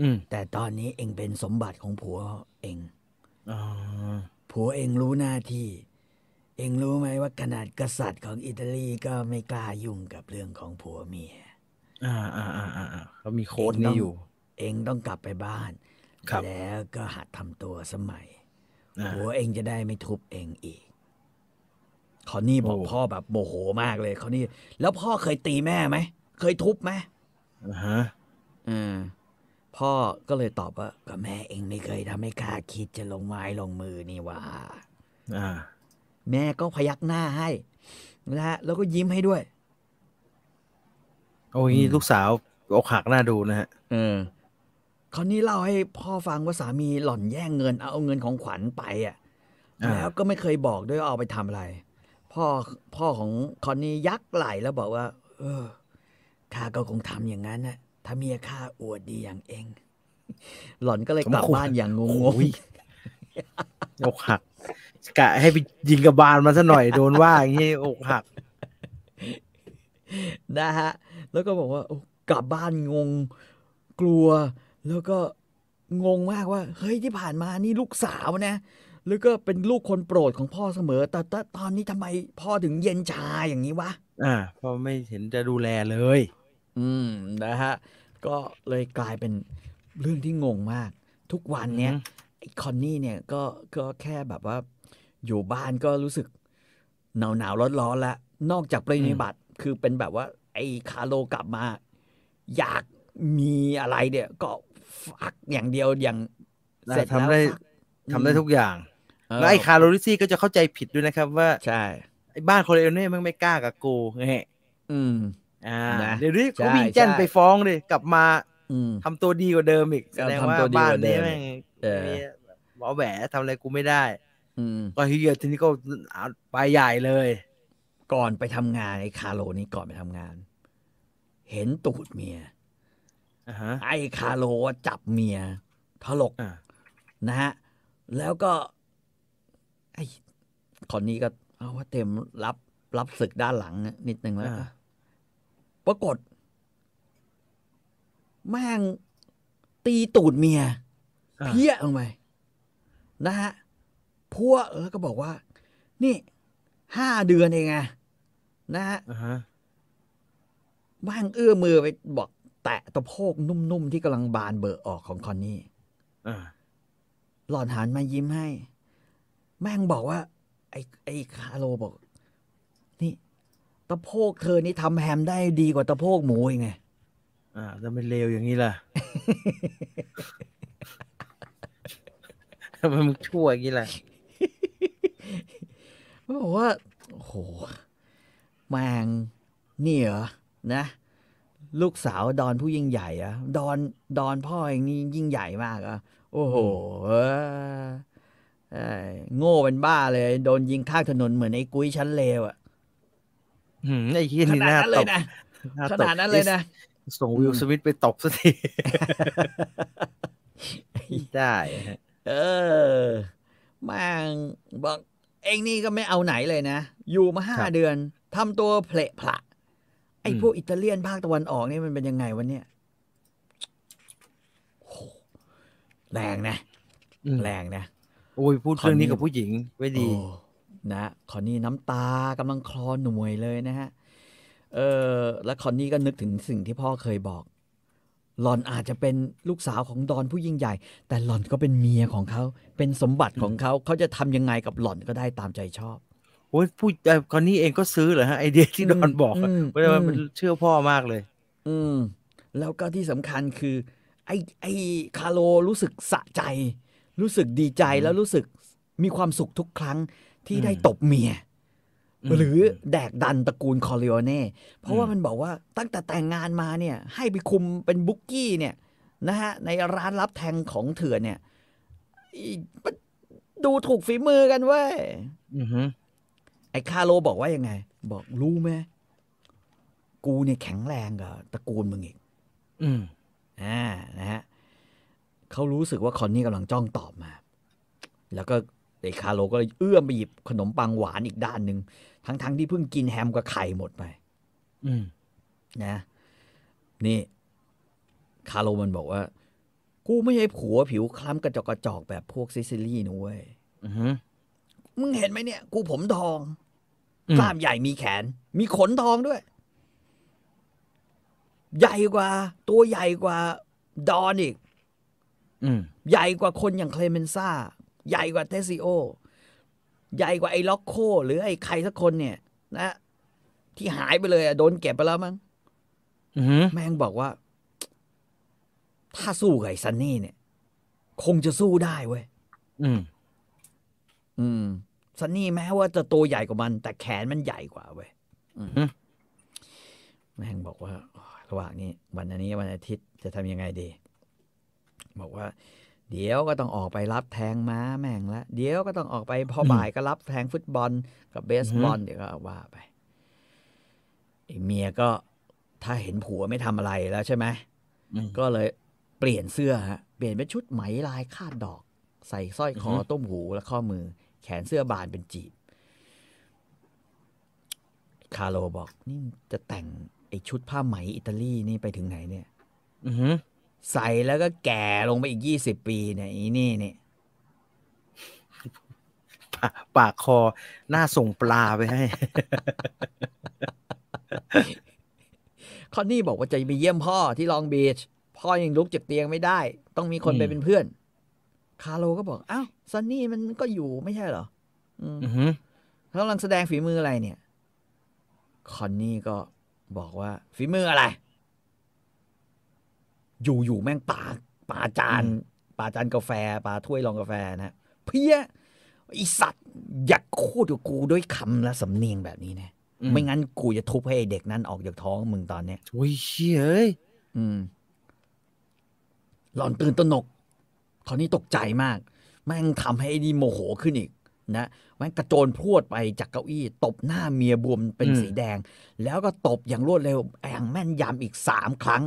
B: อืม
C: แต่ตอนนี้เองเป็นสมบัติของผัวเอง
B: อ๋อ
C: ผัวเองรู้หน้าที่ เองรู้ไหมว่าขนาดกษัตริย์ของอิตาลีก็ไม่กล้ายุ่งกับเรื่องของผัวเมีย
B: อ่าอ่าอ่าอ่าอ่าเขามีโค้ดนี้อยู่
C: เองต้องกลับไปบ้าน
B: ครับ
C: แล้วก็หัดทำตัวสมัย
B: อ่า
C: ผัวเองจะได้ไม่ทุบเองอีก คอนนี่บอก
B: โอ้
C: พ่อแบบโมโหมากเลยคอนนี่ แล้วพ่อเคยตีแม่ไหม เคยทุบไหม
B: อ่าฮะ
C: อืมพ่อก็เลยตอบว่าก็แม่เองไม่เคยทำให้ข้าคิดจะลงไม้ลงมือนี่หว่า
B: อ่า
C: แม่ก็พยักหน้าให้นะฮะแล้วก็ยิ้มให้ด้วย
B: โอ้ยลูกสาวอกหักหน้าดูนะฮะ
C: เออคราวนี้เล่าให้พ่อฟังว่าสามีหล่อนแย่งเงิน เอาเงินของขวัญไปอ่ะ
B: อ่า
C: แล้วก็ไม่เคยบอกด้วยว่าเอาไปทำอะไร พ่อพ่อของคอนนี่ยักไหลแล้วบอกว่า เออข้าก็คงทำอย่างนั้นนะถ้าเมียข้าอวดดีอย่างเอง หล่อนก็เลยกลับบ้านอย่างงง
B: โอ้ยอกหักกะให้ไปยิงกระบาลมาซะหน่อยโดนว่าอย่างงี้อกหัก
C: ๆ นะฮะ แล้วก็บอกว่าโอ้กลับบ้านงง กลัว แล้วก็งงมากว่า เฮ้ยที่ผ่านมานี่ลูกสาวนะ แล้วก็เป็นลูกคนโปรดของพ่อเสมอ แต่แต่ตอนนี้ทำไมพ่อถึงเย็นชาอย่างนี้วะ
B: อ่าเพราะไม่เห็นจะดูแลเลย
C: อืมนะฮะ ก็เลยกลายเป็นเรื่องที่งงมาก ทุกวันเนี้ย
B: อืม
C: ไอ้คอนนี่เนี่ยก็ก็แค่แบบว่า อยู่บ้านก็รู้สึกหนาวหนาวร้อนร้อนๆละนอกจากปฏิบัติคือเป็นแบบว่า ไอ้คาโลกลับมา อยากมีอะไรเนี่ย ก็ฟักอย่างเดียวอย่างเสร็จ
B: ทำ
C: แล้ว
B: ได้
C: ฟัก
B: ทำได้ทุกอย่าง
C: เออ
B: แล้วไอ้คาร์โรลิซี่ก็จะเข้าใจผิดด้วยนะครับว่า
C: ใช่
B: ไอ้บ้านคอร์เลโอเน่มันไม่กล้ากับกูไง
C: อืม
B: อ่า
C: นะ
B: เดี๋ยวนี้เขา
C: ใช่
B: วิ่งแจ้น
C: ใช่
B: ไปฟ้องเลยกลับมา
C: อืม
B: ทำตัวดีกว่าเดิมอีก
C: เออ
B: แสดง
C: ทำ
B: ว่า
C: ตัวดี
B: บ้าก น
C: ว่าเดิ
B: นี้
C: ม
B: แม่ง
C: เออ
B: เนี่ยแบบหมอแหวทำอะไรกูไม่ได้
C: อืม
B: ก็เฮียทีนี้ก็เอาไปใหญ่เลย
C: ก่อนไปทำงานไอ้คาโลนี่ก่อนไปทำงาน เห็นตูดเมีย
B: อ่าฮะ
C: ไอ้คาโลจับเมียถลก
B: อ่า
C: นะฮะ แล้วก็ ไอ้คอนนี้ก็ เอาว่าเต็มรับรับศึกด้านหลังนิดนึงแล้ว
B: อ่า
C: ปรากฏ แม่งตีตูดเมีย
B: อ่า
C: เพี้ยลงไปนะฮะพวกเออก็บอกว่า นี่ห้าเดือนเองไงนะฮะ
B: อ่าฮะ
C: ว่างเอื้อมือไปบอกแตะตะโพกนุ่มๆ ที่กำลังบานเบิกออกของคอนนี่
B: อ่า
C: หลอนหันมายิ้มให้ แม่งบอกว่า ไอ้ไอ้คาโลบอก นี่ตะโพกเธอนี่ทำแฮมได้ดีกว่าตะโพกหมูอีกไง
B: อ่าทำไมเลวอย่างนี้ ล่ะ ทำไมมึงชั่วอย่าง นี้ล่ะ
C: ก็บอกว่าโอ้โหแมงนี่เหรอนะ ลูกสาวดอนผู้ยิ่งใหญ่อะดอนดอนพ่อเองนี่ยิ่งใหญ่มากอะโอ้โหเอ้ยเอ้ยโง่เป็นบ้าเลย โดนยิงข้างถนนเหมือนไอ้กุ้ยชั้นเลวอะ
B: หืมไอ้ขี้ย
C: ข
B: นี่
C: นาด
B: หน้าต
C: นั้นเลย
B: บ
C: นะ
B: หต
C: ข
B: บ
C: นาดนั้นเลยนะ
B: ส่งวิลสมิธไปตบสักทีได้ฮะ
C: เออแม่งบอกเองนี่ก็ไม่เอาไหนเลยนะ อยู่มาห้าเดือนทำตัวเพละผละ ไอ้พวกอิตาเลียนภาคตะวันออกนี่มันเป็นยังไงวะเนี่ยโอ้โหแรงนะ
B: อืม
C: แรงนะ
B: โอ้ยพูดเรื่องนี้กับผู้หญิงไม่ดี
C: โอ้นะคอนนี่น้ำตากำลังคลอหน่วยเลยนะฮะ เออ แล้วคอนนี่ก็นึกถึงสิ่งที่พ่อเคยบอก หล่อนอาจจะเป็นลูกสาวของดอนผู้ยิ่งใหญ่ แต่หล่อนก็เป็นเมียของเขา เป็นสมบัติของเขา เขาจะทำยังไงกับหล่อนก็ได้ตามใจชอบ
B: โอ้ยพูดเอ่อคนนี้เองก็ซื้อเหรอฮะไอเดียที่ดอนบอกอะ
C: อืม
B: เพราะว่า
C: อืม
B: มันเชื่อพ่อมากเลย
C: อืม แล้วก็ที่สำคัญคือ ไอ้ไอ้คาโลรู้สึกสะใจ รู้สึกดีใจแล้วรู้สึกมีความสุขทุกครั้งที่ได้
B: อืม
C: ตบเมีย
B: อืม
C: หรือแดกดันตระกูลคอริโอเน่เพราะว่า
B: อืม
C: มันบอกว่าตั้งแต่แต่งงานมาเนี่ย ให้ไปคุมเป็นบุกกี้เนี่ย นะฮะ ในร้านรับแทงของเถื่อนเนี่ยอีมันดูถูกฝีมือกันเว้ย
B: อือฮึ
C: ไอ้คาโลบอกว่ายังไง บอกรู้ไหมกูเนี่ยแข็งแรงกับตระกูลมึงอีก
B: อืม
C: อ่านะฮะเขารู้สึกว่าคอนนี่กำลังจ้องตอบมา แล้วก็ไอ้คาโลก็เลยเอื้อมไปหยิบขนมปังหวานอีกด้านหนึ่งทั้งๆทที่เพิ่งกินแฮมกับไข่หมดไป
B: อืม
C: นะ นี่ คาโลมันบอกว่า กูไม่ใช่ผัวผิวคล้ำกระจอกกระจอกแบบพวกซิซิลีนะเว้ย
B: อือฮึ
C: มึงเห็นไหมเนี่ย กูผมทอง
B: อืม
C: กล้ามใหญ่มีแขน มีขนทองด้วย ใหญ่กว่า ตัวใหญ่กว่าดอนอีก
B: อืม
C: ใหญ่กว่าคนอย่างเคลเมนซ่า ใหญ่กว่าเทสซิโอ ใหญ่กว่าไอ้ล็อกโค หรือไอ้ใครสักคนเนี่ย นะ ที่หายไปเลยอะโดนเก็บไปแล้วมั้ง
B: อือฮึ
C: แม่งบอกว่า ถ้าสู้กับไอ้ซันนี่เนี่ย คงจะสู้ได้เว้ย
B: อืม
C: อืมซันนี่แม้ว่าจะตัวใหญ่กว่ามัน แต่แขนมันใหญ่กว่าเว้ยอืม
B: อืม
C: แม่งบอกว่าโอ้ยระหว่างนี้ วันอันนี้วันอาทิตย์จะทำยังไงดี บอกว่า เดี๋ยวก็ต้องออกไปรับแทงม้าแม่งละเดี๋ยวก็ต้องออกไปพอบ่ายก็รับแทงฟุตบอลกับเบสบอลเดี๋ยวก็ว่าไปไอเมียก็ถ้าเห็นผัวไม่ทำอะไรแล้วใช่ไหม
B: อืม
C: ก็เลยเปลี่ยนเสื้อฮะ เปลี่ยนเป็นชุดไหมลายคาดดอก ใส่สร้อยคอ
B: อหือ
C: ต้มหูและข้อมือ แขนเสื้อบานเป็นจีบ คาโลบอก นี่จะแต่งไอชุดผ้าไหมอิตาลีนี่ไปถึงไหนเนี่ย
B: อือฮึ
C: ใส่แล้วก็แก่ลงไปอีกยี่สิบปีเนี่ยอีนี่เนี่ย
B: ปากปากคอหน้าส่งปลาไปให้
C: คอนนี่บอกว่าจะไปเยี่ยมพ่อที่ลองบีช พ่อยังลุกจากเตียงไม่ได้ ต้องมีคนไป
B: อืม
C: เป็นเพื่อน คาโลก็บอกอ้าวซันนี่มันก็อยู่ไม่ใช่เหรออืม
B: อือฮึ
C: เขากำลังแสดงฝีมืออะไรเนี่ย คอนนี่ก็บอกว่า ฝีมืออะไร อยู่อยู่ๆแม่งป่าป่าจานป่าจานกาแฟป่าถ้วยรองกาแฟนะฮะเพี้ยไอสัตว์ อยากคูดกับกูด้วยคำและสำเนียงแบบนี้นะ ไม่งั้นกูจะทุบให้ไอ้เด็กนั้นออกจากท้องมึงตอนเนี้ย
B: โอ้ยเชี่ยเอ้ย
C: อืม หลอนตื่นตระหนก คราวนี้ตกใจมาก แม่งทำให้ไอ้นี่โมโหขึ้นอีก นะแม่งกระโจนพรวดไปจากเก้าอี้ ตบหน้าเมียบวมเป็นสีแดง แล้วก็ตบอย่างรวดเร็วอย่างแม่นยำอีกสามครั้ง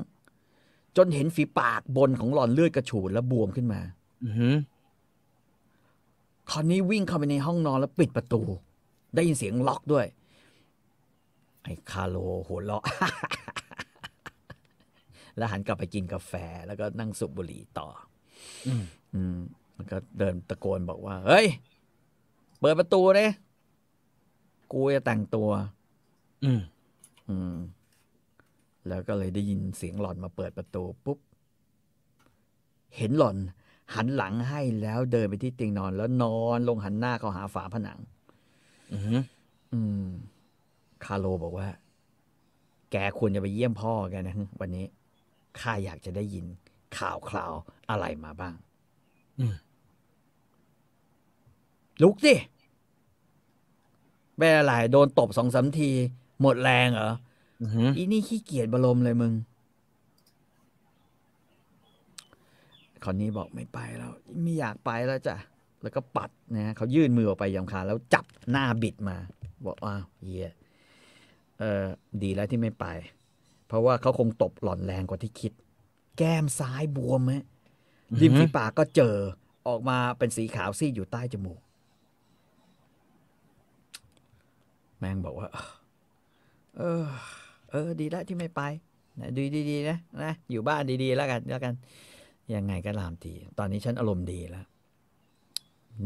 C: จนเห็นฝีปากบนของหลอนเลือดกระฉูดและบวมขึ้นมา
B: อือฮึ
C: คราวนี้วิ่งเข้าไปในห้องนอนแล้วปิดประตู ได้ยินเสียงล็อกด้วย ไอ้คาโลหัวเราะ แล้วหันกลับไปกินกาแฟแล้วก็นั่งสูบบุหรี่ต่อ
B: อืม
C: อืมแล้วก็เดินตะโกนบอกว่า เฮ้ย เปิดประตูเลยกูจะแต่งตัว
B: อืม
C: อืม แล้วก็เลยได้ยินเสียงหล่อนมาเปิดประตูปุ๊บ เห็นหล่อน หันหลังให้แล้วเดินไปที่เตียงนอนแล้วนอนลงหันหน้าเข้าหาฝาผนัง
B: อือฮึ
C: อืม คาโลบอกว่า แกควรจะไปเยี่ยมพ่อแกนะวันนี้ ข้าอยากจะได้ยินข่าวคราวอะไรมาบ้าง
B: อืม
C: ลุกสิเป็นอะไรโดนตบสองสามที หมดแรงเหรอ
B: อือฮึ
C: อีนี่ขี้เกียจบรมเลยมึง คอนนี้บอกไม่ไปแล้ว ไม่อยากไปแล้วจ้ะ แล้วก็ปัดนะฮะเขายื่นมือออกไปยำคาญแล้วจับหน้าบิดมา บอกอ้าวเฮียเออดีแล้วที่ไม่ไป เพราะว่าเขาคงตบหล่อนแรงกว่าที่คิด แก้มซ้ายบวมฮะริมฝีปากก็เจอออกมาเป็นสีขาวซีดอยู่ใต้จมูก แม่งบอกว่า เออ เออ ดีแล้วที่ไม่ไปนะดูดีๆนะนะ อยู่บ้านดีๆแล้วกันแล้วกัน ยังไงก็ตามที ตอนนี้ฉันอารมณ์ดีแล้ว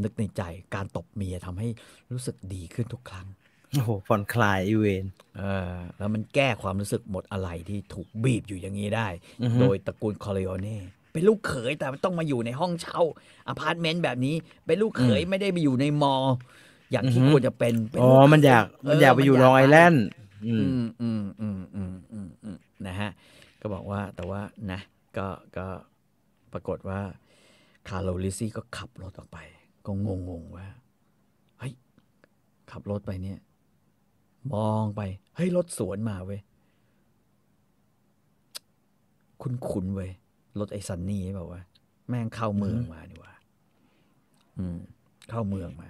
C: นึกในใจการตบเมียทำให้รู้สึกดีขึ้นทุกครั้ง
B: โอ้โหผ่อนคลายอีเวน
C: เออแล้วมันแก้ความรู้สึกหมดอะไรที่ถูกบีบอยู่อย่างนี้ได้
B: อือฮึ
C: โดยตระกูลคอริโอเน่เป็นลูกเขยแต่ต้องมาอยู่ในห้องเช่าอพาร์ตเมนต์แบบนี้ เป็นลูกเขยไม่ได้ไปอยู่ในมอ อย่างที่ควรจะเป็นเป็น
B: อ๋อ
C: ลูเข
B: มันอยากมันอยากไปอยู่ลองไอแลนด์อื
C: อื
B: ม
C: มอืมอืมอืมอืมอืมนะฮะ ก็บอกว่าแต่ว่านะ ก็ก็ปรากฏว่าคาร์โลลิซี่ก็ขับรถออกไป ก็งงงๆว่าเฮ้ยขับรถไปเนี่ย มองไปเฮ้ยรถสวนมาเว้ย คุ้นคุ้นๆเว้ยรถไอ้ซันนี่แบบว่าวะแม่งเข้าเมืองมาดีว่า อืม เข้าเมืองมา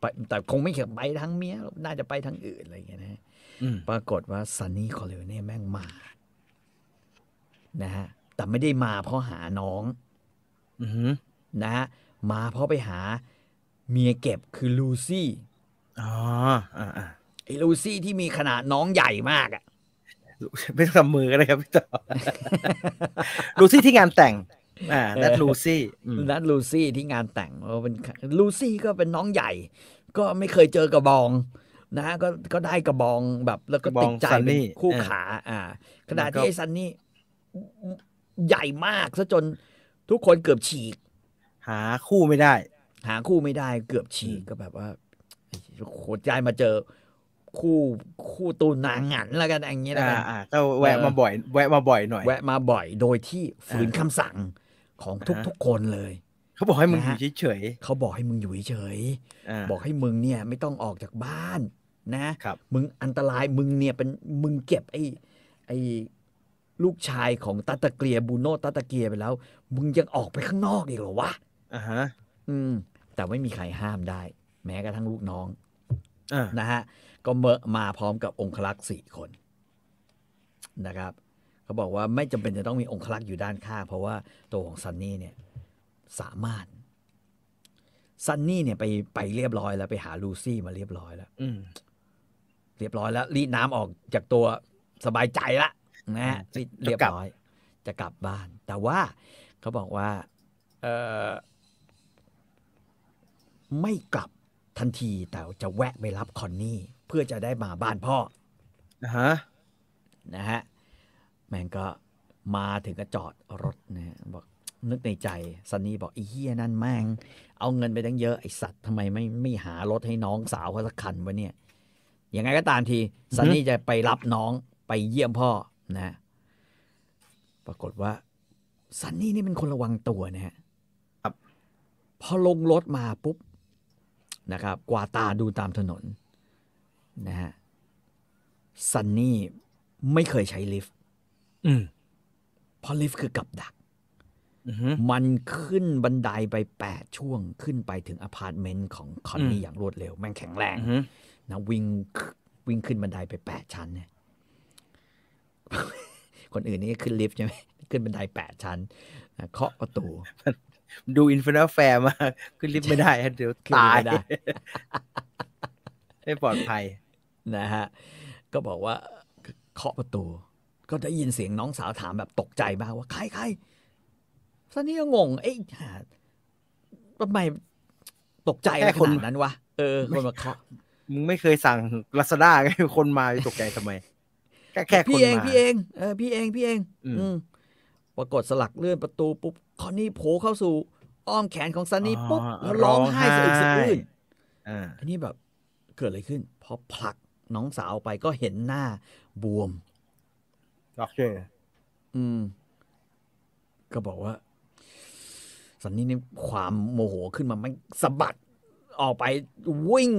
C: ไปแต่คงไม่เขียนไปทางเมียหรอกน่าจะไปทางอื่นอะไรอย่างเงี้ยนะฮะ
B: อืม
C: ปรากฏว่าซันนี่คอร์เลเน่แม่งมา นะฮะ แต่ไม่ได้มาเพราะหาน้อง
B: อือฮึ
C: นะฮะ มาเพราะไปหาเมียเก็บคือลูซี่
B: อ๋ออ่าอ่า
C: ไอ้ลูซี่ที่มีขนาดน้องใหญ่มากอะ
B: ไม่ต้องทำมือก็ได้ครับพี่ต่อ ลูซี่ที่งานแต่ง อ่านั่นลูซี่อืม
C: นัดลูซี่ที่งานแต่งเออเป็นลูซี่ก็เป็นน้องใหญ่ ก็ไม่เคยเจอกระบองนะฮะก็ก็ได้กระบองแบบแล้วก็
B: กระบ
C: ติ
B: อง
C: ดใจ
B: ซันนี่
C: เป็นคู่
B: อ่า
C: ขาอ่าขณะ
B: แล้ว
C: ที่
B: ก็
C: ไอ้ซันนี่ใหญ่มากซะจนทุกคนเกือบฉีก
B: หาคู่ไม่ได้
C: หาคู่ไม่ได้เกือบฉีกก็แบบว่าโคตรใจมาเจอคู่คู่ตูนางหงันแล้วกันอย่างนี้แล้ว
B: อ่า
C: กัน
B: อ่าก็แวะมาบ่อย แวะมาบ่อยหน่อย
C: แวะมาบ่อยโดยที่ฝืนคำสั่งของ
B: อ่าฮะ
C: ทุกๆคนเลย
B: เขาบอกให้มึงอ
C: นะฮะ
B: ยู่เฉย
C: เขาบอกให้มึงอยู่เฉยๆ
B: ๆอ่า
C: บอกให้มึงเนี่ยไม่ต้องออกจากบ้านนะ
B: ครับ
C: มึงอันตรายมึงเนี่ยเป็นมึงเก็บไอ้ไอ้ลูกชายของตาตะเกียบูโนตาตะเกียไปแล้ว มึงยังออกไปข้างนอกอีกเหรอวะ
B: อ่าฮะ
C: อืม แต่ไม่มีใครห้ามได้ แม้กระทั่งลูกน้อง
B: อ่า
C: นะฮะ ก็เมอะมาพร้อมกับองคลักษ์สี่คนนะครับ เขาบอกว่าไม่จำเป็นจะต้องมีองคลักษ์อยู่ด้านข้างเพราะว่าตัวของซันนี่เนี่ยสามารถซันนี่เนี่ยไปไปเรียบร้อยแล้วไปหาลูซี่มาเรียบร้อยแล้ว
B: อืม
C: เรียบร้อยแล้วรีดน้ำออกจากตัวสบายใจละนะฮะรีด
B: จะ
C: เรียบ
B: กลับ
C: ร้อย จะกลับบ้าน แต่ว่าเขาบอกว่าเออไม่กลับทันทีแต่จะแวะไปรับคอนนี่เพื่อจะได้มาบ้านพ่อ
B: อ่าฮะ
C: นะฮะแม่งก็มาถึงก็จอดรถนะฮะบอกนึกในใจซันนี่บอกไอ้เฮียนั่นแม่ง เอาเงินไปตั้งเยอะไอ้สัตว์ทำไมไม่ไม่หารถให้น้องสาวเขาสักคันวะเนี่ย ยังไงก็ตามทีซันนี่จะไปรับน้องไปเยี่ยมพ่อนะ ปรากฏว่าซันนี่นี่เป็นคนระวังตัวนะฮะพอลงรถมาปุ๊บนะครับ กวาดตาดูตามถนนนะฮะซันนี่ไม่เคยใช้ลิฟต์
B: อืม
C: เพราะลิฟต์คือกับดัก
B: อือฮึ
C: มันขึ้นบันไดไป 8 ช่วงขึ้นไปถึงอพาร์ตเมนต์ของคอนนี่
B: อืม
C: อย่างรวดเร็ว แม่งแข็งแรง
B: อือฮึ
C: นะวิ่งวิ่งขึ้นบันไดไป 8 ชั้นเนี่ย คนอื่นนี่ขึ้นลิฟต์ใช่ไหมขึ้นบันได 8 ชั้นนะเคาะประตู
B: ดูอินฟินิตแฟร์มากขึ้นลิฟต์ไม่ได้ฮะเดี๋ยว
C: ขึ้น
B: ตา
C: ไม่
B: ย
C: ได้
B: ไม่ปลอดภัย
C: นะฮะ ก็บอกว่าเคาะประตู ก็ได้ยินเสียงน้องสาวถามแบบตกใจมากว่า ใครใครซันนี่ก็งง เอ้ยหาทำไมตกใจอะไรข
B: แค่คน
C: นาดนั้นวะเออคนมาเคาะ
B: มึงไม่เคยสั่งลาซา ด้าไงคนมาตกใจทำไมแค่แค่คน
C: พี่เอง
B: มา
C: พี่เองเออพี่เองพี่เอง
B: อืม
C: อืมปรากฏสลักเลื่อนประตูปุ๊บคอนนี่โผล่เข้าสู่ อ้อมแขนของซันนี่
B: อ๋อ
C: ปุ๊บแล้วร้องไห้
B: ร้อ
C: สะ
B: งไห้
C: อึกสะอื้น
B: อ่า
C: อันนี้แบบเกิดอะไรขึ้น พอผลักน้องสาวไปก็เห็นหน้าบวม
B: ล็อกเชอร์
C: อืม ก็บอกว่าซันนี่นี่ความโมโหขึ้นมามันสะบัดออกไปวิ่ง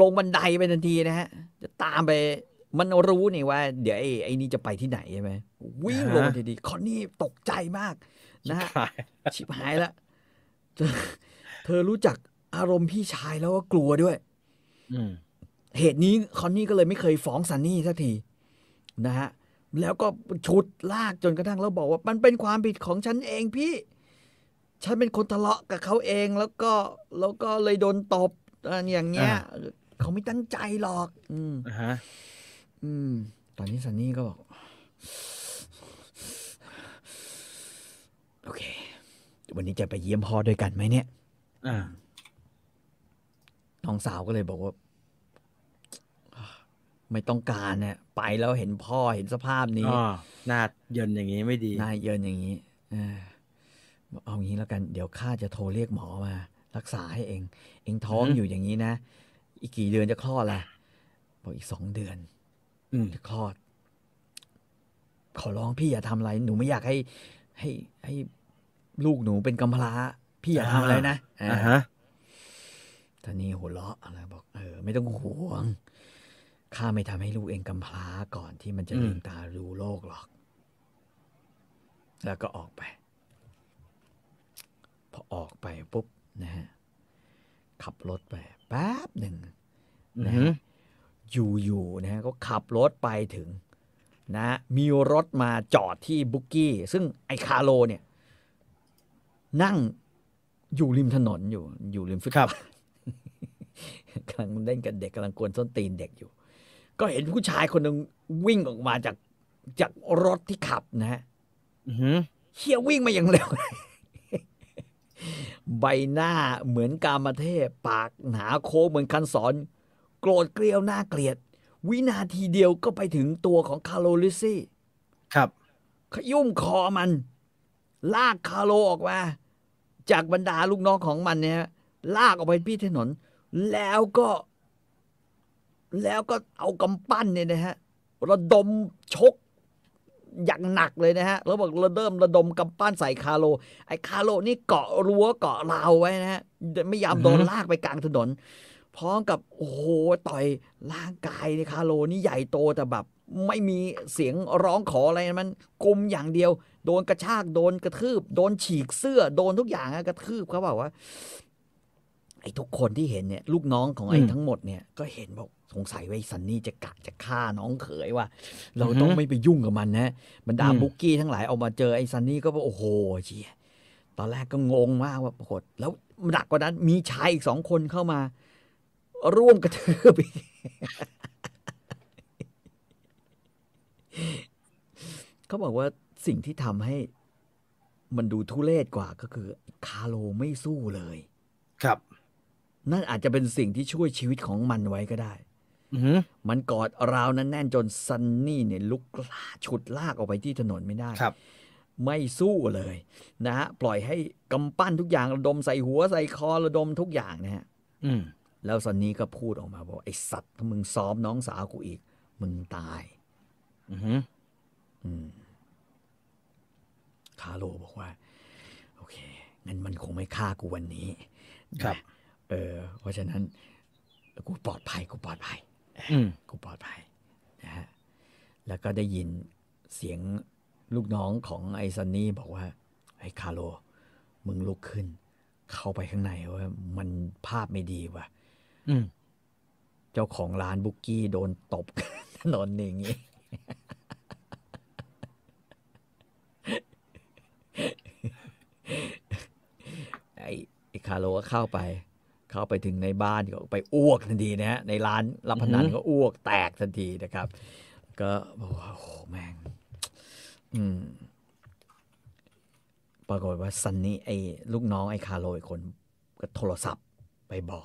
C: ลงบันไดไปทันทีนะฮะ จะตามไปมันรู้นี่ว่า เดี๋ยวไอ้ไอ้นี่จะไปที่ไหนใช่ไหมวิ่งลงมาทันทีคอนนี่ตกใจมาก นะฮะ ชิบหายละเธอเธอรู้จักอารมณ์พี่ชายแล้วก็กลัวด้วย
B: อืม
C: เหตุนี้คอนนี่ก็เลยไม่เคยฟ้องซันนี่สักทีนะฮะ แล้วก็ชุดลากจนกระทั่งแล้วบอกว่ามันเป็นความผิดของฉันเองพี่ ฉันเป็นคนทะเลาะกับเขาเองแล้วก็แล้วก็เลยโดนตบอ่ะอย่างเงี้ยเขาไม่ตั้งใจหรอก อืม
B: อ่าฮะ
C: อืม ตอนนี้ซันนี่ก็บอก โอเค วันนี้จะไปเยี่ยมพ่อด้วยกันไหมเนี่ย
B: อ่า
C: น้องสาวก็เลยบอกว่า ไม่ต้องการเนี่ยไปแล้วเห็นพ่อเห็นสภาพนี้
B: อ่าหน้าเยินอย่างนี้ไม่ดี
C: นายเยินอย่างนี้เออเอางี้แล้วกัน เดี๋ยวข้าจะโทรเรียกหมอมา รักษาให้เอง เองท้อง
B: อืม
C: อยู่อย่างนี้นะ อีกกี่เดือนจะคลอดล่ะบอกอีกสองเดือน
B: อืม
C: จะคลอด ขอร้องพี่อย่าทำอะไร หนูไม่อยากให้ ให้ให้ลูกหนูเป็นกำพร้า พี่อย่าทำอะไรนะ
B: อ่า
C: อ่า
B: ฮะ
C: ตอนนี้หัวเราะอะไรบอกเออไม่ต้องห่วงข้าไม่ทำให้ลูกเองกำพร้าก่อนที่มันจะ
B: อืม
C: ลืมตารู้โลกหรอก แล้วก็ออกไป พอออกไปปุ๊บนะฮะขับรถไปแป๊บหนึ่ง
B: อื
C: นะ
B: อฮึ
C: ฮะอยู่ๆนะฮะก็ขับรถไปถึงนะฮะมีรถมาจอดที่บุกกี้ ซึ่งไอคาโลเนี่ย นั่งอยู่ริมถนนอยู่ อยู่ริมฟุตบาท กำลังเล่นกับเด็กกำลังกวนส้นตีนเด็กอยู่ ก็เห็นผู้ชายคนหนึ่งวิ่งออกมาจากจากรถที่ขับนะฮะ
B: อือฮึ
C: เฮียวิ่งมาอย่างเร็ ว ใบหน้าเหมือนกามเทพ ปากหนาโค้งเหมือนคันสอน โกรธเกลียวหน้าเกลียด วินาทีเดียวก็ไปถึงตัวของคาร์โลลิซี่
B: ครับ
C: ขยุ่มคอมัน ลากคาโลออกมา จากบรรดาลูกน้องของมันเนี่ย ลากออกไปพี่ถนน แล้วก็ แล้วก็เอากำปั้นเนี่ยนะฮะระดมชก อย่างหนักเลยนะฮะ แล้วบอกเราเริ่มระดมกำปั้นใส่คาโล ไอ้คาโลนี่เกาะรั้วเกาะราวไว้นะฮะไม่ยอม
B: อือฮึ
C: โดนลากไปกลางถนน พร้อมกับโอ้โหต่อยร่างกายในคาโลนี่ใหญ่โตแต่แบบ ไม่มีเสียงร้องขออะไรมันกลมอย่างเดียว โดนกระชากโดนกระทืบ โดนฉีกเสื้อ โดนทุกอย่างอะกระทืบเขาบอกว่า ไอ้ทุกคนที่เห็นเนี่ย ลูกน้องของไอ้
B: อืม
C: ทั้งหมดเนี่ยก็เห็นบอกสงสัยว่าไอ้ซันนี่จะกะจะฆ่าน้องเขยว่ะเราต้อง
B: อือฮึ
C: ไม่ไปยุ่งกับมันนะบรรดา
B: อืม
C: บุกกี้ทั้งหลายออกมาเจอไอ้ซันนี่ก็บอกโอ้โหเจีย ตอนแรกก็งงมากว่าปรากฏแล้วหนักกว่านั้นมีชายอีกสองคนเข้ามา ร่วมกระทืบอีก เขาบอกว่าสิ่งที่ทำให้มันดูทุเรศกว่าก็คือ คาโลไม่สู้เลย
B: ครับ
C: นั่นอาจจะเป็นสิ่งที่ช่วยชีวิตของมันไว้ก็ได้
B: อือฮึ
C: มันกอดราวนั้นแน่นจนซันนี่เนี่ยลุกลาฉุดลากออกไปที่ถนนไม่ได้
B: ครับ
C: ไม่สู้เลยนะฮะปล่อยให้กำปั้นทุกอย่างระดมใส่หัวใส่คอระดมทุกอย่างนะฮะ
B: อืม
C: แล้วซันนี่ก็พูดออกมาบอกไอ้สัตว์ถ้ามึงซ้อมน้องสาวกูอีก มึงตาย
B: อือฮึ
C: อืมคาโลบอกว่า โอเคงั้นมันคงไม่ฆ่ากูวันนี้
B: ครับ
C: นะเออ เพราะฉะนั้น กูปลอดภัยกูปลอดภัย
B: อืม
C: กูปลอดภัยนะฮะ แล้วก็ได้ยินเสียงลูกน้องของไอซันนี่บอกว่า ไอคาโล มึงลุกขึ้น เข้าไปข้างในว่ามันภาพไม่ดีว่ะ
B: อืม
C: เจ้าของร้านบุกกี้โดนตบ ถนนอย่างงี้ ไอ้ไอ้คาโลก็เข้าไป เข้าไปถึงในบ้านก็ไปอ้วกทันทีนะฮะในร้านรับพนันก็อ้วกแตกทันทีนะครับ ก็บอกว่าโอ้โหแม่ง อืม ปรากฏว่าซันนี่ไอ้ลูกน้องไอ้คาโลอีกคน ก็โทรศัพท์ไปบอก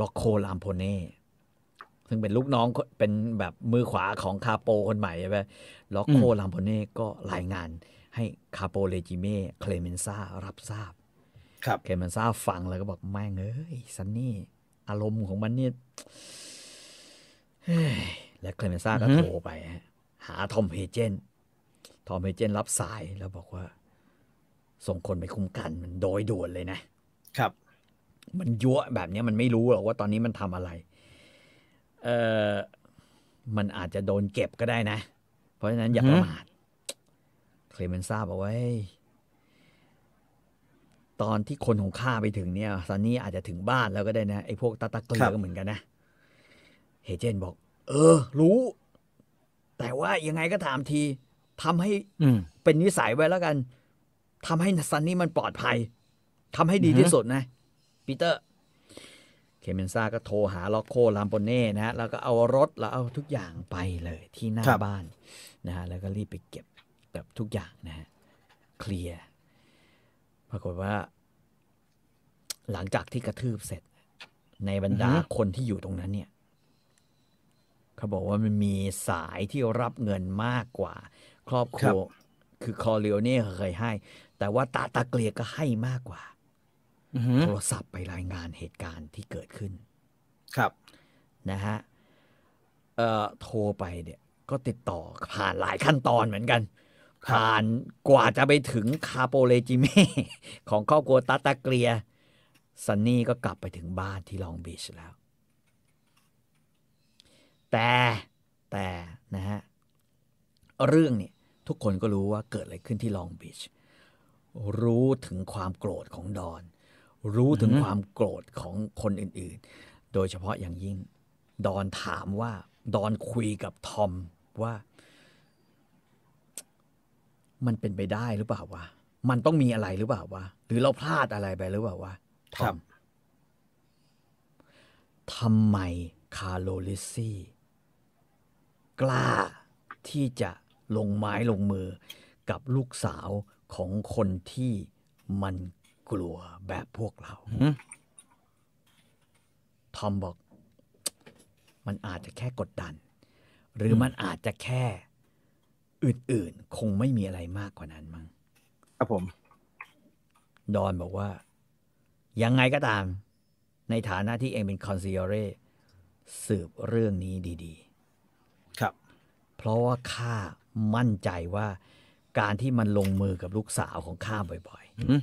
C: ล็อกโคลามโพเน่ ซึ่งเป็นลูกน้องคนเป็นแบบมือขวาของคาโปคนใหม่ใช่ไหมล็อกโคลามโพเน่ก็รายงานให้คาโปเลจิเม่เคลเมนซ่ารับทราบ
B: ครับ
C: เคลเมนซ่าฟังแล้วก็บอกแม่งเอ้ยซันนี่ อารมณ์ของมันเนี่ย เฮ้ยและเคลเมนซ่าก็
B: อือฮึ
C: โทรไปฮะหาทอมเฮเจนทอมเฮเจนรับสายแล้วบอกว่า ส่งคนไปคุ้มกันมันโดยด่วนเลยนะ
B: ครับ
C: มันยั่วแบบเนี้ยมันไม่รู้หรอกว่าตอนนี้มันทำอะไร เออมันอาจจะโดนเก็บก็ได้นะ เพราะฉะนั้นอย่า
B: อื
C: ป
B: อฮึ
C: ระมาท เคลเมนซ่าบอกว่าเฮ้ยตอนที่คนของข้าไปถึงเนี่ยซันนี่อาจจะถึงบ้านแล้วก็ได้นะ ไอ้พวกตาตะเกลือก็เหมือนกันนะ เฮเจนบอก เออ รู้ แต่ว่ายังไงก็ถามทีทำให้
B: อืม
C: เป็นนิสัยไว้แล้วกันทำให้ซันนี่มันปลอดภัยทำให้ดี
B: อือฮึ
C: ที่สุดนะปีเตอร์เคเมนซ่าก็โทรหาล็อกโคลามโปเน่นะฮะแล้วก็เอารถแล้วเอาทุกอย่างไปเลยที่หน้า
B: ครับ
C: บ้านนะฮะแล้วก็รีบไปเก็บแบบทุกอย่างนะฮะเคลียร์ปรากฏว่า หลังจากที่กระทืบเสร็จ ในบรรดาคนที่อยู่ตรงนั้นเนี่ย ค เขาบอกว่ามันมีสายที่รับเงินมากกว่า ครอบครัวคือคอเรียวเนี่ยเคยให้ แต่ว่าตาตาเกลียก็ให้มากกว่า
B: อือหือ
C: โทรศัพท์ไปรายงานเหตุการณ์ที่เกิดขึ้น
B: ครับ
C: นะฮะ เอ่อ โทรไปเนี่ย ก็ติดต่อผ่านหลายขั้นตอนเหมือนกัน ผ่านกว่าจะไปถึงคาโปเลจิเม่ ของครอบครัวตาตาเกลียซันนี่ก็กลับไปถึงบ้านที่ลองบีชแล้ว แต่แต่นะฮะ เรื่องเนี่ย ทุกคนก็รู้ว่าเกิดอะไรขึ้นที่ลองบีชรู้ถึงความโกรธของดอน รู้ถึงความโกรธของคนอื่น ๆ โดยเฉพาะอย่างยิ่ง ดอนถามว่า ดอนคุยกับทอมว่า มันเป็นไปได้หรือเปล่าวะ มันต้องมีอะไรหรือเปล่าวะ หรือเราพลาดอะไรไปหรือเปล่าวะทอมทำไมคาร์โลลิซี่ กล้าที่จะลงไม้ลงมือกับลูกสาวของคนที่มันกลัวแบบพวกเรา
B: อือหือ
C: ทอมบอก มันอาจจะแค่กดดัน หรือมันอาจจะแค่อื่นๆ คงไม่มีอะไรมากกว่านั้นมั้ง
B: ครับผม
C: ดอนบอกว่า ยังไงก็ตาม ในฐานะที่เองเป็นคอนซิเอเรสืบเรื่องนี้ดี
B: ครับ
C: ๆ เพราะว่าข้ามั่นใจว่าการที่มันลงมือกับลูกสาวของข้าบ่อย
B: อืม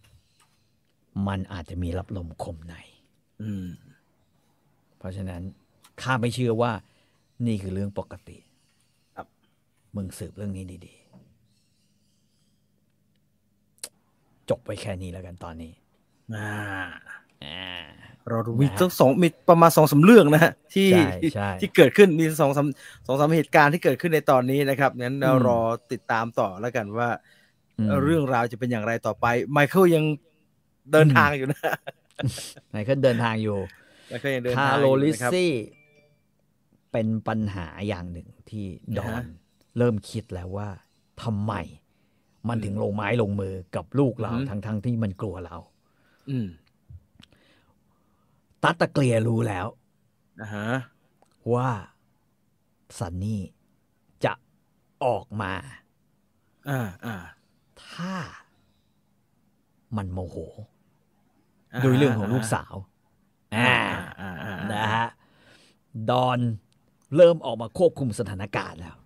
C: ๆ มันอาจจะมีรับลมคมใน
B: อืม
C: เพราะฉะนั้นข้าไม่เชื่อว่า นี่คือเรื่องปกติ
B: ครับ
C: มึงสืบเรื่องนี้ดีๆ จบไปแค่นี้แล้วกันตอนนี้
B: อ่า
C: อ่า
B: เราดูมี
C: นะฮะ
B: ทั้งสองมีประมาณสองสามเรื่องนะฮะที่
C: ใช่ใช่
B: ที่เกิดขึ้นมีสองสามสองสามเหตุการณ์ที่เกิดขึ้นในตอนนี้นะครับงั้นเรา
C: อืม
B: รอติดตามต่อแล้วกันว่า
C: ม
B: เรื่องราวจะเป็นอย่างไรต่อไป ไมเคิลยังเดิน
C: อืม
B: ทางอยู่นะ
C: ไมเคิลเดินทางอยู่
B: ไมเคิลยังเดินทางอยู่
C: คาร์โลลิ
B: นะครับ
C: ซี่ เป็นปัญหาอย่างหนึ่งที่ดอ
B: นะ
C: น
B: ฮะ
C: เริ่มคิดแล้วว่าทำไม มันถึงลงไม้ลงมือกับลูกเราทั้งๆทที่มันกลัวเรา
B: อืม
C: ตัตตะเกลียรู้แล้ว
B: นะฮะ
C: ว่าซันนี่จะออกมา
B: อ่าอ่า
C: ถ้ามันโมโห
B: า
C: โดยเรื่องของลูกสาวอ่า
B: อ่าอ่าอ่า
C: นะฮะดอนเริ่มออกมาควบคุมสถานการณ์แล้ว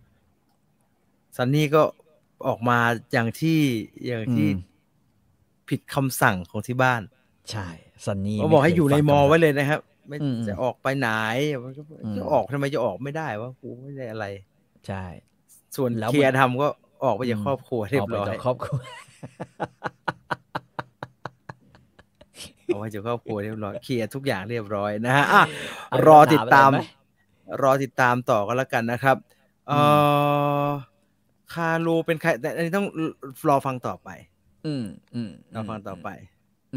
B: ซันนี่ก็ออกมาอย่างที่อย่างที่
C: อืม
B: ผิดคำสั่งของที่บ้าน
C: ใช่ ซันนี่
B: เขาบอกให้
C: ไม่เค
B: อยู่ใน
C: ฟัง
B: มอ
C: คำสั่ง
B: ไว้เลยนะครับ ไม่
C: อืม
B: จะออกไปไหนมันก็
C: อืม
B: จะออกทำไมจะออกไม่ได้วะกูไม่ได้อะไร
C: ใช่
B: ส่วน
C: แล้วมัน
B: เคลียร์ทำก็ออกไปจาก
C: อืม
B: ครอบครัวเรีย
C: ออก
B: บ
C: ไป
B: ร้อ
C: จาย กครอบครัว
B: เอาไว้จากครอบครัวเรียบร้อยเคลียร์ทุกอย่างเรียบร้อยนะฮะอ่ะ
C: เอา
B: รอติดตาม
C: คำถามอะไรไหม
B: รอติดตามต่อก็แล้วกันนะครับเออคารูเป็นใครแต่อันนี้ต้องรอฟังต่อไป
C: อืมอืม
B: รอฟังต่อไป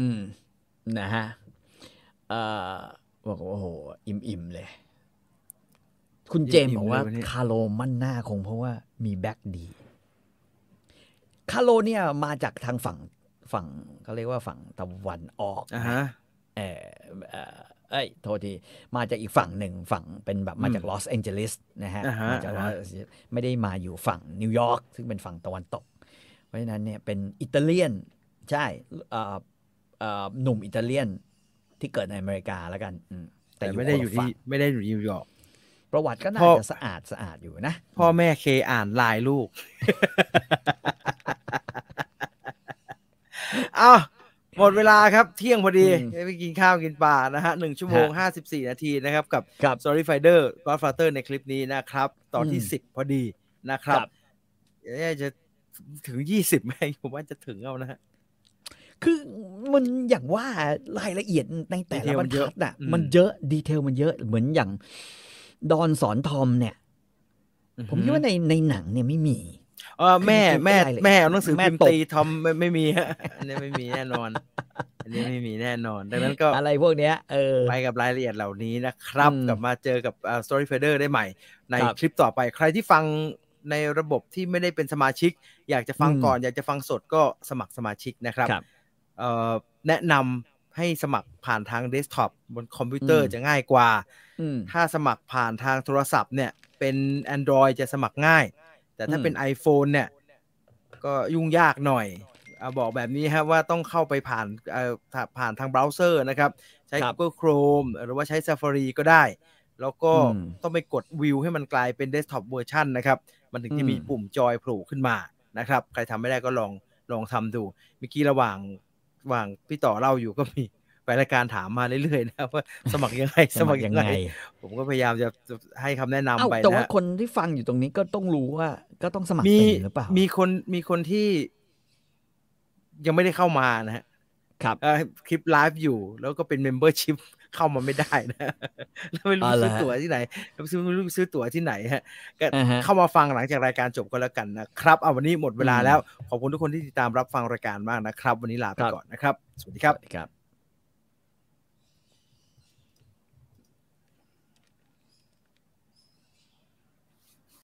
C: อืม นะฮะเอ่อบอกว่าโอ้โห อิ่มอิ่มๆเลย คุณเจมส์
B: อิ่
C: บ
B: มๆ
C: อกว่า
B: เลยวันนี้
C: คาโลมั่นหน้าคงเพราะว่ามีแบ็กดี คาโลเนี่ยมาจากทางฝั่งฝั่งเขาเรียกว่าฝั่งตะวันออก
B: อ่ะฮะ
C: เออเอ่อเอ้ย โทษที มาจากอีกฝั่งหนึ่งฝั่งเป็นแบบมาจาก
B: อืม
C: ลอสแองเจลิสนะฮะ
B: อ่าฮะ
C: มาจาก
B: อ่าฮะ
C: Los Angeles ไม่ได้มาอยู่ฝั่งนิวยอร์กซึ่งเป็นฝั่งตะวันตก เพราะฉะนั้นเนี่ยเป็นอิตาเลียน ใช่เอ่อเอ่อหนุ่มอิตาเลียนที่เกิดในอเมริกาแล้วกันอืม
B: แต่ไม่ได้อยู่
C: คนละฝั่
B: ที่
C: ง
B: ไม่ได้อยู่นิวยอร์ก
C: ประวัติก็น่า
B: พ่อ
C: จะสะอาดสะอาดอยู่นะ
B: พ่อแม่เคอ่านไลายลูก เอาหมดเวลาครับเที่ยงพอดี
C: อืม
B: ได้ไปกินข้าวกินปลานะฮะหนึ่งชั่วโมงห้าสิบสี่นาทีนะครับ กับ
C: ครับ
B: Sorry Finder Godfather ในคลิปนี้นะครับ ตอนที่
C: อืม
B: สิบพอดีนะครับ
C: ครับ
B: เอ๊ะจะถึงยี่สิบไหม ผมว่าจะถึงเอานะฮะ
C: คือมันอย่างว่ารายละเอียดในแต่ละ
B: Detail
C: บร
B: มั
C: ร
B: นเย
C: ทั
B: อะ
C: ดอ่ะ
B: อืม
C: มันเยอะดีเทลมันเยอะเหมือนอย่างดอนสอนทอมเนี่ย ผมคิดว่าในในหนังเนี่ยไม่มี
B: เออแม่
C: คือ
B: แม่
C: รายละเอียด
B: แม่เอาหนังสือ
C: แม่
B: พิมพ์
C: ตบ
B: ตีทอมไม่ไม่มีฮะอันนี้ไม่มีแน่นอน อันนี้ไม่มีแน่นอน ดังนั้นก็
C: อะไรพวกเนี้ย เออ
B: ไปกับรายละเอียดเหล่านี้นะครับ
C: อืม
B: กลับมาเจอกับอ่า Story Fader ได้ใหม่ ใน
C: ครับ
B: คลิปต่อไปใครที่ฟังในระบบที่ไม่ได้เป็นสมาชิก อยากจะฟัง
C: อืม
B: ก่อน อยากจะฟังสดก็สมัครสมาชิกนะครับ
C: ครับ
B: เอ่อแนะนำ ให้สมัครผ่านทางเดสก์ท็อปบนคอมพิวเตอร์
C: อืม
B: จะง่ายกว่า
C: อืม
B: ถ้าสมัครผ่านทางโทรศัพท์เนี่ย เป็น Android จะสมัครง่าย แต่ถ้า
C: อืม
B: เป็น iPhone เนี่ย ก็ยุ่งยากหน่อยอะบอกแบบนี้ฮะว่าต้องเข้าไปผ่านเอ่อถ้าผ่านทางเบราว์เซอร์นะครับ ใช้
C: ครับ
B: Google Chrome หรือว่าใช้ Safari ก็ได้ แล้วก็
C: อืม
B: ต้องไปกดวิวให้มันกลายเป็นเดสก์ท็อปเวอร์ชันนะครับ มันถึงจะมี
C: อืม
B: ปุ่มจอยโผล่ขึ้นมานะครับ ใครทำไม่ได้ก็ลองลองทำดูเมื่อกี้ระหว่างระหว่างพี่ต่อเล่าอยู่ก็มีแฟนรายการถามมาเรื่อยๆนะครับว่าสมัครยังไงสมัครยังไง ผมก็พยายามจะให้คำแนะนำ
C: เอ้า
B: ไป
C: แต่
B: นะ
C: ว่า
B: ฮะ
C: คนที่ฟังอยู่ตรงนี้ก็ต้องรู้ว่า ก็ต้องสมัคร
B: มี
C: เป็นหรือเปล่า
B: มี
C: มี
B: คนมีคนที่ยังไม่ได้เข้ามานะฮะ
C: ครับ
B: เอ่อคลิปไลฟ์อยู่ แล้วก็เป็นเมมเบอร์ชิพ เข้ามาไม่ได้นะ แล้วไม่รู้ซื้อตั๋วที่ไหนแล้วซื้อไม่รู้ซื้อตั๋วที่ไหนฮะ
C: อ่าฮะ
B: เข้ามาฟังหลังจากรายการจบก็แล้วกันนะครับเอาวันนี้หมดเวลาแล้ว ขอบคุณทุกคนที่ติดตามรับฟังรายการมากนะครับ วันนี้ลาไป
C: ครับ
B: ก่อนนะครับ สวัสดีครับ
C: ครับ